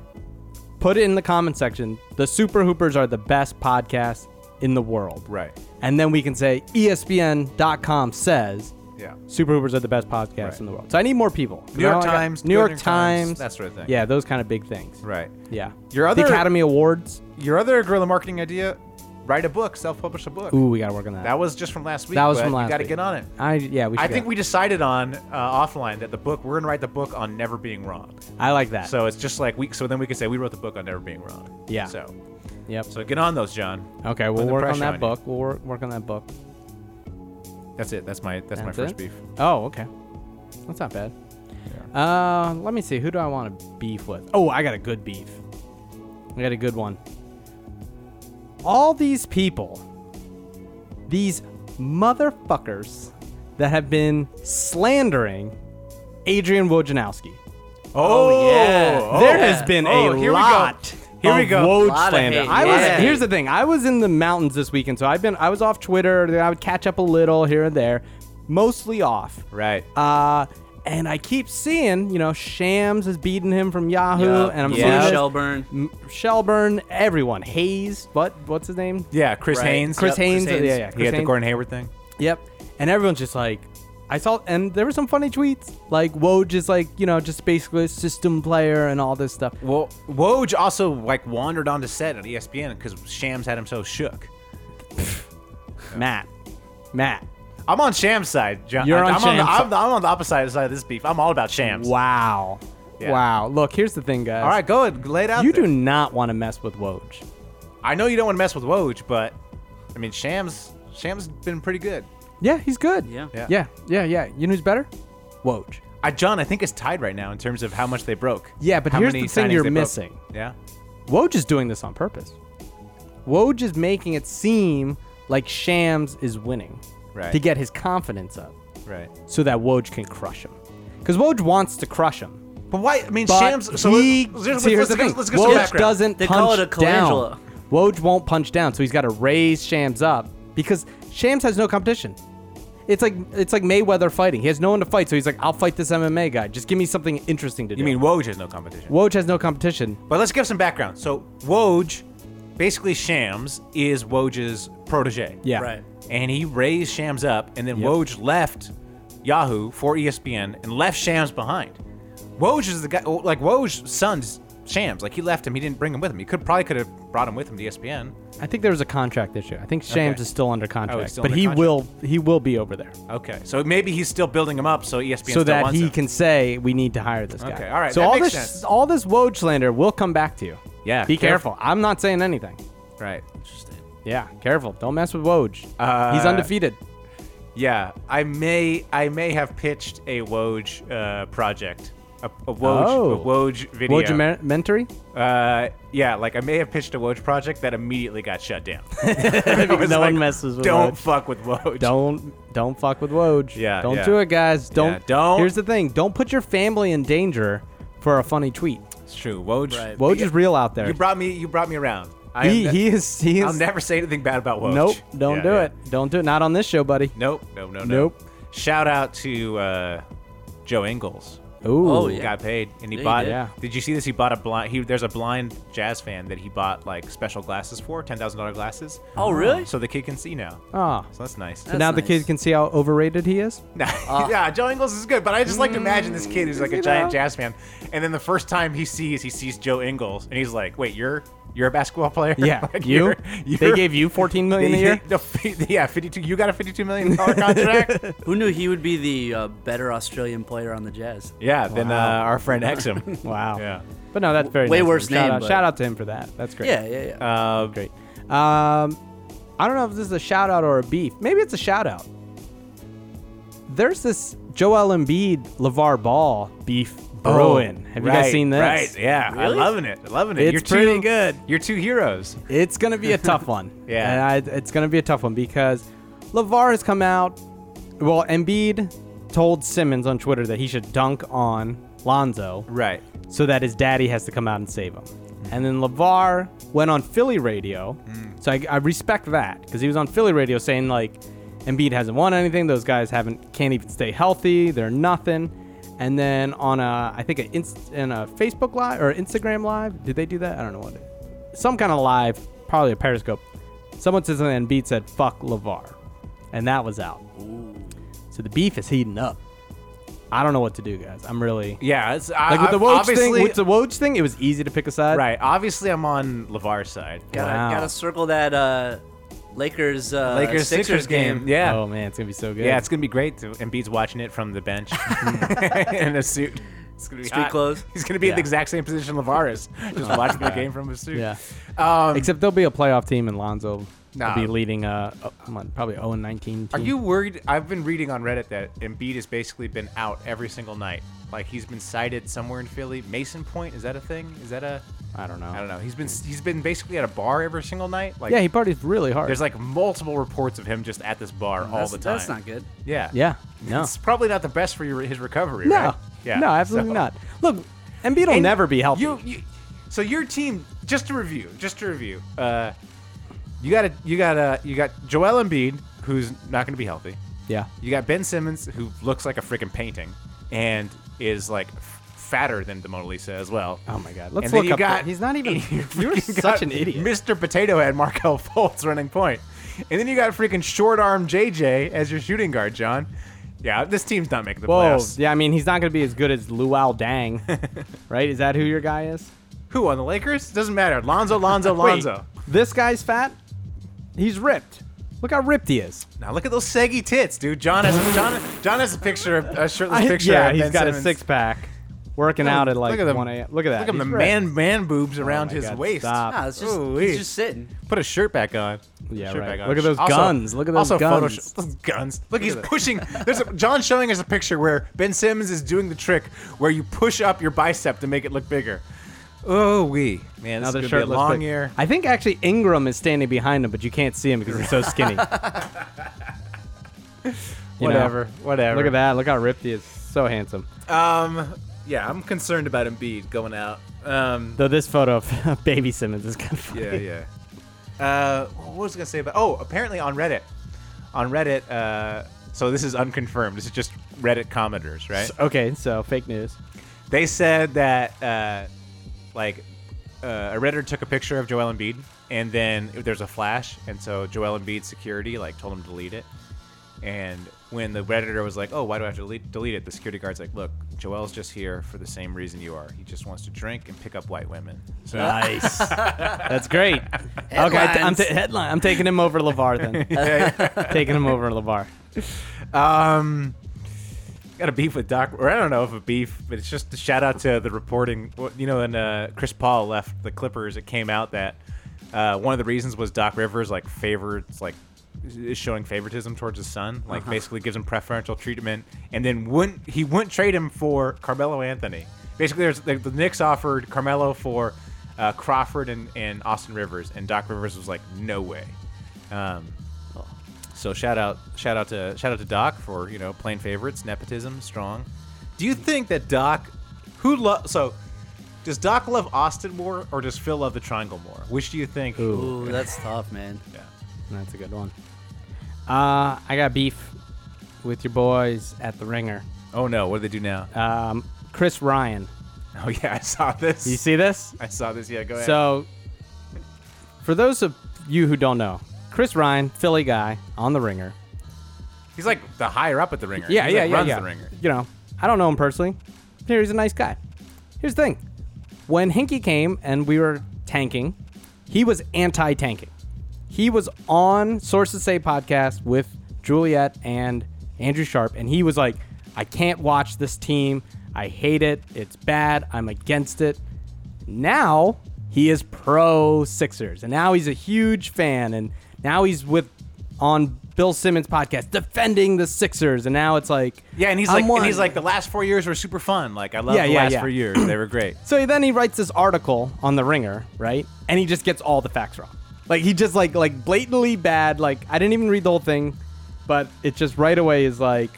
[SPEAKER 1] put it in the comment section. The Super Hoopers are the best podcast in the world.
[SPEAKER 3] Right.
[SPEAKER 1] And then we can say E ESPN.com says
[SPEAKER 3] Yeah.
[SPEAKER 1] Super Hoopers are the best podcast
[SPEAKER 3] Right.
[SPEAKER 1] in the world. So I need more people.
[SPEAKER 3] New York
[SPEAKER 1] I got-
[SPEAKER 3] Times,
[SPEAKER 1] New
[SPEAKER 3] Good
[SPEAKER 1] York
[SPEAKER 3] New York Times,
[SPEAKER 1] Times,
[SPEAKER 3] that sort of thing.
[SPEAKER 1] Yeah, those kind of big things.
[SPEAKER 3] Right.
[SPEAKER 1] Yeah.
[SPEAKER 3] Your other-
[SPEAKER 1] the Academy Awards.
[SPEAKER 3] Your other guerrilla marketing idea: write a book, self-publish a book.
[SPEAKER 1] Ooh, we gotta work on that.
[SPEAKER 3] That was just from last week.
[SPEAKER 1] That was
[SPEAKER 3] but
[SPEAKER 1] from last
[SPEAKER 3] You gotta
[SPEAKER 1] week.
[SPEAKER 3] get on it.
[SPEAKER 1] I yeah we. Should
[SPEAKER 3] I think
[SPEAKER 1] get-
[SPEAKER 3] we decided on uh, offline that the book we're gonna write the book on never being wrong.
[SPEAKER 1] I like that.
[SPEAKER 3] So it's just like we. So then we can say we wrote the book on never being wrong.
[SPEAKER 1] Yeah.
[SPEAKER 3] So
[SPEAKER 1] yep.
[SPEAKER 3] so get on those, John.
[SPEAKER 1] okay, we'll
[SPEAKER 3] put the
[SPEAKER 1] work on
[SPEAKER 3] pressure
[SPEAKER 1] that
[SPEAKER 3] on you.
[SPEAKER 1] book. We'll work, work on that book.
[SPEAKER 3] That's it. That's my that's, my
[SPEAKER 1] That's
[SPEAKER 3] first
[SPEAKER 1] it?
[SPEAKER 3] beef.
[SPEAKER 1] Oh, okay. That's not bad. Uh, let me see. Who do I want to beef with? Oh, I got a good beef. I got a good one. All these people, these motherfuckers that have been slandering Adrian Wojnarowski.
[SPEAKER 3] Oh,
[SPEAKER 2] yeah.
[SPEAKER 1] there has been
[SPEAKER 3] Oh,
[SPEAKER 1] a
[SPEAKER 3] here we go.
[SPEAKER 1] lot.
[SPEAKER 3] Here we
[SPEAKER 1] of
[SPEAKER 3] go.
[SPEAKER 1] Woj
[SPEAKER 2] Lot of
[SPEAKER 1] slander.
[SPEAKER 2] hate.
[SPEAKER 1] I was.
[SPEAKER 2] Yeah.
[SPEAKER 1] Here's the thing. I was in the mountains this weekend, so I've been. I was off Twitter. I would catch up a little here and there, mostly off.
[SPEAKER 3] Right.
[SPEAKER 1] Uh, and I keep seeing, you know, Shams is beating him from Yahoo,
[SPEAKER 2] Yeah.
[SPEAKER 1] and I'm
[SPEAKER 2] Blue
[SPEAKER 1] seeing this-
[SPEAKER 2] Shelburne.
[SPEAKER 1] M- Shelburne, everyone, Hayes, what, what's his name?
[SPEAKER 3] yeah. Chris
[SPEAKER 2] Right.
[SPEAKER 3] Haynes.
[SPEAKER 1] Chris
[SPEAKER 2] Yep, Chris
[SPEAKER 1] Haynes.
[SPEAKER 2] Haynes.
[SPEAKER 1] Yeah, yeah.
[SPEAKER 3] He
[SPEAKER 1] Chris
[SPEAKER 3] had the
[SPEAKER 1] Haynes.
[SPEAKER 3] Gordon Hayward thing.
[SPEAKER 1] Yep. And everyone's just like, I saw, and there were some funny tweets, like Woj is like, you know, just basically a system player and all this stuff.
[SPEAKER 3] Well, Woj also like wandered onto set at E ESPN because Shams had him so shook.
[SPEAKER 1] Matt, Matt,
[SPEAKER 3] I'm on Shams' side, John.
[SPEAKER 1] You're on
[SPEAKER 3] I'm on the,
[SPEAKER 1] Shams'
[SPEAKER 3] I'm, the, I'm on the opposite side of this beef. I'm all about Shams.
[SPEAKER 1] wow,
[SPEAKER 3] Yeah.
[SPEAKER 1] wow. Look, here's the thing, guys.
[SPEAKER 3] All right, go ahead. Lay it out.
[SPEAKER 1] you
[SPEAKER 3] there.
[SPEAKER 1] do not want to mess with Woj.
[SPEAKER 3] I know you don't want to mess with Woj, but I mean Shams. Shams been pretty good.
[SPEAKER 1] Yeah, he's good.
[SPEAKER 2] Yeah.
[SPEAKER 3] Yeah.
[SPEAKER 1] yeah, yeah, yeah. You know who's better? Woj.
[SPEAKER 3] I, John, I think it's tied right now in terms of how much they broke.
[SPEAKER 1] Yeah, but
[SPEAKER 3] How
[SPEAKER 1] here's
[SPEAKER 3] many
[SPEAKER 1] the thing
[SPEAKER 3] signings
[SPEAKER 1] you're
[SPEAKER 3] they broke.
[SPEAKER 1] missing.
[SPEAKER 3] Yeah.
[SPEAKER 1] Woj is doing this on purpose. Woj is making it seem like Shams is winning
[SPEAKER 3] Right.
[SPEAKER 1] to get his confidence up
[SPEAKER 3] Right.
[SPEAKER 1] so that Woj can crush him. Because Woj wants to crush him.
[SPEAKER 3] But why? I mean,
[SPEAKER 1] But
[SPEAKER 3] Shams. So
[SPEAKER 1] he,
[SPEAKER 3] let's, let's,
[SPEAKER 1] see, here's
[SPEAKER 3] let's,
[SPEAKER 1] the
[SPEAKER 3] get-
[SPEAKER 1] thing.
[SPEAKER 3] let's get some
[SPEAKER 1] Woj
[SPEAKER 3] background.
[SPEAKER 1] doesn't
[SPEAKER 2] They
[SPEAKER 1] punch
[SPEAKER 2] call it a
[SPEAKER 1] down.
[SPEAKER 2] Colangelo.
[SPEAKER 1] Woj won't punch down, so he's got to raise Shams up because Shams has no competition. It's like it's like Mayweather fighting. He has no one to fight, so he's like, "I'll fight this MMA guy. Just give me something interesting to do."
[SPEAKER 3] You mean Woj has no competition?
[SPEAKER 1] Woj has no competition?
[SPEAKER 3] But let's give some background. So Woj, basically Shams is Woj's protege.
[SPEAKER 1] Yeah.
[SPEAKER 2] Right.
[SPEAKER 3] And he raised Shams up, and then
[SPEAKER 1] Yep.
[SPEAKER 3] Woj left Yahoo for E ESPN and left Shams behind. Woj is the guy. oh, Like Woj's son's Shams. Like he left him. He didn't bring him with him. He could probably could have brought him with him to E ESPN.
[SPEAKER 1] I think there was a contract issue. I think Shams
[SPEAKER 3] Okay. Oh,
[SPEAKER 1] is still under contract,
[SPEAKER 3] still
[SPEAKER 1] but
[SPEAKER 3] under
[SPEAKER 1] he
[SPEAKER 3] contract.
[SPEAKER 1] will he will be over there
[SPEAKER 3] Okay. So maybe he's still building him up so E ESPN
[SPEAKER 1] so
[SPEAKER 3] still
[SPEAKER 1] that
[SPEAKER 3] wants
[SPEAKER 1] he
[SPEAKER 3] him.
[SPEAKER 1] can say we need to hire this guy.
[SPEAKER 3] Okay, all right,
[SPEAKER 1] So
[SPEAKER 3] that
[SPEAKER 1] all
[SPEAKER 3] makes
[SPEAKER 1] this
[SPEAKER 3] sense.
[SPEAKER 1] all this Woj slander will come back to you.
[SPEAKER 3] Yeah,
[SPEAKER 1] Be
[SPEAKER 3] careful.
[SPEAKER 1] careful. I'm not saying anything.
[SPEAKER 3] Right.
[SPEAKER 1] Yeah. Careful. Don't mess with Woj.
[SPEAKER 3] Uh,
[SPEAKER 1] He's undefeated.
[SPEAKER 3] Yeah, I may I may have pitched a Woj uh, project, a, a Woj
[SPEAKER 1] Oh.
[SPEAKER 3] a Woj video.
[SPEAKER 1] Woj men- mentory
[SPEAKER 3] uh, yeah, like I may have pitched a Woj project that immediately got shut down. I
[SPEAKER 1] because
[SPEAKER 3] was
[SPEAKER 1] no
[SPEAKER 3] like,
[SPEAKER 1] one messes with
[SPEAKER 3] Don't
[SPEAKER 1] Woj.
[SPEAKER 3] fuck with Woj.
[SPEAKER 1] Don't don't fuck with Woj.
[SPEAKER 3] Yeah,
[SPEAKER 1] Don't
[SPEAKER 3] yeah.
[SPEAKER 1] do it, guys. Don't.
[SPEAKER 3] don't.
[SPEAKER 1] Here's the thing. Don't put your family in danger for a funny tweet.
[SPEAKER 3] It's true. Woj.
[SPEAKER 2] Right.
[SPEAKER 1] Woj is real out there.
[SPEAKER 3] Uh, You brought me. You brought me around. I
[SPEAKER 1] he,
[SPEAKER 3] am ne-
[SPEAKER 1] he is he
[SPEAKER 3] I'll
[SPEAKER 1] is.
[SPEAKER 3] never say anything bad about Woj.
[SPEAKER 1] nope. Don't
[SPEAKER 3] Yeah,
[SPEAKER 1] do
[SPEAKER 3] yeah.
[SPEAKER 1] it. Don't do it. Not on this show, buddy.
[SPEAKER 3] Nope. No. No. No.
[SPEAKER 1] Nope.
[SPEAKER 3] Shout out to uh, Joe Ingles.
[SPEAKER 1] Ooh.
[SPEAKER 2] Oh, yeah.
[SPEAKER 3] got paid, and he
[SPEAKER 2] Yeah, he
[SPEAKER 3] bought.
[SPEAKER 2] did.
[SPEAKER 1] Yeah.
[SPEAKER 3] Did you see this? He bought a blind. He there's a blind jazz fan that he bought like special glasses for, ten thousand dollar glasses.
[SPEAKER 2] Oh, really?
[SPEAKER 3] So the kid can see now.
[SPEAKER 1] Ah.
[SPEAKER 3] So that's nice.
[SPEAKER 1] So now the
[SPEAKER 2] nice.
[SPEAKER 1] kid can see how overrated he is.
[SPEAKER 3] Nah, yeah, Joe Ingles is good, but I just like to imagine this
[SPEAKER 1] Mm,
[SPEAKER 3] kid who's like a giant jazz fan, and then the first time he sees, he sees Joe Ingles, and he's like, "Wait, you're you're a basketball player?
[SPEAKER 1] Yeah,
[SPEAKER 3] Like,
[SPEAKER 1] you.
[SPEAKER 3] you're- you're-
[SPEAKER 1] They gave you 14 million
[SPEAKER 3] they-
[SPEAKER 1] a year.
[SPEAKER 3] the fi- yeah, fifty-two. You got a fifty-two million dollar contract.
[SPEAKER 2] Who knew he would be the uh, better Australian player on the Jazz?
[SPEAKER 3] yeah, then uh, our friend Exum.
[SPEAKER 1] Wow.
[SPEAKER 3] Yeah.
[SPEAKER 1] But no, that's very
[SPEAKER 2] Way
[SPEAKER 1] nice of
[SPEAKER 2] worse
[SPEAKER 1] him. Shout
[SPEAKER 2] name,
[SPEAKER 1] out,
[SPEAKER 2] but-
[SPEAKER 1] shout out to him for that. That's great.
[SPEAKER 2] Yeah, yeah, yeah.
[SPEAKER 3] Uh,
[SPEAKER 1] great. Um, I don't know if this is a shout out or a beef. Maybe it's a shout out. There's this Joel Embiid LeVar Ball beef brewing. Have you guys
[SPEAKER 3] Oh, right,
[SPEAKER 1] seen this?
[SPEAKER 3] Right. Yeah,
[SPEAKER 2] Really?
[SPEAKER 3] I'm loving it. Loving it.
[SPEAKER 1] It's
[SPEAKER 3] you're two-
[SPEAKER 1] pretty good.
[SPEAKER 3] You're two heroes.
[SPEAKER 1] It's gonna be a tough one.
[SPEAKER 3] Yeah.
[SPEAKER 1] and I, it's gonna be a tough one because Lavar has come out. Well, Embiid told Simmons on Twitter that he should dunk on Lonzo
[SPEAKER 3] Right.
[SPEAKER 1] so that his daddy has to come out and save him. And then Lavar went on Philly radio, so I, I respect that because he was on Philly radio saying like, Embiid hasn't won anything. Those guys haven't can't even stay healthy. They're nothing. And then on a I think a inst, in a Facebook live or Instagram live, did they do that? I don't know what. It, some kind of live, probably a Periscope. Someone said something and Embiid said "fuck Lavar," and that was out. So the beef is heating up. I don't know what to do, guys. I'm really
[SPEAKER 3] Yeah. It's, I,
[SPEAKER 1] like with the
[SPEAKER 3] I've-
[SPEAKER 1] Woj
[SPEAKER 3] obviously,
[SPEAKER 1] thing, with the Woj thing, it was easy to pick a side.
[SPEAKER 3] right. Obviously, I'm on Lavar's side.
[SPEAKER 2] gotta,
[SPEAKER 1] wow.
[SPEAKER 2] gotta circle that uh, Lakers uh,
[SPEAKER 3] Lakers Sixers, game. Yeah.
[SPEAKER 1] Oh man, it's gonna be so good.
[SPEAKER 3] Yeah, it's gonna be great. To, Embiid's watching it from the bench in a suit. It's gonna be
[SPEAKER 2] Street
[SPEAKER 3] hot.
[SPEAKER 2] clothes.
[SPEAKER 3] He's gonna be in
[SPEAKER 1] Yeah.
[SPEAKER 3] the exact same position Lavar is, just watching the game from a suit.
[SPEAKER 1] Yeah.
[SPEAKER 3] Um,
[SPEAKER 1] Except there'll be a playoff team, and Lonzo
[SPEAKER 3] Nah.
[SPEAKER 1] will be leading. Uh, oh, come on, probably 0 19.
[SPEAKER 3] are you worried? I've been reading on Reddit that Embiid has basically been out every single night. Like he's been cited somewhere in Philly. Mason Point is that a thing? Is that a?
[SPEAKER 1] I don't know.
[SPEAKER 3] I don't know. He's been he's been basically at a bar every single night. Like
[SPEAKER 1] Oh. Yeah, he parties really hard.
[SPEAKER 3] there's like multiple reports of him just at this bar all
[SPEAKER 2] That's,
[SPEAKER 3] the time.
[SPEAKER 2] that's not good.
[SPEAKER 3] Yeah.
[SPEAKER 1] yeah, no,
[SPEAKER 3] It's probably not the best for your, his recovery,
[SPEAKER 1] no,
[SPEAKER 3] right?
[SPEAKER 1] no, absolutely
[SPEAKER 3] so-
[SPEAKER 1] not. Look, Embiid will
[SPEAKER 3] And
[SPEAKER 1] never be healthy.
[SPEAKER 3] You, you, so your team, just to review, just to review, uh, you got a, you got a, you got Joel Embiid, who's not going to be healthy.
[SPEAKER 1] yeah,
[SPEAKER 3] You got Ben Simmons, who looks like a freaking painting, and is like f- fatter than the Mona Lisa as well.
[SPEAKER 1] Oh my God. Let's
[SPEAKER 3] and then
[SPEAKER 1] look
[SPEAKER 3] you
[SPEAKER 1] up
[SPEAKER 3] Got,
[SPEAKER 1] the- he's not even-
[SPEAKER 3] and you
[SPEAKER 1] you're
[SPEAKER 3] freaking
[SPEAKER 1] such
[SPEAKER 3] got
[SPEAKER 1] an idiot.
[SPEAKER 3] Mr. Potato Head Markel Fultz running point, and then you got freaking short arm JJ as your shooting guard, John. Yeah, this team's not making the
[SPEAKER 1] whoa,
[SPEAKER 3] playoffs.
[SPEAKER 1] yeah. I mean, he's not gonna be as good as Luau Dang, right? Is that who your guy is?
[SPEAKER 3] Who on the Lakers? Doesn't matter. Lonzo, Lonzo, Lonzo.
[SPEAKER 1] Wait, this guy's fat. He's ripped. Look how ripped he is.
[SPEAKER 3] Now look at those saggy tits, dude. John has John, John has a picture, of- a shirtless
[SPEAKER 1] I-
[SPEAKER 3] picture.
[SPEAKER 1] yeah,
[SPEAKER 3] of
[SPEAKER 1] he's
[SPEAKER 3] Ben
[SPEAKER 1] got a
[SPEAKER 3] Simmons.
[SPEAKER 1] six pack, working out at like
[SPEAKER 3] look at them.
[SPEAKER 1] 1 a.m. Look at that.
[SPEAKER 3] Look at the
[SPEAKER 1] He's ripped.
[SPEAKER 3] man man boobs around
[SPEAKER 1] my
[SPEAKER 3] his
[SPEAKER 1] God,
[SPEAKER 3] waist. Ah,
[SPEAKER 1] stop.
[SPEAKER 2] Nah, it's just,
[SPEAKER 3] Ooh-wee.
[SPEAKER 2] he's just sitting.
[SPEAKER 3] Put a shirt back on.
[SPEAKER 1] Yeah,
[SPEAKER 3] Shirt
[SPEAKER 1] right.
[SPEAKER 3] back on.
[SPEAKER 1] Look at those
[SPEAKER 3] Also-
[SPEAKER 1] guns. Look at those
[SPEAKER 3] also
[SPEAKER 1] guns.
[SPEAKER 3] Photoshop- those guns. Look, he's pushing. There's a, John showing us a picture where Ben Simmons is doing the trick where you push up your bicep to make it look bigger. Oh wee, man, this
[SPEAKER 1] Another
[SPEAKER 3] is gonna
[SPEAKER 1] shirtless
[SPEAKER 3] be a long
[SPEAKER 1] pic.
[SPEAKER 3] year.
[SPEAKER 1] I think actually Ingram is standing behind him, but you can't see him because he's so skinny. You know?
[SPEAKER 3] Whatever, whatever.
[SPEAKER 1] Look at that. Look how ripped he is. So handsome.
[SPEAKER 3] Um, yeah, I'm concerned about Embiid going out. Um,
[SPEAKER 1] Though this photo of Baby Simmons is kind of funny.
[SPEAKER 3] yeah, yeah. Uh, what was I gonna say about? Oh, apparently on Reddit, on Reddit. Uh, so this is unconfirmed. This is just Reddit commenters, right?
[SPEAKER 1] Okay, so fake news.
[SPEAKER 3] they said that uh, like uh, a redditor took a picture of Joel Embiid, and then there's a flash, and so Joel Embiid's security like told him to delete it. And when the redditor was like, "Oh, why do I have to delete, delete it?" the security guard's like, "Look, Joel's just here for the same reason you are. He just wants to drink and pick up white women." So
[SPEAKER 1] Nice. That's great. Okay, I t- I'm
[SPEAKER 2] Headlines.
[SPEAKER 1] ta- headline. I'm taking him over Levar then. taking him over Levar.
[SPEAKER 3] Um, got a beef with Doc, or I don't know if a beef, but it's just a shout out to the reporting. Well, You know, when uh, Chris Paul left the Clippers, it came out that uh, one of the reasons was Doc Rivers like favors like is showing favoritism towards his son, like basically gives him preferential treatment, and then wouldn't he wouldn't trade him for Carmelo Anthony. Basically, there's the, the Knicks offered Carmelo for uh, Crawford and, and Austin Rivers, and Doc Rivers was like, no way. Um, so shout out, shout out to shout out to Doc for you know playing favorites, nepotism, strong. Do you think that Doc, who love so, does Doc love Austin more or does Phil love the triangle more? Which do you think?
[SPEAKER 2] Ooh, that's tough, man.
[SPEAKER 3] Yeah.
[SPEAKER 1] That's a good one. Uh, I got beef with your boys at the ringer.
[SPEAKER 3] Oh no, what do they do now?
[SPEAKER 1] Um, Chris Ryan.
[SPEAKER 3] Oh yeah, I saw this.
[SPEAKER 1] You see this?
[SPEAKER 3] I saw this. Yeah, go ahead.
[SPEAKER 1] So, for those of you who don't know, Chris Ryan, Philly guy on the ringer.
[SPEAKER 3] he's like the higher up at the ringer.
[SPEAKER 1] Yeah,
[SPEAKER 3] He's,
[SPEAKER 1] yeah,
[SPEAKER 3] like,
[SPEAKER 1] yeah,
[SPEAKER 3] runs
[SPEAKER 1] yeah.
[SPEAKER 3] the ringer.
[SPEAKER 1] You know, I don't know him personally. Here, he's a nice guy. Here's the thing: when Hinky came and we were tanking, he was anti-tanking. He was on Sources Say podcast with Juliet and Andrew Sharp, and he was like, "I can't watch this team. I hate it. It's bad. I'm against it." Now he is pro Sixers, and now he's a huge fan, and now he's with on Bill Simmons' podcast defending the Sixers, and now it's like
[SPEAKER 3] Yeah, and he's
[SPEAKER 1] I'm
[SPEAKER 3] like, and
[SPEAKER 1] one.
[SPEAKER 3] he's like, the last four years were super fun. Like I love
[SPEAKER 1] Yeah,
[SPEAKER 3] the
[SPEAKER 1] yeah,
[SPEAKER 3] last
[SPEAKER 1] yeah.
[SPEAKER 3] four years; they were great.
[SPEAKER 1] So then he writes this article on the Ringer, right? And he just gets all the facts wrong. Like he just like like blatantly bad. Like I didn't even read the whole thing, but it just right away is like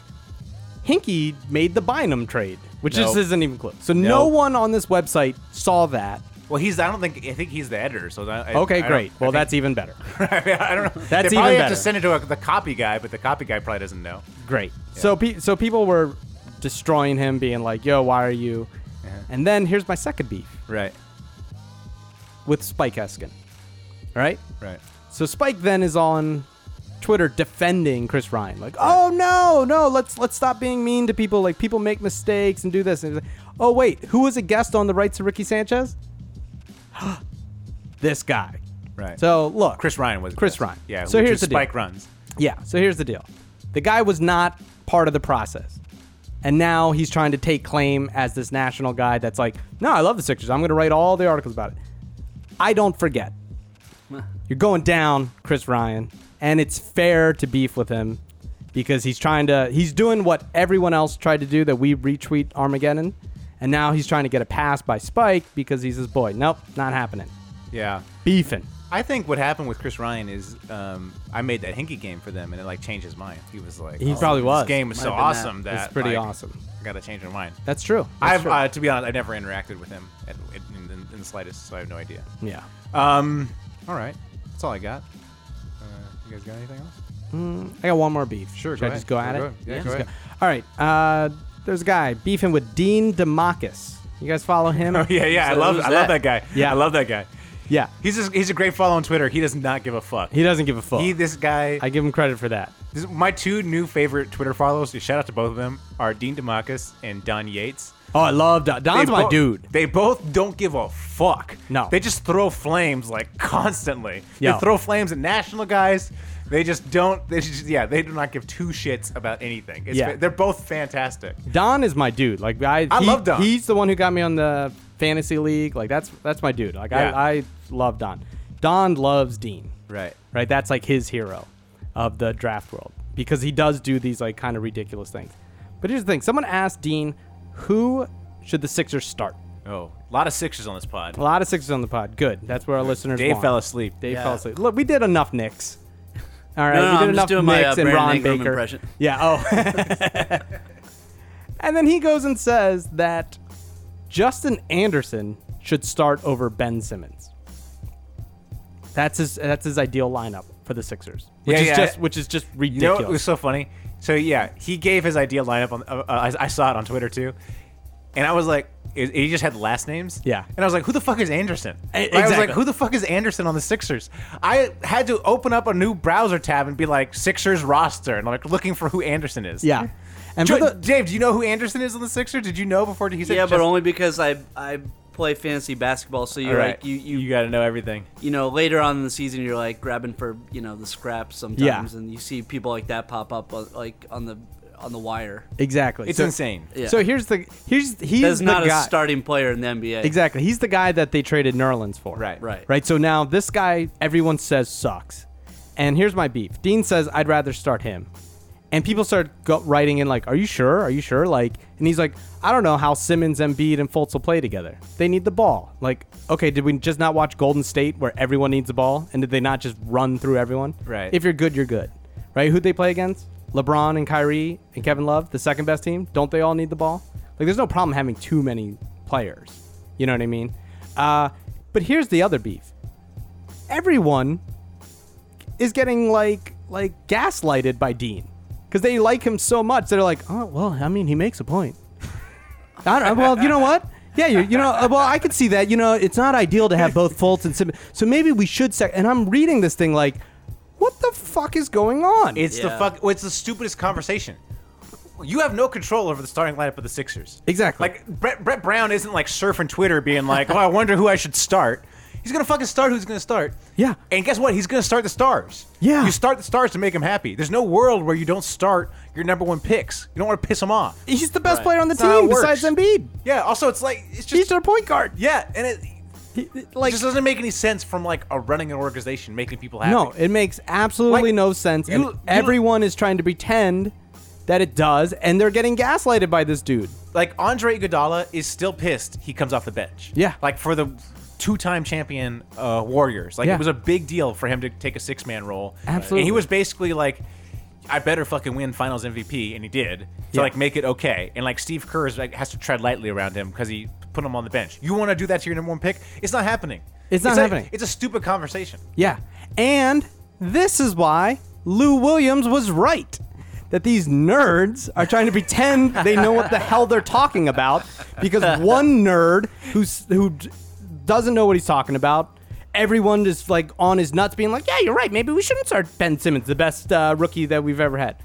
[SPEAKER 1] Hinky made the Bynum trade, which just
[SPEAKER 3] Nope.
[SPEAKER 1] isn't even close. So no
[SPEAKER 3] Nope.
[SPEAKER 1] one on this website saw that.
[SPEAKER 3] Well, he's. I don't think. I think he's the editor. So I, I- I
[SPEAKER 1] Okay,
[SPEAKER 3] don't-
[SPEAKER 1] great.
[SPEAKER 3] I
[SPEAKER 1] Well,
[SPEAKER 3] think-
[SPEAKER 1] that's even better.
[SPEAKER 3] I don't know.
[SPEAKER 1] That's
[SPEAKER 3] they probably
[SPEAKER 1] even
[SPEAKER 3] have
[SPEAKER 1] better.
[SPEAKER 3] to send it to a, the copy guy, but the copy guy probably doesn't know.
[SPEAKER 1] Great. So pe- so people were destroying him, being like, "Yo, why are you?"
[SPEAKER 3] Uh-huh.
[SPEAKER 1] And then here's my second beef
[SPEAKER 3] Right.
[SPEAKER 1] with Spike Eskin. All right.
[SPEAKER 3] Right.
[SPEAKER 1] So Spike then is on Twitter defending Chris Ryan, like, "Oh no, no, let's let's stop being mean to people. Like people make mistakes and do this." And he's like, oh wait, who was a guest on the rights of Ricky Sanchez? this guy.
[SPEAKER 3] Right.
[SPEAKER 1] So look,
[SPEAKER 3] Chris Ryan was.
[SPEAKER 1] Chris
[SPEAKER 3] best.
[SPEAKER 1] Ryan.
[SPEAKER 3] Yeah.
[SPEAKER 1] So
[SPEAKER 3] which
[SPEAKER 1] here's
[SPEAKER 3] is
[SPEAKER 1] the deal.
[SPEAKER 3] Spike runs.
[SPEAKER 1] Yeah. So here's the deal. The guy was not part of the process. And now he's trying to take claim as this national guy that's like, no, I love the Sixers. I'm going to write all the articles about it. I don't forget. You're going down, Chris Ryan. And it's fair to beef with him because he's trying to, he's doing what everyone else tried to do that we retweet Armageddon. And now he's trying to get a pass by Spike because he's his boy. Nope, not happening.
[SPEAKER 3] Yeah.
[SPEAKER 1] Beefing.
[SPEAKER 3] I think what happened with Chris Ryan is um, I made that Hinky game for them, and it like changed his mind. He was like,
[SPEAKER 1] He
[SPEAKER 3] "Oh,
[SPEAKER 1] probably was.
[SPEAKER 3] This game was so
[SPEAKER 2] have been that.
[SPEAKER 3] awesome that,
[SPEAKER 1] It's pretty
[SPEAKER 3] like,
[SPEAKER 1] awesome.
[SPEAKER 3] I gotta change my mind.
[SPEAKER 1] That's true. That's
[SPEAKER 3] I've
[SPEAKER 1] true.
[SPEAKER 3] uh, to be honest, I never interacted with him at, in, in, in the slightest, so I have no idea.
[SPEAKER 1] yeah.
[SPEAKER 3] Um, all right, that's all I got. Uh, you guys got anything else?
[SPEAKER 1] I got one more beef.
[SPEAKER 3] Sure,
[SPEAKER 1] Should
[SPEAKER 3] go
[SPEAKER 1] I
[SPEAKER 3] ahead.
[SPEAKER 1] just go at
[SPEAKER 3] Yeah,
[SPEAKER 1] it?
[SPEAKER 3] go ahead. Yeah,
[SPEAKER 1] Just
[SPEAKER 3] go ahead.
[SPEAKER 1] All right. Uh, there's a guy beefing with Dean DeMarcus. You guys follow him?
[SPEAKER 3] Oh yeah, yeah. I
[SPEAKER 2] So
[SPEAKER 3] love,
[SPEAKER 2] who's
[SPEAKER 3] I love
[SPEAKER 2] that?
[SPEAKER 3] that guy.
[SPEAKER 1] Yeah.
[SPEAKER 3] I love that guy.
[SPEAKER 1] Yeah.
[SPEAKER 3] He's just, he's a great follow on Twitter. He does not give a fuck.
[SPEAKER 1] He doesn't give a fuck.
[SPEAKER 3] He, this guy,
[SPEAKER 1] I give him credit for that.
[SPEAKER 3] this, my two new favorite Twitter follows. Shout out to both of them are Dean Demarcus and Don Yates.
[SPEAKER 1] Oh, I love Don. Don's
[SPEAKER 3] They
[SPEAKER 1] my
[SPEAKER 3] bo-
[SPEAKER 1] dude.
[SPEAKER 3] They both don't give a fuck.
[SPEAKER 1] No.
[SPEAKER 3] They just throw flames like constantly.
[SPEAKER 1] Yo.
[SPEAKER 3] They throw flames at national guys. They just don't. They just, yeah, they do not give two shits about anything. It's
[SPEAKER 1] Yeah.
[SPEAKER 3] fa- they're both fantastic.
[SPEAKER 1] Don is my dude. Like I,
[SPEAKER 3] I
[SPEAKER 1] he-
[SPEAKER 3] love Don.
[SPEAKER 1] He's the one who got me on the fantasy league. Like that's that's my dude. Like
[SPEAKER 3] Yeah.
[SPEAKER 1] I, I love Don. Don loves Dean.
[SPEAKER 3] Right.
[SPEAKER 1] Right. That's like his hero of the draft world because he does do these like kind of ridiculous things. But here's the thing: someone asked Dean, who should the Sixers start?
[SPEAKER 3] Oh, a lot of sixes on this pod.
[SPEAKER 1] A lot of sixes on the pod. Good. That's where our listeners.
[SPEAKER 3] Dave
[SPEAKER 1] want.
[SPEAKER 3] fell asleep.
[SPEAKER 1] Dave
[SPEAKER 2] Yeah.
[SPEAKER 1] fell asleep. Look, we did enough Knicks. All right,
[SPEAKER 2] No, no,
[SPEAKER 1] we did
[SPEAKER 2] I'm just
[SPEAKER 1] enough
[SPEAKER 2] doing my,
[SPEAKER 1] Knicks
[SPEAKER 2] uh,
[SPEAKER 1] and
[SPEAKER 2] Brandon
[SPEAKER 1] Ron
[SPEAKER 2] Ingram
[SPEAKER 1] Baker.
[SPEAKER 2] impression.
[SPEAKER 1] Yeah. Oh. and then he goes and says that Justin Anderson should start over Ben Simmons. That's his. That's his ideal lineup for the Sixers. Which
[SPEAKER 3] Yeah,
[SPEAKER 1] is
[SPEAKER 3] yeah.
[SPEAKER 1] just Which is just
[SPEAKER 3] You know,
[SPEAKER 1] ridiculous.
[SPEAKER 3] it was so funny. So yeah, he gave his ideal lineup on. Uh, uh, I, I saw it on Twitter too, and I was like, is- he just had last names.
[SPEAKER 1] Yeah.
[SPEAKER 3] and I was like, who the fuck is Anderson?
[SPEAKER 1] E-
[SPEAKER 3] I was like,
[SPEAKER 1] exactly.
[SPEAKER 3] who the fuck is Anderson on the Sixers? I had to open up a new browser tab and be like Sixers roster, and I'm like looking for who Anderson is.
[SPEAKER 1] yeah. And
[SPEAKER 3] Jo-
[SPEAKER 1] for the,
[SPEAKER 3] Dave, do you know who Anderson is on the Sixers? Did you know before he said?
[SPEAKER 2] Yeah, but
[SPEAKER 3] just-
[SPEAKER 2] only because I I play fantasy basketball, so
[SPEAKER 3] All
[SPEAKER 2] you're
[SPEAKER 3] right.
[SPEAKER 2] like you you,
[SPEAKER 3] you got to know everything.
[SPEAKER 2] you know later on in the season you're like grabbing for you know the scraps sometimes,
[SPEAKER 1] Yeah.
[SPEAKER 2] and you see people like that pop up on, like on the on the wire.
[SPEAKER 1] exactly.
[SPEAKER 3] It's
[SPEAKER 1] So-
[SPEAKER 3] insane.
[SPEAKER 2] Yeah.
[SPEAKER 1] So here's the here's he's
[SPEAKER 2] That's
[SPEAKER 1] the
[SPEAKER 2] not
[SPEAKER 1] guy.
[SPEAKER 2] a starting player in the NBA.
[SPEAKER 1] Exactly. He's the guy that they traded Nerlens for.
[SPEAKER 3] Right.
[SPEAKER 2] Right.
[SPEAKER 1] Right. So now this guy, everyone says sucks. And here's my beef. Dean says I'd rather start him. And people start go- writing in like, "Are you sure? Are you sure?" Like, and he's like, "I don't know how Simmons, Embiid, and Fultz will play together. They need the ball. Like, okay, did we just not watch Golden State where everyone needs the ball, and did they not just run through everyone?
[SPEAKER 3] Right.
[SPEAKER 1] If you're good, you're good. Right? Who'd they play against? LeBron and Kyrie and Kevin Love, the second best team. Don't they all need the ball? Like, there's no problem having too many players. You know what I mean? Uh, but here's the other beef. Everyone is getting like like gaslighted by Dean because they like him so much. They're like, oh well, I mean, he makes a point. I don't, well, you know what? Yeah, you, you know, uh, well, I could see that. You know, it's not ideal to have both Fultz and Simmons. So maybe we should. Sec- and I'm reading this thing like, what the fuck is going on?
[SPEAKER 3] It's the
[SPEAKER 2] Yeah.
[SPEAKER 3] fuck. Well, it's the stupidest conversation. You have no control over the starting lineup of the Sixers.
[SPEAKER 1] Exactly.
[SPEAKER 3] Like Brett, Brett Brown isn't like surfing Twitter, being like, "Oh, I wonder who I should start." He's gonna fucking start who's gonna start.
[SPEAKER 1] Yeah.
[SPEAKER 3] And guess what? He's gonna start the stars.
[SPEAKER 1] Yeah.
[SPEAKER 3] You start the stars to make him happy. There's no world where you don't start your number one picks. You don't want to piss him off.
[SPEAKER 1] he's the best player on the
[SPEAKER 3] That's how
[SPEAKER 1] team
[SPEAKER 3] it works.
[SPEAKER 1] besides Embiid.
[SPEAKER 3] Yeah. Also, it's like it's
[SPEAKER 1] He's
[SPEAKER 3] just
[SPEAKER 1] their point guard.
[SPEAKER 3] yeah, and it,
[SPEAKER 1] He-
[SPEAKER 3] like,
[SPEAKER 1] like,
[SPEAKER 3] just doesn't make any sense from like a running an organization, making people happy.
[SPEAKER 1] no, it makes absolutely
[SPEAKER 3] Like,
[SPEAKER 1] no sense. and
[SPEAKER 3] you- you-
[SPEAKER 1] everyone is trying to pretend that it does, and they're getting gaslighted by this dude.
[SPEAKER 3] like Andre Iguodala is still pissed. He comes off the bench.
[SPEAKER 1] Yeah.
[SPEAKER 3] like for the two-time champion uh, Warriors. Like
[SPEAKER 1] Yeah.
[SPEAKER 3] it was a big deal for him to take a six-man role.
[SPEAKER 1] Absolutely.
[SPEAKER 3] and he was basically like. I better fucking win Finals MVP, and he did to
[SPEAKER 1] Yeah.
[SPEAKER 3] like make it okay. And like Steve Kerr is, like, has to tread lightly around him because he put him on the bench. You want to do that to your number one pick? It's not happening.
[SPEAKER 1] It's not
[SPEAKER 3] a-
[SPEAKER 1] happening.
[SPEAKER 3] it's a stupid conversation.
[SPEAKER 1] Yeah. And this is why Lou Williams was right that these nerds are trying to pretend they know what the hell they're talking about because one nerd who's, who d- doesn't know what he's talking about, everyone is like on his nuts being like, yeah, you're right. Maybe we shouldn't start Ben Simmons, the best uh, rookie that we've ever had.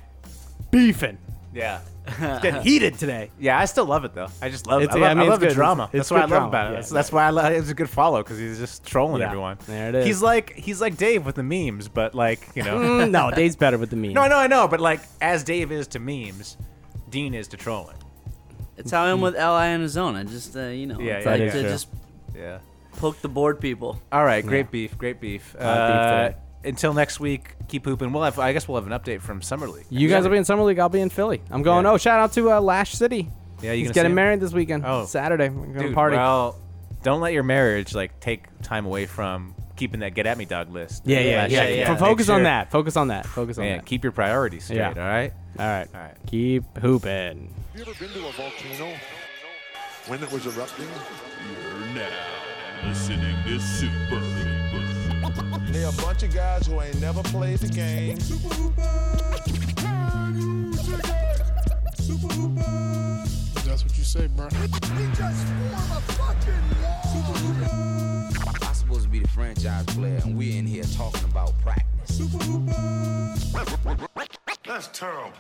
[SPEAKER 1] Beefing.
[SPEAKER 3] Yeah,
[SPEAKER 1] It's getting heated today.
[SPEAKER 3] yeah. I still love it though. I just love.
[SPEAKER 1] It's-
[SPEAKER 3] I love,
[SPEAKER 1] yeah, I mean,
[SPEAKER 3] I
[SPEAKER 1] it's
[SPEAKER 3] love the
[SPEAKER 1] good.
[SPEAKER 3] drama.
[SPEAKER 1] It's- it's
[SPEAKER 3] that's what I love
[SPEAKER 1] good drama.
[SPEAKER 3] about it.
[SPEAKER 1] Yeah.
[SPEAKER 3] That's, that's why I love, it was a good follow because he's just trolling
[SPEAKER 1] Yeah.
[SPEAKER 3] everyone.
[SPEAKER 1] There it is.
[SPEAKER 3] He's like he's like Dave with the memes, but like you know.
[SPEAKER 1] Mm, no, Dave's better with the meme.
[SPEAKER 3] no, I know, I know, but like as Dave is to memes, Dean is to trolling.
[SPEAKER 2] It's how I am with Li and his own. I just, uh, you know,
[SPEAKER 3] Yeah,
[SPEAKER 2] it's
[SPEAKER 3] yeah,
[SPEAKER 2] like
[SPEAKER 1] yeah,
[SPEAKER 2] to
[SPEAKER 1] sure.
[SPEAKER 2] just
[SPEAKER 3] Yeah.
[SPEAKER 2] poke the board people.
[SPEAKER 3] All right. Great beef. Great beef.
[SPEAKER 1] lot
[SPEAKER 3] Uh,
[SPEAKER 1] of beef
[SPEAKER 3] until next week, keep hooping. We'll have. I guess we'll have an update from summer league.
[SPEAKER 1] You guys will be in summer league. I'll be in Philly. I'm going.
[SPEAKER 3] Yeah.
[SPEAKER 1] Oh, shout out to uh, Lash City.
[SPEAKER 3] Yeah, you
[SPEAKER 1] he's
[SPEAKER 3] gonna see
[SPEAKER 1] getting
[SPEAKER 3] him?
[SPEAKER 1] married this weekend.
[SPEAKER 3] Oh.
[SPEAKER 1] Saturday. We're gonna
[SPEAKER 3] Dude,
[SPEAKER 1] party.
[SPEAKER 3] Well, don't let your marriage like take time away from keeping that get at me dog list.
[SPEAKER 1] Yeah, yeah,
[SPEAKER 2] Yeah,
[SPEAKER 1] yeah.
[SPEAKER 2] yeah, yeah.
[SPEAKER 1] F- Focus
[SPEAKER 3] Make
[SPEAKER 1] on
[SPEAKER 3] sure-
[SPEAKER 1] that. Focus on that. Focus on
[SPEAKER 3] Man,
[SPEAKER 1] that.
[SPEAKER 3] keep your priorities straight.
[SPEAKER 1] Yeah.
[SPEAKER 3] All right.
[SPEAKER 1] all right.
[SPEAKER 3] All right.
[SPEAKER 1] Keep hooping.
[SPEAKER 4] Have you ever been to a volcano when it was erupting?
[SPEAKER 5] You're now listening to Super Hooper.
[SPEAKER 4] They're a bunch of guys who ain't never played the game. That's what you say, bro.
[SPEAKER 7] I'm supposed to be the franchise player, and we're in here talking about practice.
[SPEAKER 6] That's terrible.